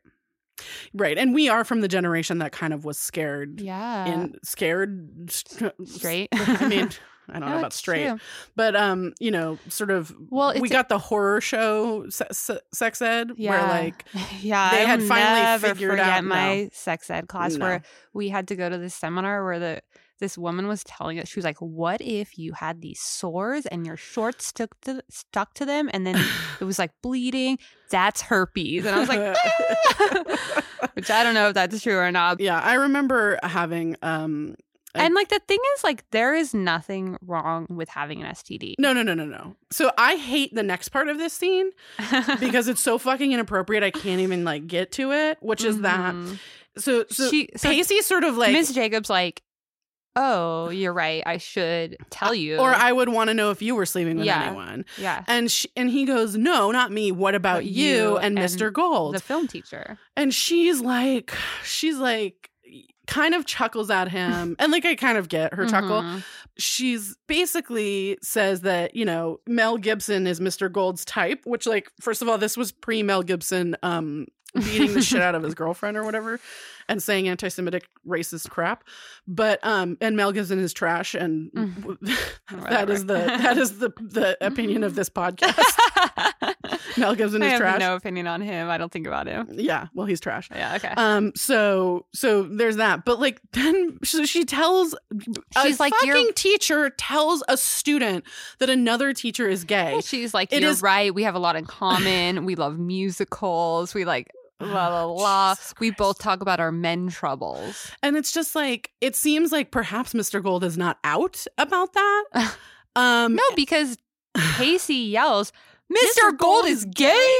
Speaker 1: right. And we are from the generation that kind of was scared
Speaker 2: Yeah.
Speaker 1: and scared st- uh,
Speaker 2: straight.
Speaker 1: I mean, I don't
Speaker 2: No,
Speaker 1: know about
Speaker 2: it's
Speaker 1: straight,
Speaker 2: true.
Speaker 1: but um, you know, sort of.
Speaker 2: Well, it's
Speaker 1: we got the horror show se- se- sex ed where
Speaker 2: Yeah.
Speaker 1: like
Speaker 2: yeah,
Speaker 1: they
Speaker 2: I'll
Speaker 1: had finally
Speaker 2: never
Speaker 1: figured
Speaker 2: forget
Speaker 1: out-
Speaker 2: my sex ed class
Speaker 1: No.
Speaker 2: where we had to go to this seminar where the this woman was telling us she was like, "What if you had these sores and your shorts stuck to stuck to them, and then it was like bleeding? That's herpes." And I was like, "Ah!" which I don't know if that's true or not.
Speaker 1: yeah, I remember having um. I-
Speaker 2: And like the thing is, like there is nothing wrong with having an STD.
Speaker 1: No, no, no, no, no. So I hate the next part of this scene because it's so fucking inappropriate. I can't even like get to it, which is that.
Speaker 2: Mhm.
Speaker 1: So, so
Speaker 2: she so
Speaker 1: Pacey sort of like
Speaker 2: Miss Jacobs like, oh, you're right. I should tell you.
Speaker 1: or I would want to know if you were sleeping with
Speaker 2: Yeah.
Speaker 1: anyone.
Speaker 2: yeah,
Speaker 1: And she, and he goes, "No, not me. What about
Speaker 2: But
Speaker 1: you,
Speaker 2: you
Speaker 1: and,
Speaker 2: and
Speaker 1: Mr. Gold?"
Speaker 2: the film teacher.
Speaker 1: and she's like she's like kind of chuckles at him. and like I kind of get her chuckle.
Speaker 2: Mhm.
Speaker 1: She's basically says that, you know, Mel Gibson is Mr. Gold's type, which like first of all, this was pre Mel Gibson um beating the shit out of his girlfriend or whatever and saying anti-semitic racist crap but um and mel gibson is trash and
Speaker 2: Mm.
Speaker 1: w- that is the
Speaker 2: Whatever.
Speaker 1: that is the the opinion of this podcast mel gibson
Speaker 2: I
Speaker 1: is
Speaker 2: have
Speaker 1: trash
Speaker 2: no opinion on him. I don't think about him.
Speaker 1: yeah well he's trash
Speaker 2: Yeah, okay.
Speaker 1: um so so there's that but like then so she tells
Speaker 2: She's
Speaker 1: a
Speaker 2: like,
Speaker 1: fucking
Speaker 2: "You're-"
Speaker 1: teacher tells a student that another teacher is gay
Speaker 2: She's like,
Speaker 1: it
Speaker 2: you're
Speaker 1: is-
Speaker 2: right. We have a lot in common. we love musicals. We like la la la.
Speaker 1: Oh, Jesus
Speaker 2: We
Speaker 1: Christ.
Speaker 2: both talk about our men troubles.
Speaker 1: and it's just like it seems like perhaps mr gold is not out about that um
Speaker 2: No, because Casey yells,
Speaker 1: Mr.
Speaker 2: "Mr. Gold
Speaker 1: Gold
Speaker 2: is gay."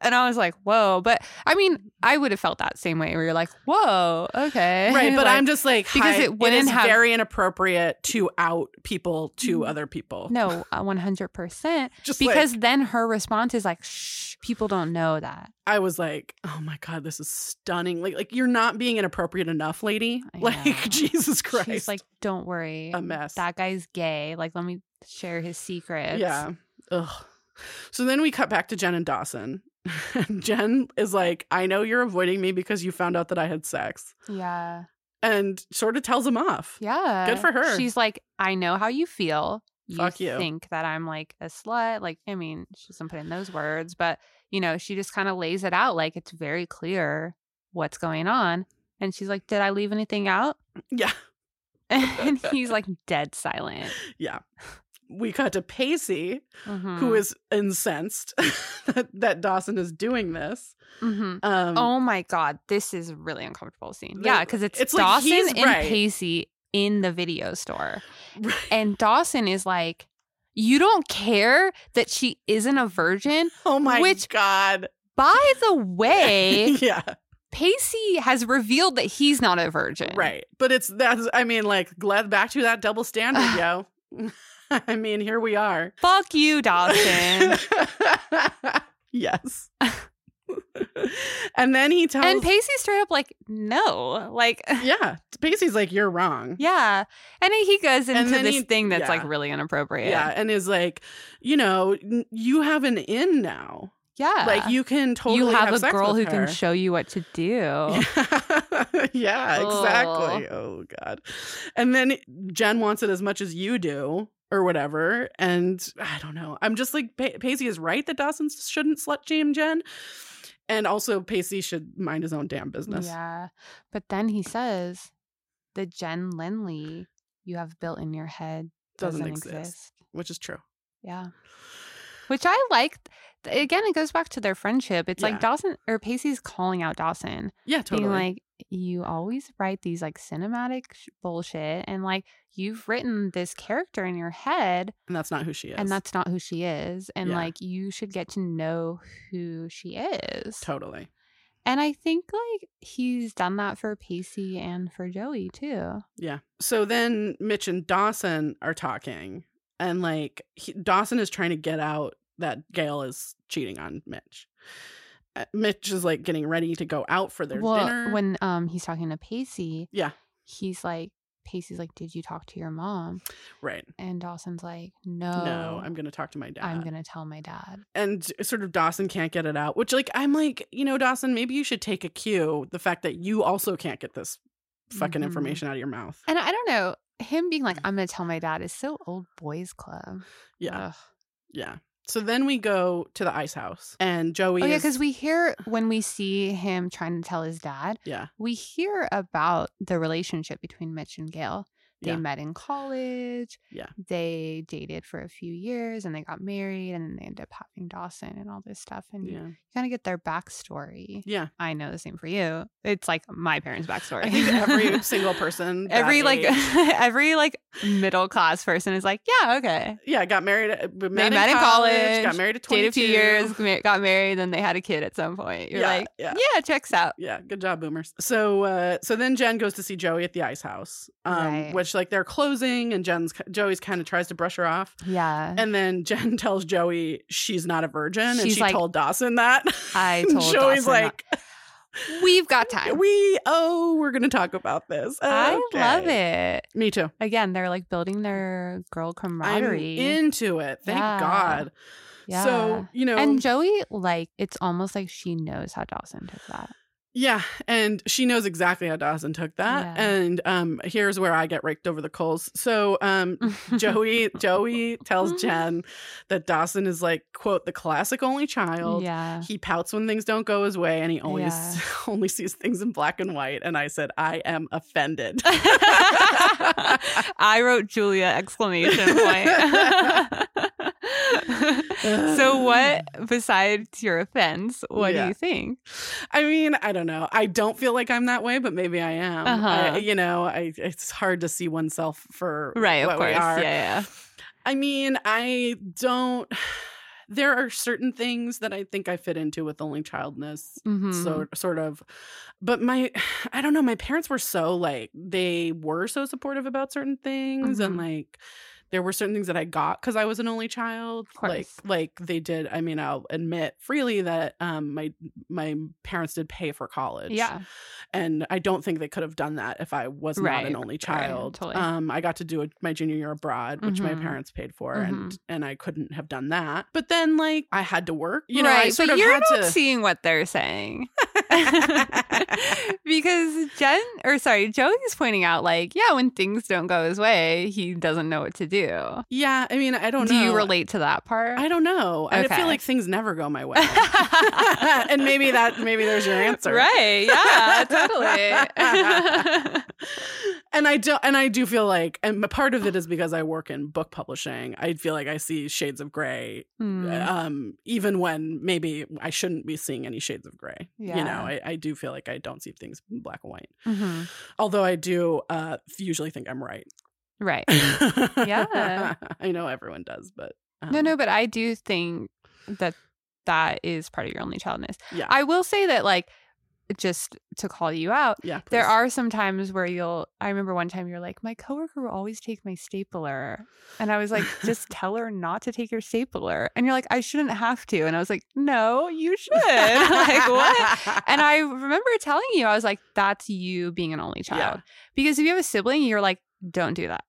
Speaker 2: And I was like, whoa. But I mean, I would have felt that same way where you're like, whoa, okay.
Speaker 1: Right, but
Speaker 2: Like,
Speaker 1: I'm just like
Speaker 2: because
Speaker 1: hi-
Speaker 2: it wouldn't
Speaker 1: is
Speaker 2: have- Mm-hmm.
Speaker 1: very inappropriate to out people to other people.
Speaker 2: no, uh, 100%.
Speaker 1: just
Speaker 2: Because
Speaker 1: like,
Speaker 2: then her response is like, shh, people don't know that.
Speaker 1: I was like, oh my god, this is stunning. Like, like you're not being inappropriate enough, lady.
Speaker 2: I know.
Speaker 1: Like Jesus Christ.
Speaker 2: She's like, don't worry.
Speaker 1: A mess.
Speaker 2: That guy's gay. Like, let me share his secrets.
Speaker 1: yeah. Ugh. So then we cut back to Jen and Dawson. Jen is like, I know you're avoiding me because you found out that I had sex,
Speaker 2: Yeah.
Speaker 1: and sort of tells him off.
Speaker 2: Yeah.
Speaker 1: Good for her.
Speaker 2: She's like, I know how you feel. You
Speaker 1: Fuck you.
Speaker 2: think that I'm like a slut. Like, I mean, she doesn't put in those words, but you know, she just kind of lays it out like it's very clear what's going on. And she's like, Did I leave anything out?
Speaker 1: Yeah.
Speaker 2: And he's like dead silent.
Speaker 1: Yeah. We cut to Pacey, who
Speaker 2: Mhm.
Speaker 1: is incensed that, that Dawson is doing this.
Speaker 2: Mhm.
Speaker 1: Um,
Speaker 2: Oh my god, this is a really uncomfortable scene.
Speaker 1: The-
Speaker 2: Yeah, because it's,
Speaker 1: it's like
Speaker 2: Dawson
Speaker 1: he's
Speaker 2: and
Speaker 1: right.
Speaker 2: Pacey in the video store.
Speaker 1: Right.
Speaker 2: And Dawson is like, You don't care that she isn't a virgin?
Speaker 1: oh my
Speaker 2: which-
Speaker 1: god!
Speaker 2: By the way,
Speaker 1: yeah,
Speaker 2: Pacey has revealed that he's not a virgin.
Speaker 1: right. But it's that's. I mean, like, glad back to that double standard, yo. I mean, here we are.
Speaker 2: Fuck you, Dawson.
Speaker 1: yes. and then he tells.
Speaker 2: and Pacey straight up like, no. Like,
Speaker 1: yeah, Pacey's like, "You're wrong."
Speaker 2: yeah. And then he goes
Speaker 1: And
Speaker 2: into
Speaker 1: then
Speaker 2: this
Speaker 1: he-
Speaker 2: thing that's
Speaker 1: yeah.
Speaker 2: like really inappropriate.
Speaker 1: Yeah, and is like, you know, n- you have an in now.
Speaker 2: Yeah.
Speaker 1: Like you can totally
Speaker 2: you have, a
Speaker 1: sex
Speaker 2: girl
Speaker 1: with
Speaker 2: who
Speaker 1: her.
Speaker 2: can show you what to do.
Speaker 1: yeah, exactly. Oh god. And then Jen wants it as much as you do or whatever, and I don't know. I'm just like pa- Pacey is right that Dawson shouldn't slut shame Jen. And also Pacey should mind his own damn business.
Speaker 2: Yeah. But then he says, the Jen Linley you have built in your head
Speaker 1: Doesn't
Speaker 2: doesn't,
Speaker 1: exist.
Speaker 2: exist.
Speaker 1: Which is true.
Speaker 2: Yeah. Which I like. Again, it goes back to their friendship. It's
Speaker 1: Yeah.
Speaker 2: like Dawson or Pacey's calling out Dawson,
Speaker 1: Yeah, totally.
Speaker 2: being like, "You always write these like cinematic sh- bullshit, and like you've written this character in your head,
Speaker 1: and that's not who she is.
Speaker 2: and that's not who she is, and
Speaker 1: Yeah.
Speaker 2: like you should get to know who she is."
Speaker 1: totally.
Speaker 2: And I think like he's done that for Pacey and for Joey too.
Speaker 1: Yeah. So then Mitch and Dawson are talking, and like he, Dawson is trying to get out that Gail is cheating on Mitch. Uh, Mitch is like getting ready to go out for their
Speaker 2: well,
Speaker 1: dinner.
Speaker 2: when um he's talking to Pacey,
Speaker 1: Yeah.
Speaker 2: he's like. Pacey's like, did you talk to your mom?
Speaker 1: right.
Speaker 2: And Dawson's like, no,
Speaker 1: No, I'm going to talk to my dad.
Speaker 2: Oh. I'm gonna tell my dad.
Speaker 1: and sort of Dawson can't get it out, which like I'm like, you know, Dawson, maybe you should take a cue the fact that you also can't get this fucking
Speaker 2: Mhm.
Speaker 1: information out of your mouth.
Speaker 2: And I don't know him being like, I'm gonna tell my dad is so old boys club.
Speaker 1: Mm. Yeah.
Speaker 2: Ugh.
Speaker 1: Yeah. So then we go to the ice house and Joey
Speaker 2: Oh yeah,
Speaker 1: is-
Speaker 2: because we hear when we see him trying to tell his dad,
Speaker 1: yeah.
Speaker 2: we hear about the relationship between Mitch and Gail. They
Speaker 1: Yeah.
Speaker 2: met in college.
Speaker 1: Yeah.
Speaker 2: They dated for a few years and they got married and then they end up having Dawson and all this stuff. And you
Speaker 1: Yeah.
Speaker 2: kind of get their backstory.
Speaker 1: Yeah.
Speaker 2: I know the same for you. It's like my parents' backstory.
Speaker 1: I think every single person, that
Speaker 2: every like
Speaker 1: age-
Speaker 2: every like middle class person is like yeah okay
Speaker 1: yeah, got married. uh, Met,
Speaker 2: They
Speaker 1: in,
Speaker 2: met in
Speaker 1: college,
Speaker 2: college,
Speaker 1: Got married at
Speaker 2: dated
Speaker 1: twenty
Speaker 2: a few years ma- got married then they had a kid at some point you're
Speaker 1: Yeah,
Speaker 2: like
Speaker 1: yeah.
Speaker 2: yeah. checks out
Speaker 1: Yeah, good job, boomers. So, uh, so then Jen goes to see Joey at the ice house, um,
Speaker 2: Right.
Speaker 1: which like they're closing, and Jen's Joey's kind of tries to brush her off,
Speaker 2: yeah
Speaker 1: and then Jen tells Joey she's not a virgin, and
Speaker 2: She's
Speaker 1: she
Speaker 2: like,
Speaker 1: told Dawson that.
Speaker 2: I
Speaker 1: And
Speaker 2: told
Speaker 1: Joey's
Speaker 2: Dawson
Speaker 1: like,
Speaker 2: we've got time
Speaker 1: we oh, we're gonna talk about this.
Speaker 2: i love
Speaker 1: Okay.
Speaker 2: it
Speaker 1: Me too.
Speaker 2: again they're like building their girl camaraderie
Speaker 1: I'm into it. Thank
Speaker 2: Yeah.
Speaker 1: God.
Speaker 2: yeah
Speaker 1: So you know,
Speaker 2: and joey like it's almost like she knows how dawson took that
Speaker 1: Yeah, and she knows exactly how Dawson took that.
Speaker 2: Yeah.
Speaker 1: And um here's where I get raked over the coals. So um Joey Joey tells Jen that Dawson is like, quote, the classic only child.
Speaker 2: yeah
Speaker 1: He pouts when things don't go his way and he always
Speaker 2: Yeah.
Speaker 1: only sees things in black and white. And I said, I am offended.
Speaker 2: I wrote Julia exclamation point. so what besides your offense, what
Speaker 1: Yeah.
Speaker 2: do you think?
Speaker 1: I mean, I don't know. I don't feel like I'm that way, but maybe I am.
Speaker 2: Uh-huh.
Speaker 1: I- you know, I it's hard to see oneself for
Speaker 2: Right, of
Speaker 1: what
Speaker 2: course.
Speaker 1: we are.
Speaker 2: Yeah, yeah.
Speaker 1: I mean, I don't. there are certain things that I think I fit into with only childness.
Speaker 2: Mhm.
Speaker 1: So sort of, but my, I don't know. My parents were so like they were so supportive about certain things, and
Speaker 2: Mhm.
Speaker 1: like there were certain things that I got because I was an only child.
Speaker 2: course.
Speaker 1: Like like they did. I mean, I'll admit freely that um my my parents did pay for college.
Speaker 2: yeah,
Speaker 1: and I don't think they could have done that if I was
Speaker 2: Right,
Speaker 1: not an only
Speaker 2: right,
Speaker 1: child.
Speaker 2: totally.
Speaker 1: Um, I got to do a, my junior year abroad, which
Speaker 2: Mhm.
Speaker 1: my parents paid for,
Speaker 2: Mm-hmm.
Speaker 1: and and I couldn't have done that. But then, like, I had to work. You know, I
Speaker 2: Right,
Speaker 1: sort
Speaker 2: but
Speaker 1: of
Speaker 2: you're
Speaker 1: had
Speaker 2: not
Speaker 1: to.
Speaker 2: seeing what they're saying. because Jen or sorry, Joey's pointing out like, yeah, when things don't go his way, he doesn't know what to do.
Speaker 1: yeah, I mean, I don't.
Speaker 2: do you
Speaker 1: know.
Speaker 2: relate to that part?
Speaker 1: Oh, I don't know. I
Speaker 2: Okay.
Speaker 1: feel like things never go my way, and maybe that maybe there's your answer.
Speaker 2: Right. Yeah, totally.
Speaker 1: And I do, and I do feel like, and part of it is because I work in book publishing. I feel like I see shades of gray
Speaker 2: Hmm.
Speaker 1: um, even when maybe I shouldn't be seeing any shades of gray. You
Speaker 2: Yeah.
Speaker 1: know, I, I do feel like I don't see things in black and white.
Speaker 2: Mhm.
Speaker 1: Although I do uh, usually think I'm right.
Speaker 2: Right.
Speaker 1: yeah.
Speaker 2: Yeah.
Speaker 1: I know everyone does, but. Um,
Speaker 2: No, no, but I do think that that is part of your only childness.
Speaker 1: Yeah.
Speaker 2: I will say that like just to call you out,
Speaker 1: yeah.
Speaker 2: There
Speaker 1: please.
Speaker 2: are some times where you'll. I remember one time you're like, my coworker will always take my stapler, and I was like, just tell her not to take your stapler. And you're like, I shouldn't have to. And I was like, no, you should. like what? And I remember telling you, I was like, that's you being an only
Speaker 1: Yeah.
Speaker 2: child. Because if you have a sibling, you're like, don't do that.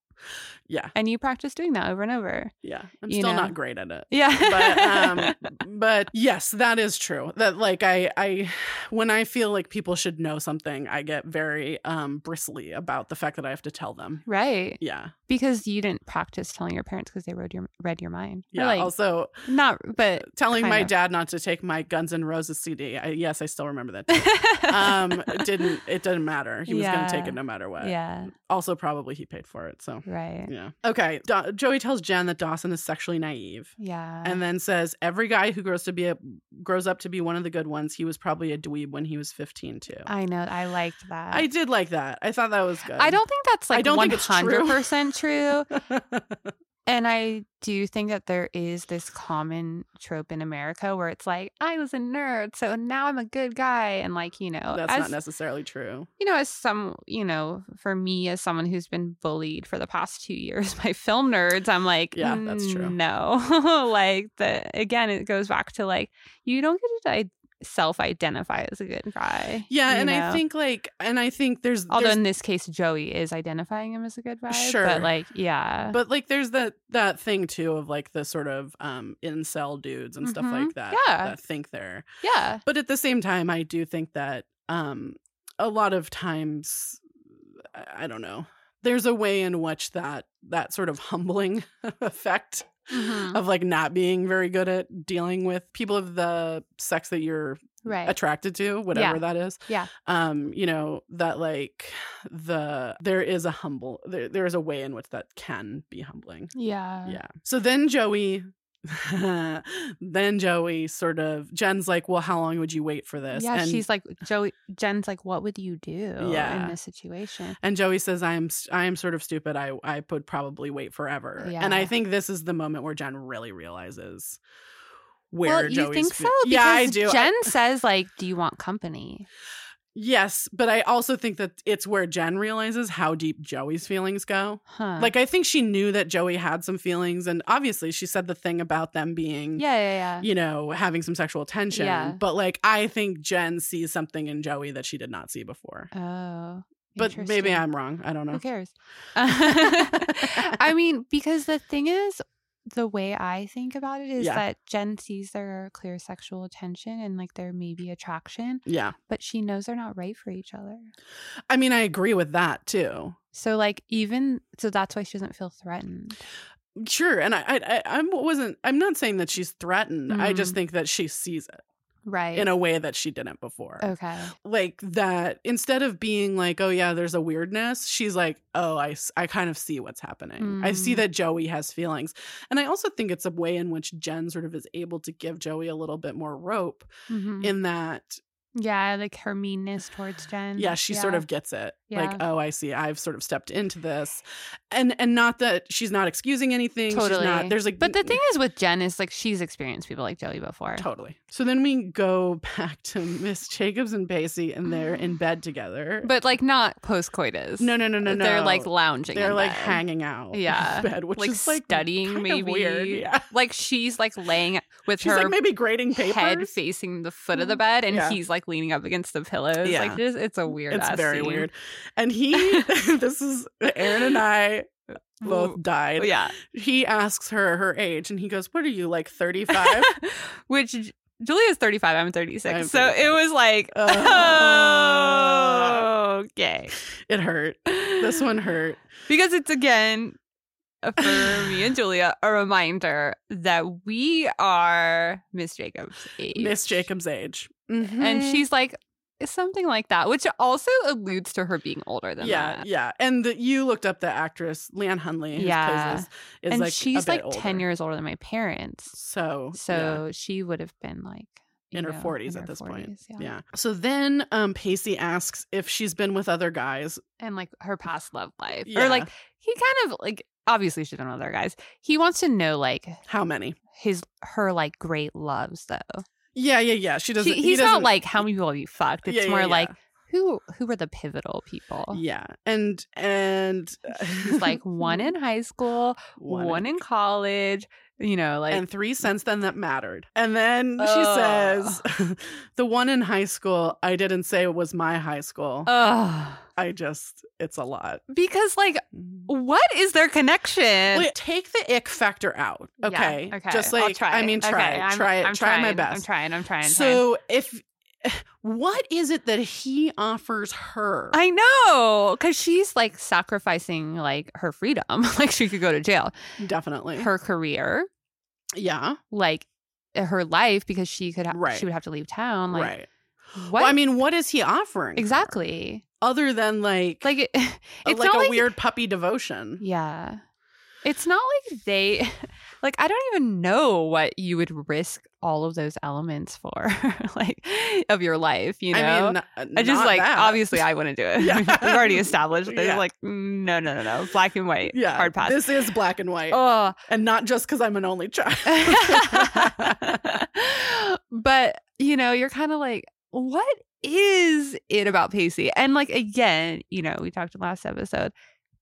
Speaker 1: Yeah.
Speaker 2: And you practice doing that over and over.
Speaker 1: Yeah. I'm
Speaker 2: you
Speaker 1: still
Speaker 2: know.
Speaker 1: not great at it.
Speaker 2: Yeah.
Speaker 1: but um but yes that is true that like i i when i feel like people should know something i get very um bristly about the fact that i have to tell them
Speaker 2: right.
Speaker 1: yeah
Speaker 2: Because you didn't practice telling your parents because they read your, read your mind. Or,
Speaker 1: yeah
Speaker 2: like,
Speaker 1: also
Speaker 2: not, but.
Speaker 1: telling
Speaker 2: Kind
Speaker 1: my
Speaker 2: of.
Speaker 1: dad not to take my Guns N' Roses CD. I, yes, I still remember that. tape. um, it didn't it didn't matter. He was
Speaker 2: Yeah.
Speaker 1: going to take it no matter what.
Speaker 2: Yeah.
Speaker 1: Also, probably he paid for it. So
Speaker 2: Right.
Speaker 1: yeah. Okay. Da- Joey tells Jen that Dawson is sexually naive.
Speaker 2: Yeah.
Speaker 1: And then says every guy who grows to be a grows up to be one of the good ones. He was probably a dweeb when he was fifteen too. I,
Speaker 2: I know. I liked that. I,
Speaker 1: did like that. I thought that was good.
Speaker 2: don't think that's
Speaker 1: I
Speaker 2: like
Speaker 1: don't
Speaker 2: one
Speaker 1: think it's true.
Speaker 2: hundred percent true. And I do think that there is this common trope in America where it's like, I was a nerd, so now I'm a good guy, and like you know,
Speaker 1: That's not
Speaker 2: as
Speaker 1: necessarily true.
Speaker 2: you know, as some you know, for me as someone who's been bullied for the past two years by film nerds, I'm like, "Mm,
Speaker 1: Yeah, that's true.
Speaker 2: No, like the again, it goes back to like you don't get to self identify as a good guy.
Speaker 1: Yeah,
Speaker 2: you
Speaker 1: and I
Speaker 2: know?
Speaker 1: think like, and I think there's
Speaker 2: Although
Speaker 1: there's
Speaker 2: in this case, Joey is identifying him as a good guy.
Speaker 1: Sure.
Speaker 2: But like, yeah.
Speaker 1: But like there's that that thing too of like the sort of um incel dudes and stuff like
Speaker 2: Mhm.
Speaker 1: that
Speaker 2: Yeah.
Speaker 1: that think they're.
Speaker 2: yeah.
Speaker 1: But at the same time I do think that um a lot of times I I don't know. There's a way in which that that sort of humbling effect
Speaker 2: Mhm.
Speaker 1: of like not being very good at dealing with people of the sex that you're
Speaker 2: Right.
Speaker 1: attracted to, whatever that is.
Speaker 2: Yeah.
Speaker 1: Um, you know, that like the there is a humble there there is a way in which that can be humbling.
Speaker 2: yeah.
Speaker 1: yeah. So then Joey then Joey sort of Jen's like, Well, how long would you wait for this?
Speaker 2: Yeah,
Speaker 1: and
Speaker 2: she's like Joey. Jen's like, "What would you do
Speaker 1: Yeah.
Speaker 2: in this situation?"
Speaker 1: and Joey says, "I'm s- I am sort of stupid. I I would probably wait forever." And I
Speaker 2: Yeah.
Speaker 1: think this is the moment where Jen really realizes where
Speaker 2: well, you
Speaker 1: Joey's
Speaker 2: think
Speaker 1: fe-
Speaker 2: so?
Speaker 1: Yeah, I
Speaker 2: Because
Speaker 1: do.
Speaker 2: Jen says, "Like, do you want company?"
Speaker 1: Yes, but I also think that it's where Jen realizes how deep Joey's feelings go.
Speaker 2: Huh?
Speaker 1: Like I think she knew that Joey had some feelings and obviously she said the thing about them being
Speaker 2: yeah, yeah, yeah.
Speaker 1: you know, having some sexual tension,
Speaker 2: Yeah.
Speaker 1: but like I think Jen sees something in Joey that she did not see before.
Speaker 2: Oh,
Speaker 1: But maybe
Speaker 2: interesting.
Speaker 1: I'm wrong. I don't know.
Speaker 2: Who cares? I mean, because the thing is, the way I think about it is
Speaker 1: Yeah.
Speaker 2: that Jen sees their clear sexual attention and like their maybe attraction,
Speaker 1: Yeah.
Speaker 2: but she knows they're not right for each other.
Speaker 1: I mean, I agree with that too.
Speaker 2: So like even so that's why she doesn't feel threatened.
Speaker 1: Sure, and I, I, I I'm wasn't. I'm not saying that she's threatened. I just
Speaker 2: Mhm.
Speaker 1: think that she sees it
Speaker 2: Right.
Speaker 1: in a way that she didn't before.
Speaker 2: okay.
Speaker 1: like that instead of being like oh yeah there's a weirdness she's like oh i, s- I kind of see what's happening i see
Speaker 2: Mm.
Speaker 1: that joey has feelings and i also think it's a way in which jen sort of is able to give joey a little bit more rope
Speaker 2: Mhm.
Speaker 1: in that
Speaker 2: yeah, like her meanness towards Jen.
Speaker 1: yeah she sort
Speaker 2: Yeah.
Speaker 1: of gets it
Speaker 2: Yeah.
Speaker 1: Like, oh, I see. I've sort of stepped into this, and and not that she's not excusing anything. She's
Speaker 2: Totally.
Speaker 1: not, there's like,
Speaker 2: but the thing is with Jen is like she's experienced people like Joey before.
Speaker 1: Totally. So then we go back to Miss Jacobs and Basie, and they're in bed together.
Speaker 2: But like not post coitus.
Speaker 1: no, no, no, no, no.
Speaker 2: They're like lounging.
Speaker 1: they're
Speaker 2: in
Speaker 1: like
Speaker 2: bed.
Speaker 1: hanging out. in
Speaker 2: Yeah.
Speaker 1: bed, which
Speaker 2: Like
Speaker 1: is like
Speaker 2: studying,
Speaker 1: kind
Speaker 2: maybe.
Speaker 1: Of weird. Yeah.
Speaker 2: Like she's like laying with
Speaker 1: She's
Speaker 2: her
Speaker 1: like maybe grading papers. Mm-hmm.
Speaker 2: head facing the foot of the bed, and
Speaker 1: Yeah.
Speaker 2: he's like leaning up against the pillows.
Speaker 1: Yeah.
Speaker 2: Like just, it's a weird.
Speaker 1: it's
Speaker 2: ass
Speaker 1: very
Speaker 2: scene.
Speaker 1: weird. And he, this is Aaron and I both died.
Speaker 2: Oh, Yeah.
Speaker 1: He asks her her age, and he goes, "What are you like, thirty five?
Speaker 2: Which J- Julia's 35, I'm 36.
Speaker 1: I'm
Speaker 2: so it was like,
Speaker 1: Oh.
Speaker 2: oh, okay.
Speaker 1: It hurt. Uh. This one hurt.
Speaker 2: Because it's again for me and Julia a reminder that we are Miss Jacobs' age.
Speaker 1: Miss Jacobs' age,
Speaker 2: And
Speaker 1: Mhm.
Speaker 2: she's like, something like that, which also alludes to her being older than
Speaker 1: yeah,
Speaker 2: that.
Speaker 1: yeah. And the, you looked up the actress Leanne Hunley, who
Speaker 2: Yeah.
Speaker 1: plays this, is
Speaker 2: and
Speaker 1: like a
Speaker 2: she's
Speaker 1: bit
Speaker 2: like 10
Speaker 1: older.
Speaker 2: years older than my parents.
Speaker 1: So, yeah.
Speaker 2: So she would have been like
Speaker 1: In
Speaker 2: you
Speaker 1: her
Speaker 2: know,
Speaker 1: 40s
Speaker 2: in
Speaker 1: at
Speaker 2: her
Speaker 1: this point.
Speaker 2: 40s,
Speaker 1: yeah. So then um Pacey asks if she's been with other guys.
Speaker 2: and like her past love life
Speaker 1: Yeah.
Speaker 2: or like he kind of like obviously she's been with other guys he wants to know like
Speaker 1: How many?
Speaker 2: his her like great loves though
Speaker 1: Yeah, yeah, yeah. She doesn't
Speaker 2: He-
Speaker 1: he
Speaker 2: he's not
Speaker 1: doesn't-
Speaker 2: like how many people have you fucked it's
Speaker 1: Yeah, yeah,
Speaker 2: more
Speaker 1: yeah.
Speaker 2: like who who were the pivotal people
Speaker 1: Yeah. And and
Speaker 2: he's like one in high school
Speaker 1: One
Speaker 2: one,
Speaker 1: in-
Speaker 2: in college you know like Oh.
Speaker 1: and three cents then that mattered. And then
Speaker 2: Ugh.
Speaker 1: she says, "The one in high school I didn't say was my high school.
Speaker 2: Oh. ugh.
Speaker 1: I just it's a lot."
Speaker 2: because like what is their connection
Speaker 1: Wait, take the ick factor out.
Speaker 2: Yeah,
Speaker 1: Okay.
Speaker 2: okay
Speaker 1: Just
Speaker 2: I'll
Speaker 1: like I mean
Speaker 2: Okay,
Speaker 1: try it.
Speaker 2: I'm-
Speaker 1: try it.
Speaker 2: I'm
Speaker 1: try my
Speaker 2: trying.
Speaker 1: best.
Speaker 2: i'm trying i'm trying I'm trying.
Speaker 1: So if what is it that he offers her?
Speaker 2: I know, because she's like sacrificing like her freedom, like she could go to jail,
Speaker 1: Definitely.
Speaker 2: her career,
Speaker 1: yeah.
Speaker 2: like her life, because she could ha-
Speaker 1: Right.
Speaker 2: she would have to leave town. Like,
Speaker 1: right.
Speaker 2: what
Speaker 1: Well, I mean, what is he offering? her?
Speaker 2: exactly?
Speaker 1: Other than like
Speaker 2: Like, it, it's
Speaker 1: a, Uh, like
Speaker 2: not
Speaker 1: a
Speaker 2: like
Speaker 1: weird puppy devotion.
Speaker 2: Yeah, it's not like they, like I don't even know what you would risk all of those elements for, like of your life. You know,
Speaker 1: I mean, n-
Speaker 2: I just
Speaker 1: not
Speaker 2: like
Speaker 1: that.
Speaker 2: obviously I wouldn't do it.
Speaker 1: Yeah.
Speaker 2: We've already established this.
Speaker 1: Yeah.
Speaker 2: Like "Mm, no, no, no, no, black and white,
Speaker 1: yeah,
Speaker 2: hard pass.
Speaker 1: This is black and white,
Speaker 2: oh,
Speaker 1: and not just because I'm an only child.
Speaker 2: but you know, you're kind of like, what is it about Pacey? And like again, you know, we talked in last episode.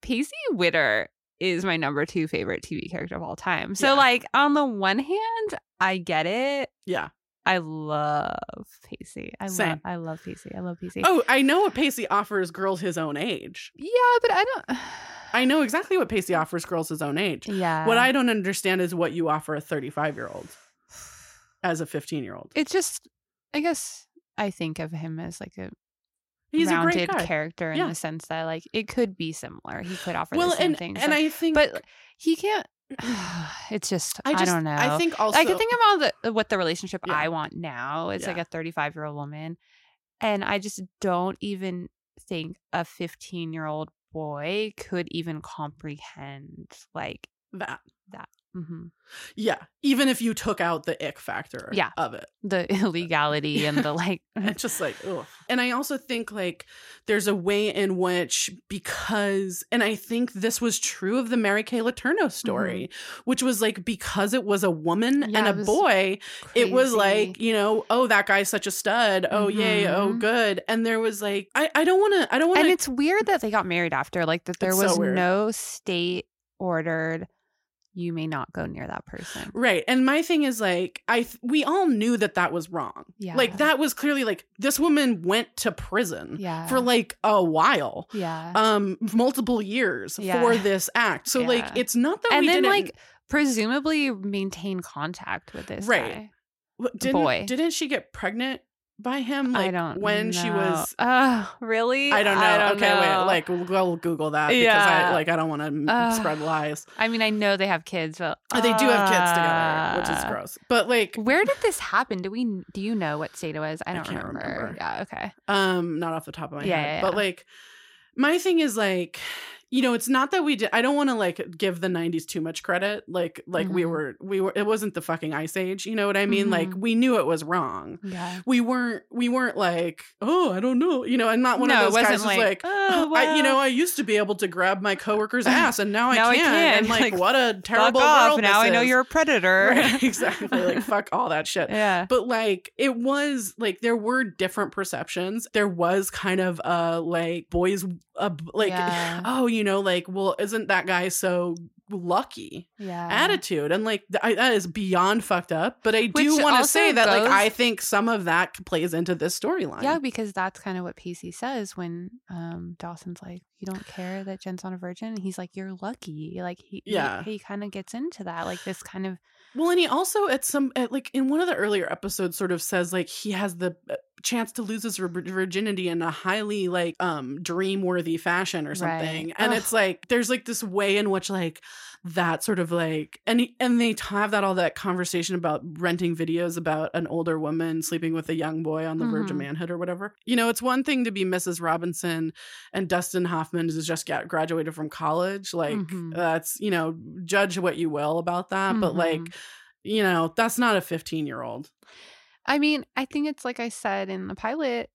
Speaker 2: Pacey Witter is my number two favorite TV character of all time. So
Speaker 1: Yeah.
Speaker 2: like on the one hand, I get it.
Speaker 1: yeah.
Speaker 2: I love Pacey. I love
Speaker 1: Same.
Speaker 2: I love Pacey. I love Pacey.
Speaker 1: Oh, I know what Pacey offers girls his own age.
Speaker 2: Yeah, but I don't.
Speaker 1: I know exactly what Pacey offers girls his own age.
Speaker 2: Yeah.
Speaker 1: What I don't understand is what you offer a 35 year old as a 15 year old.
Speaker 2: It's just, I guess I think of him as like a
Speaker 1: He's a great
Speaker 2: rounded
Speaker 1: guy.
Speaker 2: character in
Speaker 1: Yeah.
Speaker 2: the sense that like it could be similar. He could offer
Speaker 1: well,
Speaker 2: the same
Speaker 1: and
Speaker 2: things,
Speaker 1: and I think,
Speaker 2: but he can't. It's just I,
Speaker 1: I just
Speaker 2: don't know.
Speaker 1: I think also
Speaker 2: I can think about the, what the relationship
Speaker 1: Yeah.
Speaker 2: I want now. It's like
Speaker 1: Yeah.
Speaker 2: a 35 year old woman, and I just don't even think a 15 year old boy could even comprehend like.
Speaker 1: that
Speaker 2: mhm.
Speaker 1: yeah, even if you took out the ick factor
Speaker 2: Yeah.
Speaker 1: of it,
Speaker 2: the illegality and the like
Speaker 1: it's just like ugh. And I also think like there's a way in which because and I think this was true of the Mary Kay Letourneau story, which was like because it was a woman
Speaker 2: Mm-hmm. Yeah, it
Speaker 1: and a
Speaker 2: was
Speaker 1: boy, it was
Speaker 2: crazy.
Speaker 1: like you know oh that guy's such a stud oh yay oh
Speaker 2: Mhm.
Speaker 1: good and there was like I I don't want to I don't want
Speaker 2: and
Speaker 1: to
Speaker 2: it's weird that they got married after like that there
Speaker 1: It's so
Speaker 2: was
Speaker 1: weird.
Speaker 2: no state ordered you may not go near that person
Speaker 1: Right. And my thing is like I th- we all knew that that was wrong.
Speaker 2: Yeah.
Speaker 1: Like that was clearly like this woman went to prison
Speaker 2: yeah
Speaker 1: for like a while.
Speaker 2: yeah
Speaker 1: Um multiple years
Speaker 2: Yeah.
Speaker 1: for this act. So like
Speaker 2: Yeah.
Speaker 1: it's not that
Speaker 2: and
Speaker 1: we
Speaker 2: then
Speaker 1: didn't
Speaker 2: like presumably maintain contact with this
Speaker 1: Right.
Speaker 2: guy.
Speaker 1: w- didn't
Speaker 2: boy.
Speaker 1: didn't she get pregnant by him like
Speaker 2: i don't
Speaker 1: when she was
Speaker 2: uh really
Speaker 1: I don't know. okay,
Speaker 2: know.
Speaker 1: wait. Like, we'll go Google that because I
Speaker 2: Yeah.
Speaker 1: like I don't want to
Speaker 2: Ugh.
Speaker 1: spread lies.
Speaker 2: i mean i know they have kids but
Speaker 1: Uh, they do have kids together, which is
Speaker 2: uh,
Speaker 1: gross. But like,
Speaker 2: where did this happen do we do you know what state it was i
Speaker 1: I
Speaker 2: don't
Speaker 1: can't remember.
Speaker 2: yeah okay
Speaker 1: um, not off the top of my
Speaker 2: Yeah,
Speaker 1: head,
Speaker 2: yeah,
Speaker 1: but
Speaker 2: yeah.
Speaker 1: like, my thing is like, you know, it's not that we did. I don't want to like give the '90s too much credit. Like, like we
Speaker 2: Mhm.
Speaker 1: were, we were. It wasn't the fucking ice age. You know what I mean? Like,
Speaker 2: Mhm.
Speaker 1: we knew it was wrong.
Speaker 2: Yeah.
Speaker 1: We weren't. We weren't like, oh, I don't know. You know, and not one
Speaker 2: No,
Speaker 1: of
Speaker 2: it
Speaker 1: those guys
Speaker 2: wasn't
Speaker 1: who's like,
Speaker 2: like, "Oh,
Speaker 1: I, you know,
Speaker 2: well."
Speaker 1: I used to be able to grab my coworker's ass, and now,
Speaker 2: Now
Speaker 1: I
Speaker 2: I
Speaker 1: can.
Speaker 2: can't.
Speaker 1: And like,
Speaker 2: Like,
Speaker 1: what a terrible
Speaker 2: Fuck off.
Speaker 1: world
Speaker 2: Now
Speaker 1: this
Speaker 2: I know
Speaker 1: is.
Speaker 2: you're a predator.
Speaker 1: Right, exactly like fuck all that shit.
Speaker 2: Yeah.
Speaker 1: But like it was like there were different perceptions. There was kind of a like boys a b- like
Speaker 2: Yeah.
Speaker 1: oh you know like well isn't that guy so lucky
Speaker 2: Yeah.
Speaker 1: attitude and like th- I, that is beyond fucked up. But I do
Speaker 2: Which
Speaker 1: want to
Speaker 2: also
Speaker 1: say that like
Speaker 2: goes-
Speaker 1: I think some of that plays into this storyline.
Speaker 2: Yeah, because that's kind of what PC says when um, Dawson's like, "You don't care that Jen's not a virgin," and he's like, "You're lucky." Like he, he-
Speaker 1: Yeah.
Speaker 2: he, kind of gets into that, like this kind of
Speaker 1: Well, and he also at some at like in one of the earlier episodes sort of says like he has the uh, chance to lose his vir- virginity in a highly like um dream worthy fashion or something.
Speaker 2: Right.
Speaker 1: And
Speaker 2: Ugh.
Speaker 1: it's like there's like this way in which like that sort of like and he- and they t- have that all that conversation about renting videos about an older woman sleeping with a young boy on the verge of
Speaker 2: Mhm.
Speaker 1: manhood or whatever. You know, it's one thing to be Mrs. Robinson and Dustin Hoffman has just got graduated from college. Like
Speaker 2: Mhm.
Speaker 1: that's you know judge what you will about that, Uh, but like
Speaker 2: Mhm.
Speaker 1: you know, that's not a 15 year old.
Speaker 2: I mean, I think it's like I said in the pilot.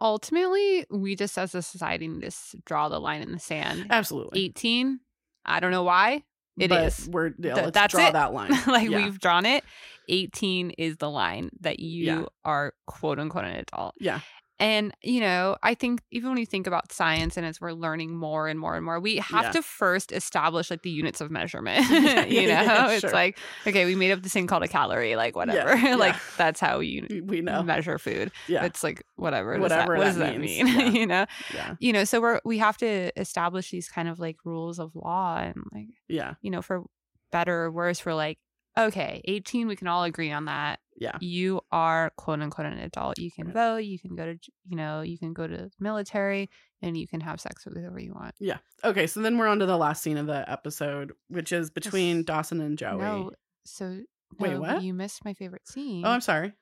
Speaker 2: Ultimately, we just as a society need to s- draw the line in the sand.
Speaker 1: Absolutely.
Speaker 2: Eighteen, I don't know why. It
Speaker 1: But
Speaker 2: is.
Speaker 1: We're, yeah,
Speaker 2: Th-
Speaker 1: let's
Speaker 2: that's
Speaker 1: draw
Speaker 2: it.
Speaker 1: that line.
Speaker 2: like
Speaker 1: yeah.
Speaker 2: we've drawn it. Eighteen is the line that you
Speaker 1: Yeah.
Speaker 2: are quote unquote an adult.
Speaker 1: Yeah.
Speaker 2: And, you know, I think even when you think about science and as we're learning more and more and more, we have
Speaker 1: Yeah.
Speaker 2: to first establish like the units of measurement. you
Speaker 1: Yeah,
Speaker 2: know,
Speaker 1: yeah, yeah, sure.
Speaker 2: it's like, okay, we made up this thing called a calorie, like whatever.
Speaker 1: yeah.
Speaker 2: like that's how you
Speaker 1: We- We know.
Speaker 2: measure food.
Speaker 1: Yeah.
Speaker 2: It's like whatever. does
Speaker 1: Whatever
Speaker 2: what
Speaker 1: that
Speaker 2: does that
Speaker 1: means.
Speaker 2: mean?
Speaker 1: Yeah.
Speaker 2: you know?
Speaker 1: yeah.
Speaker 2: You know, so we're we have to establish these kind of like rules of law and like,
Speaker 1: Yeah.
Speaker 2: you know, for better or worse, we're like, okay, 18, we can all agree on that
Speaker 1: Yeah.
Speaker 2: you are quote unquote an adult. You can
Speaker 1: Right.
Speaker 2: vote. You can go to j- you know you can go to the military and you can have sex with whoever you want.
Speaker 1: Okay. So then we're on to the last scene of the episode, which is between Dawson and Joey.
Speaker 2: No, so
Speaker 1: Wait,
Speaker 2: no,
Speaker 1: what?
Speaker 2: You missed my favorite scene.
Speaker 1: Oh, I'm sorry.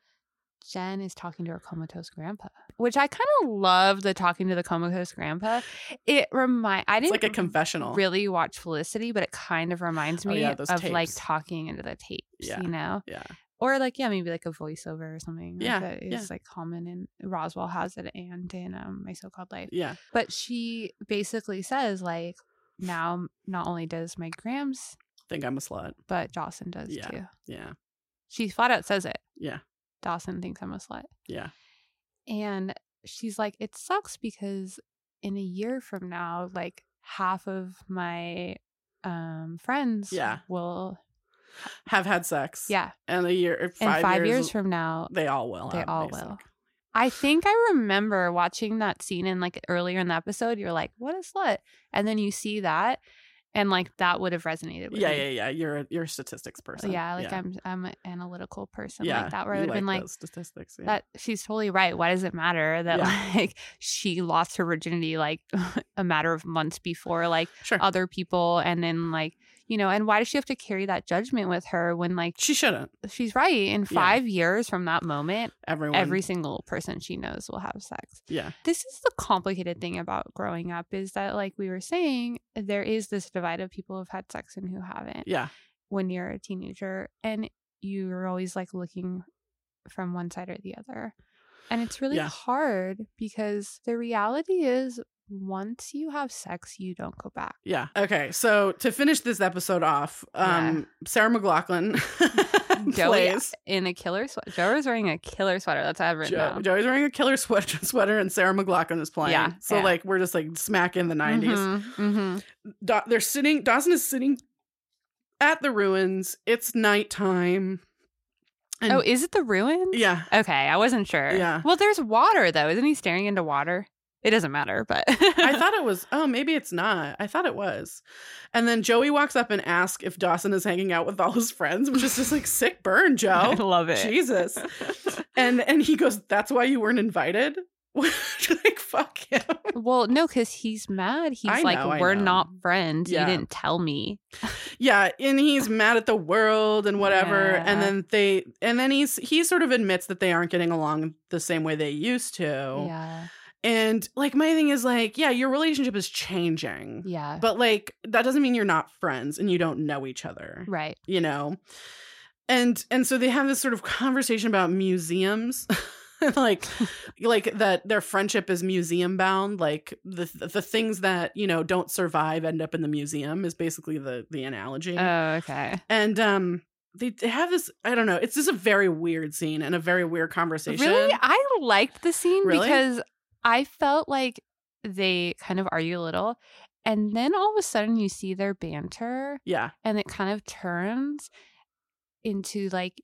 Speaker 2: Jen is talking to her comatose grandpa, which I kind of love. The talking to the comatose grandpa. It remind I
Speaker 1: It's
Speaker 2: didn't
Speaker 1: like a confessional.
Speaker 2: really watch Felicity, but it kind of reminds
Speaker 1: Oh,
Speaker 2: me
Speaker 1: yeah,
Speaker 2: of
Speaker 1: those
Speaker 2: like
Speaker 1: tapes.
Speaker 2: talking into the tapes.
Speaker 1: Yeah,
Speaker 2: you know.
Speaker 1: yeah.
Speaker 2: Or like yeah, maybe like a voiceover or something. like,
Speaker 1: Yeah,
Speaker 2: that is
Speaker 1: yeah.
Speaker 2: like common in Roswell has it and in um, my so-called life.
Speaker 1: yeah.
Speaker 2: But she basically says, like, now not only does my Grams,
Speaker 1: Think I'm a slut.
Speaker 2: but Dawson does
Speaker 1: Yeah.
Speaker 2: too.
Speaker 1: Yeah.
Speaker 2: She flat out says it.
Speaker 1: Yeah.
Speaker 2: Dawson thinks I'm a slut.
Speaker 1: Yeah.
Speaker 2: And she's like, it sucks because in a year from now, like half of my um friends
Speaker 1: Yeah.
Speaker 2: will
Speaker 1: Have had sex.
Speaker 2: yeah.
Speaker 1: And a year, or
Speaker 2: And
Speaker 1: five, years,
Speaker 2: from now
Speaker 1: they all will.
Speaker 2: they
Speaker 1: have
Speaker 2: all
Speaker 1: basic.
Speaker 2: will. I think I remember watching that scene in like earlier in the episode, you're like, What a slut? And then you see that and like that would have resonated with
Speaker 1: Yeah.
Speaker 2: me.
Speaker 1: Yeah. Yeah. You're a, you're a statistics person.
Speaker 2: Yeah, like I'm I'm an analytical person like that where I
Speaker 1: you
Speaker 2: would have been like
Speaker 1: those statistics. Yeah.
Speaker 2: that she's totally right. Why does it matter that like she lost her virginity like a matter of months before like
Speaker 1: sure.
Speaker 2: other people and then like you know, and why does she have to carry that judgment with her when like
Speaker 1: she shouldn't.
Speaker 2: she's right in
Speaker 1: Yeah.
Speaker 2: 5 years from that moment
Speaker 1: Everyone.
Speaker 2: every single person she knows will have sex.
Speaker 1: Yeah.
Speaker 2: This is the complicated thing about growing up is that like we were saying there is this divide of people who've had sex and who haven't
Speaker 1: Yeah.
Speaker 2: when you're a teenager and you're always like looking from one side or the other. And it's really
Speaker 1: Yeah.
Speaker 2: hard because the reality is once you have sex, you don't go back.
Speaker 1: Yeah. Okay. So to finish this episode off, um, Sarah McLaughlin
Speaker 2: Joey
Speaker 1: plays.
Speaker 2: in a killer sweater. Joe is wearing a killer sweater. That's what I've written
Speaker 1: Jo-
Speaker 2: down.
Speaker 1: Joey's wearing a killer sweater, sweater, and Sarah McLaughlin is playing.
Speaker 2: Yeah,
Speaker 1: so
Speaker 2: yeah.
Speaker 1: like we're just like smack in the 90s
Speaker 2: Mhm, mhm.
Speaker 1: Da- they're sitting. Dawson is sitting at the ruins. It's nighttime. And-
Speaker 2: oh, is it the ruins?
Speaker 1: Yeah.
Speaker 2: Okay, I wasn't sure.
Speaker 1: Yeah.
Speaker 2: Well, there's water though. Isn't he staring into water? It doesn't matter, but
Speaker 1: I thought it was. Oh, maybe it's not. I thought it was. And then Joey walks up and asks if Dawson is hanging out with all his friends, which is just like sick burn,
Speaker 2: I
Speaker 1: Joe.
Speaker 2: love it.
Speaker 1: Jesus. And and he goes, "That's why you weren't invited." like fuck him.
Speaker 2: well, no, because he's mad. He's
Speaker 1: I
Speaker 2: like,
Speaker 1: know, I
Speaker 2: we're
Speaker 1: know.
Speaker 2: not friends.
Speaker 1: Yeah.
Speaker 2: You didn't tell me.
Speaker 1: Yeah, and he's mad at the world and whatever. And
Speaker 2: Yeah.
Speaker 1: then they and then he's he sort of admits that they aren't getting along the same way they used to.
Speaker 2: Yeah.
Speaker 1: And like my thing is like, yeah, your relationship is changing.
Speaker 2: Yeah.
Speaker 1: But like that doesn't mean you're not friends and you don't know each other.
Speaker 2: right.
Speaker 1: You know? And and so they have this sort of conversation about museums. like like that their friendship is museum bound like the the things that you know don't survive end up in the museum is basically the the analogy
Speaker 2: Oh, okay.
Speaker 1: and um they they have this i don't know it's just a very weird scene and a very weird conversation
Speaker 2: Really? I liked the scene
Speaker 1: Really?
Speaker 2: because I felt like they kind of argue a little. And then all of a sudden you see their banter
Speaker 1: yeah
Speaker 2: and it kind of turns into like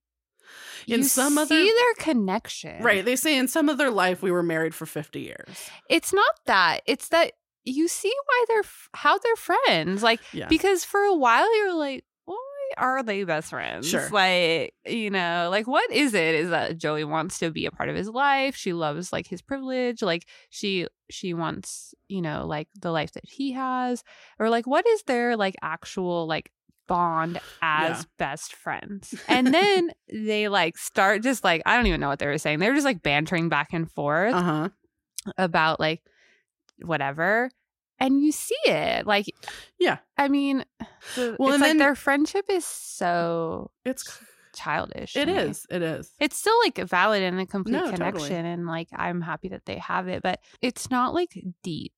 Speaker 1: In
Speaker 2: you
Speaker 1: some
Speaker 2: see
Speaker 1: other-
Speaker 2: their connection.
Speaker 1: right they say in some other life we were married for 50 years
Speaker 2: It's not that. It's that you see why they're f- how they're friends. Like
Speaker 1: yeah
Speaker 2: because for a while you're like why are they best friends
Speaker 1: Sure.
Speaker 2: like you know like what is it is that joey wants to be a part of his life she loves like his privilege like she she wants you know like the life that he has or like what is their like actual like bond as
Speaker 1: Yeah.
Speaker 2: best friends and then they like start just like i don't even know what they were saying they were just like bantering back and forth
Speaker 1: uh-huh
Speaker 2: about like whatever and you see it like
Speaker 1: Yeah.
Speaker 2: i mean
Speaker 1: well and
Speaker 2: it's like
Speaker 1: then
Speaker 2: their friendship is so
Speaker 1: it's
Speaker 2: childish
Speaker 1: it
Speaker 2: to me.
Speaker 1: is it is
Speaker 2: it's still like valid and a complete
Speaker 1: No, totally.
Speaker 2: connection and like i'm happy that they have it but it's not like deep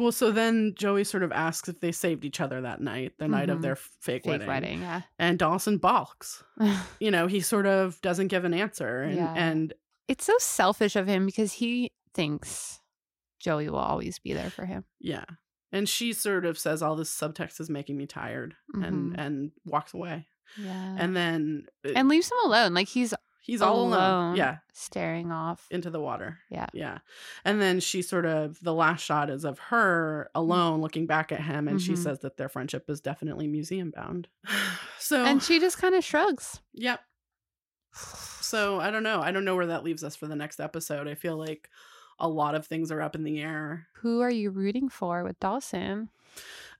Speaker 1: well so then joey sort of asks if they saved each other that night the night of
Speaker 2: Mhm.
Speaker 1: their fake,
Speaker 2: fake wedding, yeah
Speaker 1: and dawson balks you know he sort of doesn't give an answer and,
Speaker 2: Yeah.
Speaker 1: and
Speaker 2: it's so selfish of him because he thinks joey will always be there for him
Speaker 1: yeah and she sort of says all this subtext is making me tired and and walks away
Speaker 2: Mm-hmm. yeah and,
Speaker 1: and then uh,
Speaker 2: and leaves him alone like he's
Speaker 1: he's all alone.
Speaker 2: alone.
Speaker 1: Yeah,
Speaker 2: staring off
Speaker 1: into the water.
Speaker 2: Yeah.
Speaker 1: yeah. And then she sort of the last shot is of her
Speaker 2: Mm-hmm.
Speaker 1: alone, looking back at him, and she
Speaker 2: Mhm.
Speaker 1: says that their friendship is definitely museum bound. So
Speaker 2: and she just kind of shrugs
Speaker 1: yep. So I don't know. I don't know where that leaves us for the next episode. I feel like a lot of things are up in the air.
Speaker 2: who are you rooting for with dawson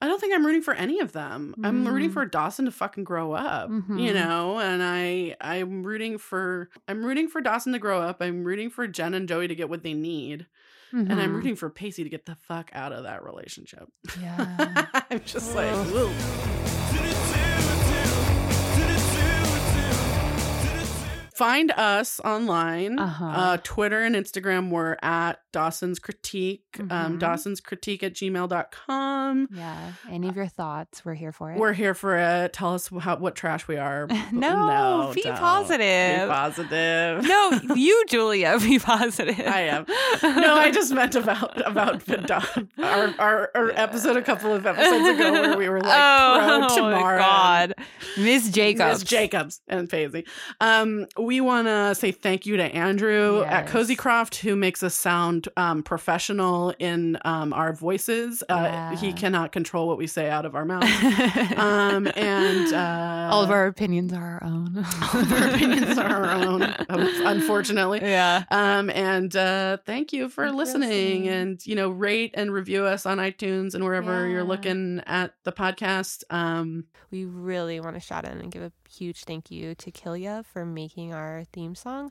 Speaker 1: I don't think I'm rooting for any of them. I'm rooting
Speaker 2: Mm.
Speaker 1: for Dawson to fucking grow up, you
Speaker 2: Mhm.
Speaker 1: know, and I I'm rooting for I'm rooting for Dawson to grow up. I'm rooting for Jen and Joey to get what they need. and I'm
Speaker 2: Mhm.
Speaker 1: rooting for Pacey to get the fuck out of that relationship.
Speaker 2: yeah
Speaker 1: I'm just like, whoa. Find us online.
Speaker 2: Uh-huh.
Speaker 1: Uh, Twitter and Instagram, we're at Dawson's Critique, um,
Speaker 2: Mhm.
Speaker 1: Dawson's Critique at gmail.com.
Speaker 2: Yeah. Any of your thoughts? We're here for it.
Speaker 1: Uh, We're here for it. Tell us how, what trash we are.
Speaker 2: no, be
Speaker 1: don't. Be
Speaker 2: positive.
Speaker 1: positive.
Speaker 2: no, you, Julia, be positive.
Speaker 1: I am. no, I just meant about about the dog. Our, our our episode a couple of episodes ago where we were like
Speaker 2: oh,
Speaker 1: pro tomorrow.
Speaker 2: My God, Miss Jacobs.
Speaker 1: Miss Jacobs and Paisy. Um, we want to say thank you to Andrew at
Speaker 2: Yes.
Speaker 1: Cozy Croft, who makes us sound um, professional in um, our voices. Uh,
Speaker 2: Yeah.
Speaker 1: He cannot control what we say out of our mouths. um, and uh,
Speaker 2: all of our opinions are our own.
Speaker 1: all of our opinions are our own, um, unfortunately.
Speaker 2: Yeah.
Speaker 1: Um, and uh, thank you for
Speaker 2: Thank you for
Speaker 1: listening.
Speaker 2: listening.
Speaker 1: And you know, rate and review us on iTunes and wherever
Speaker 2: Yeah.
Speaker 1: you're looking at the podcast. Um,
Speaker 3: We really want to shout out and give a huge thank you to Kilya for making our theme song.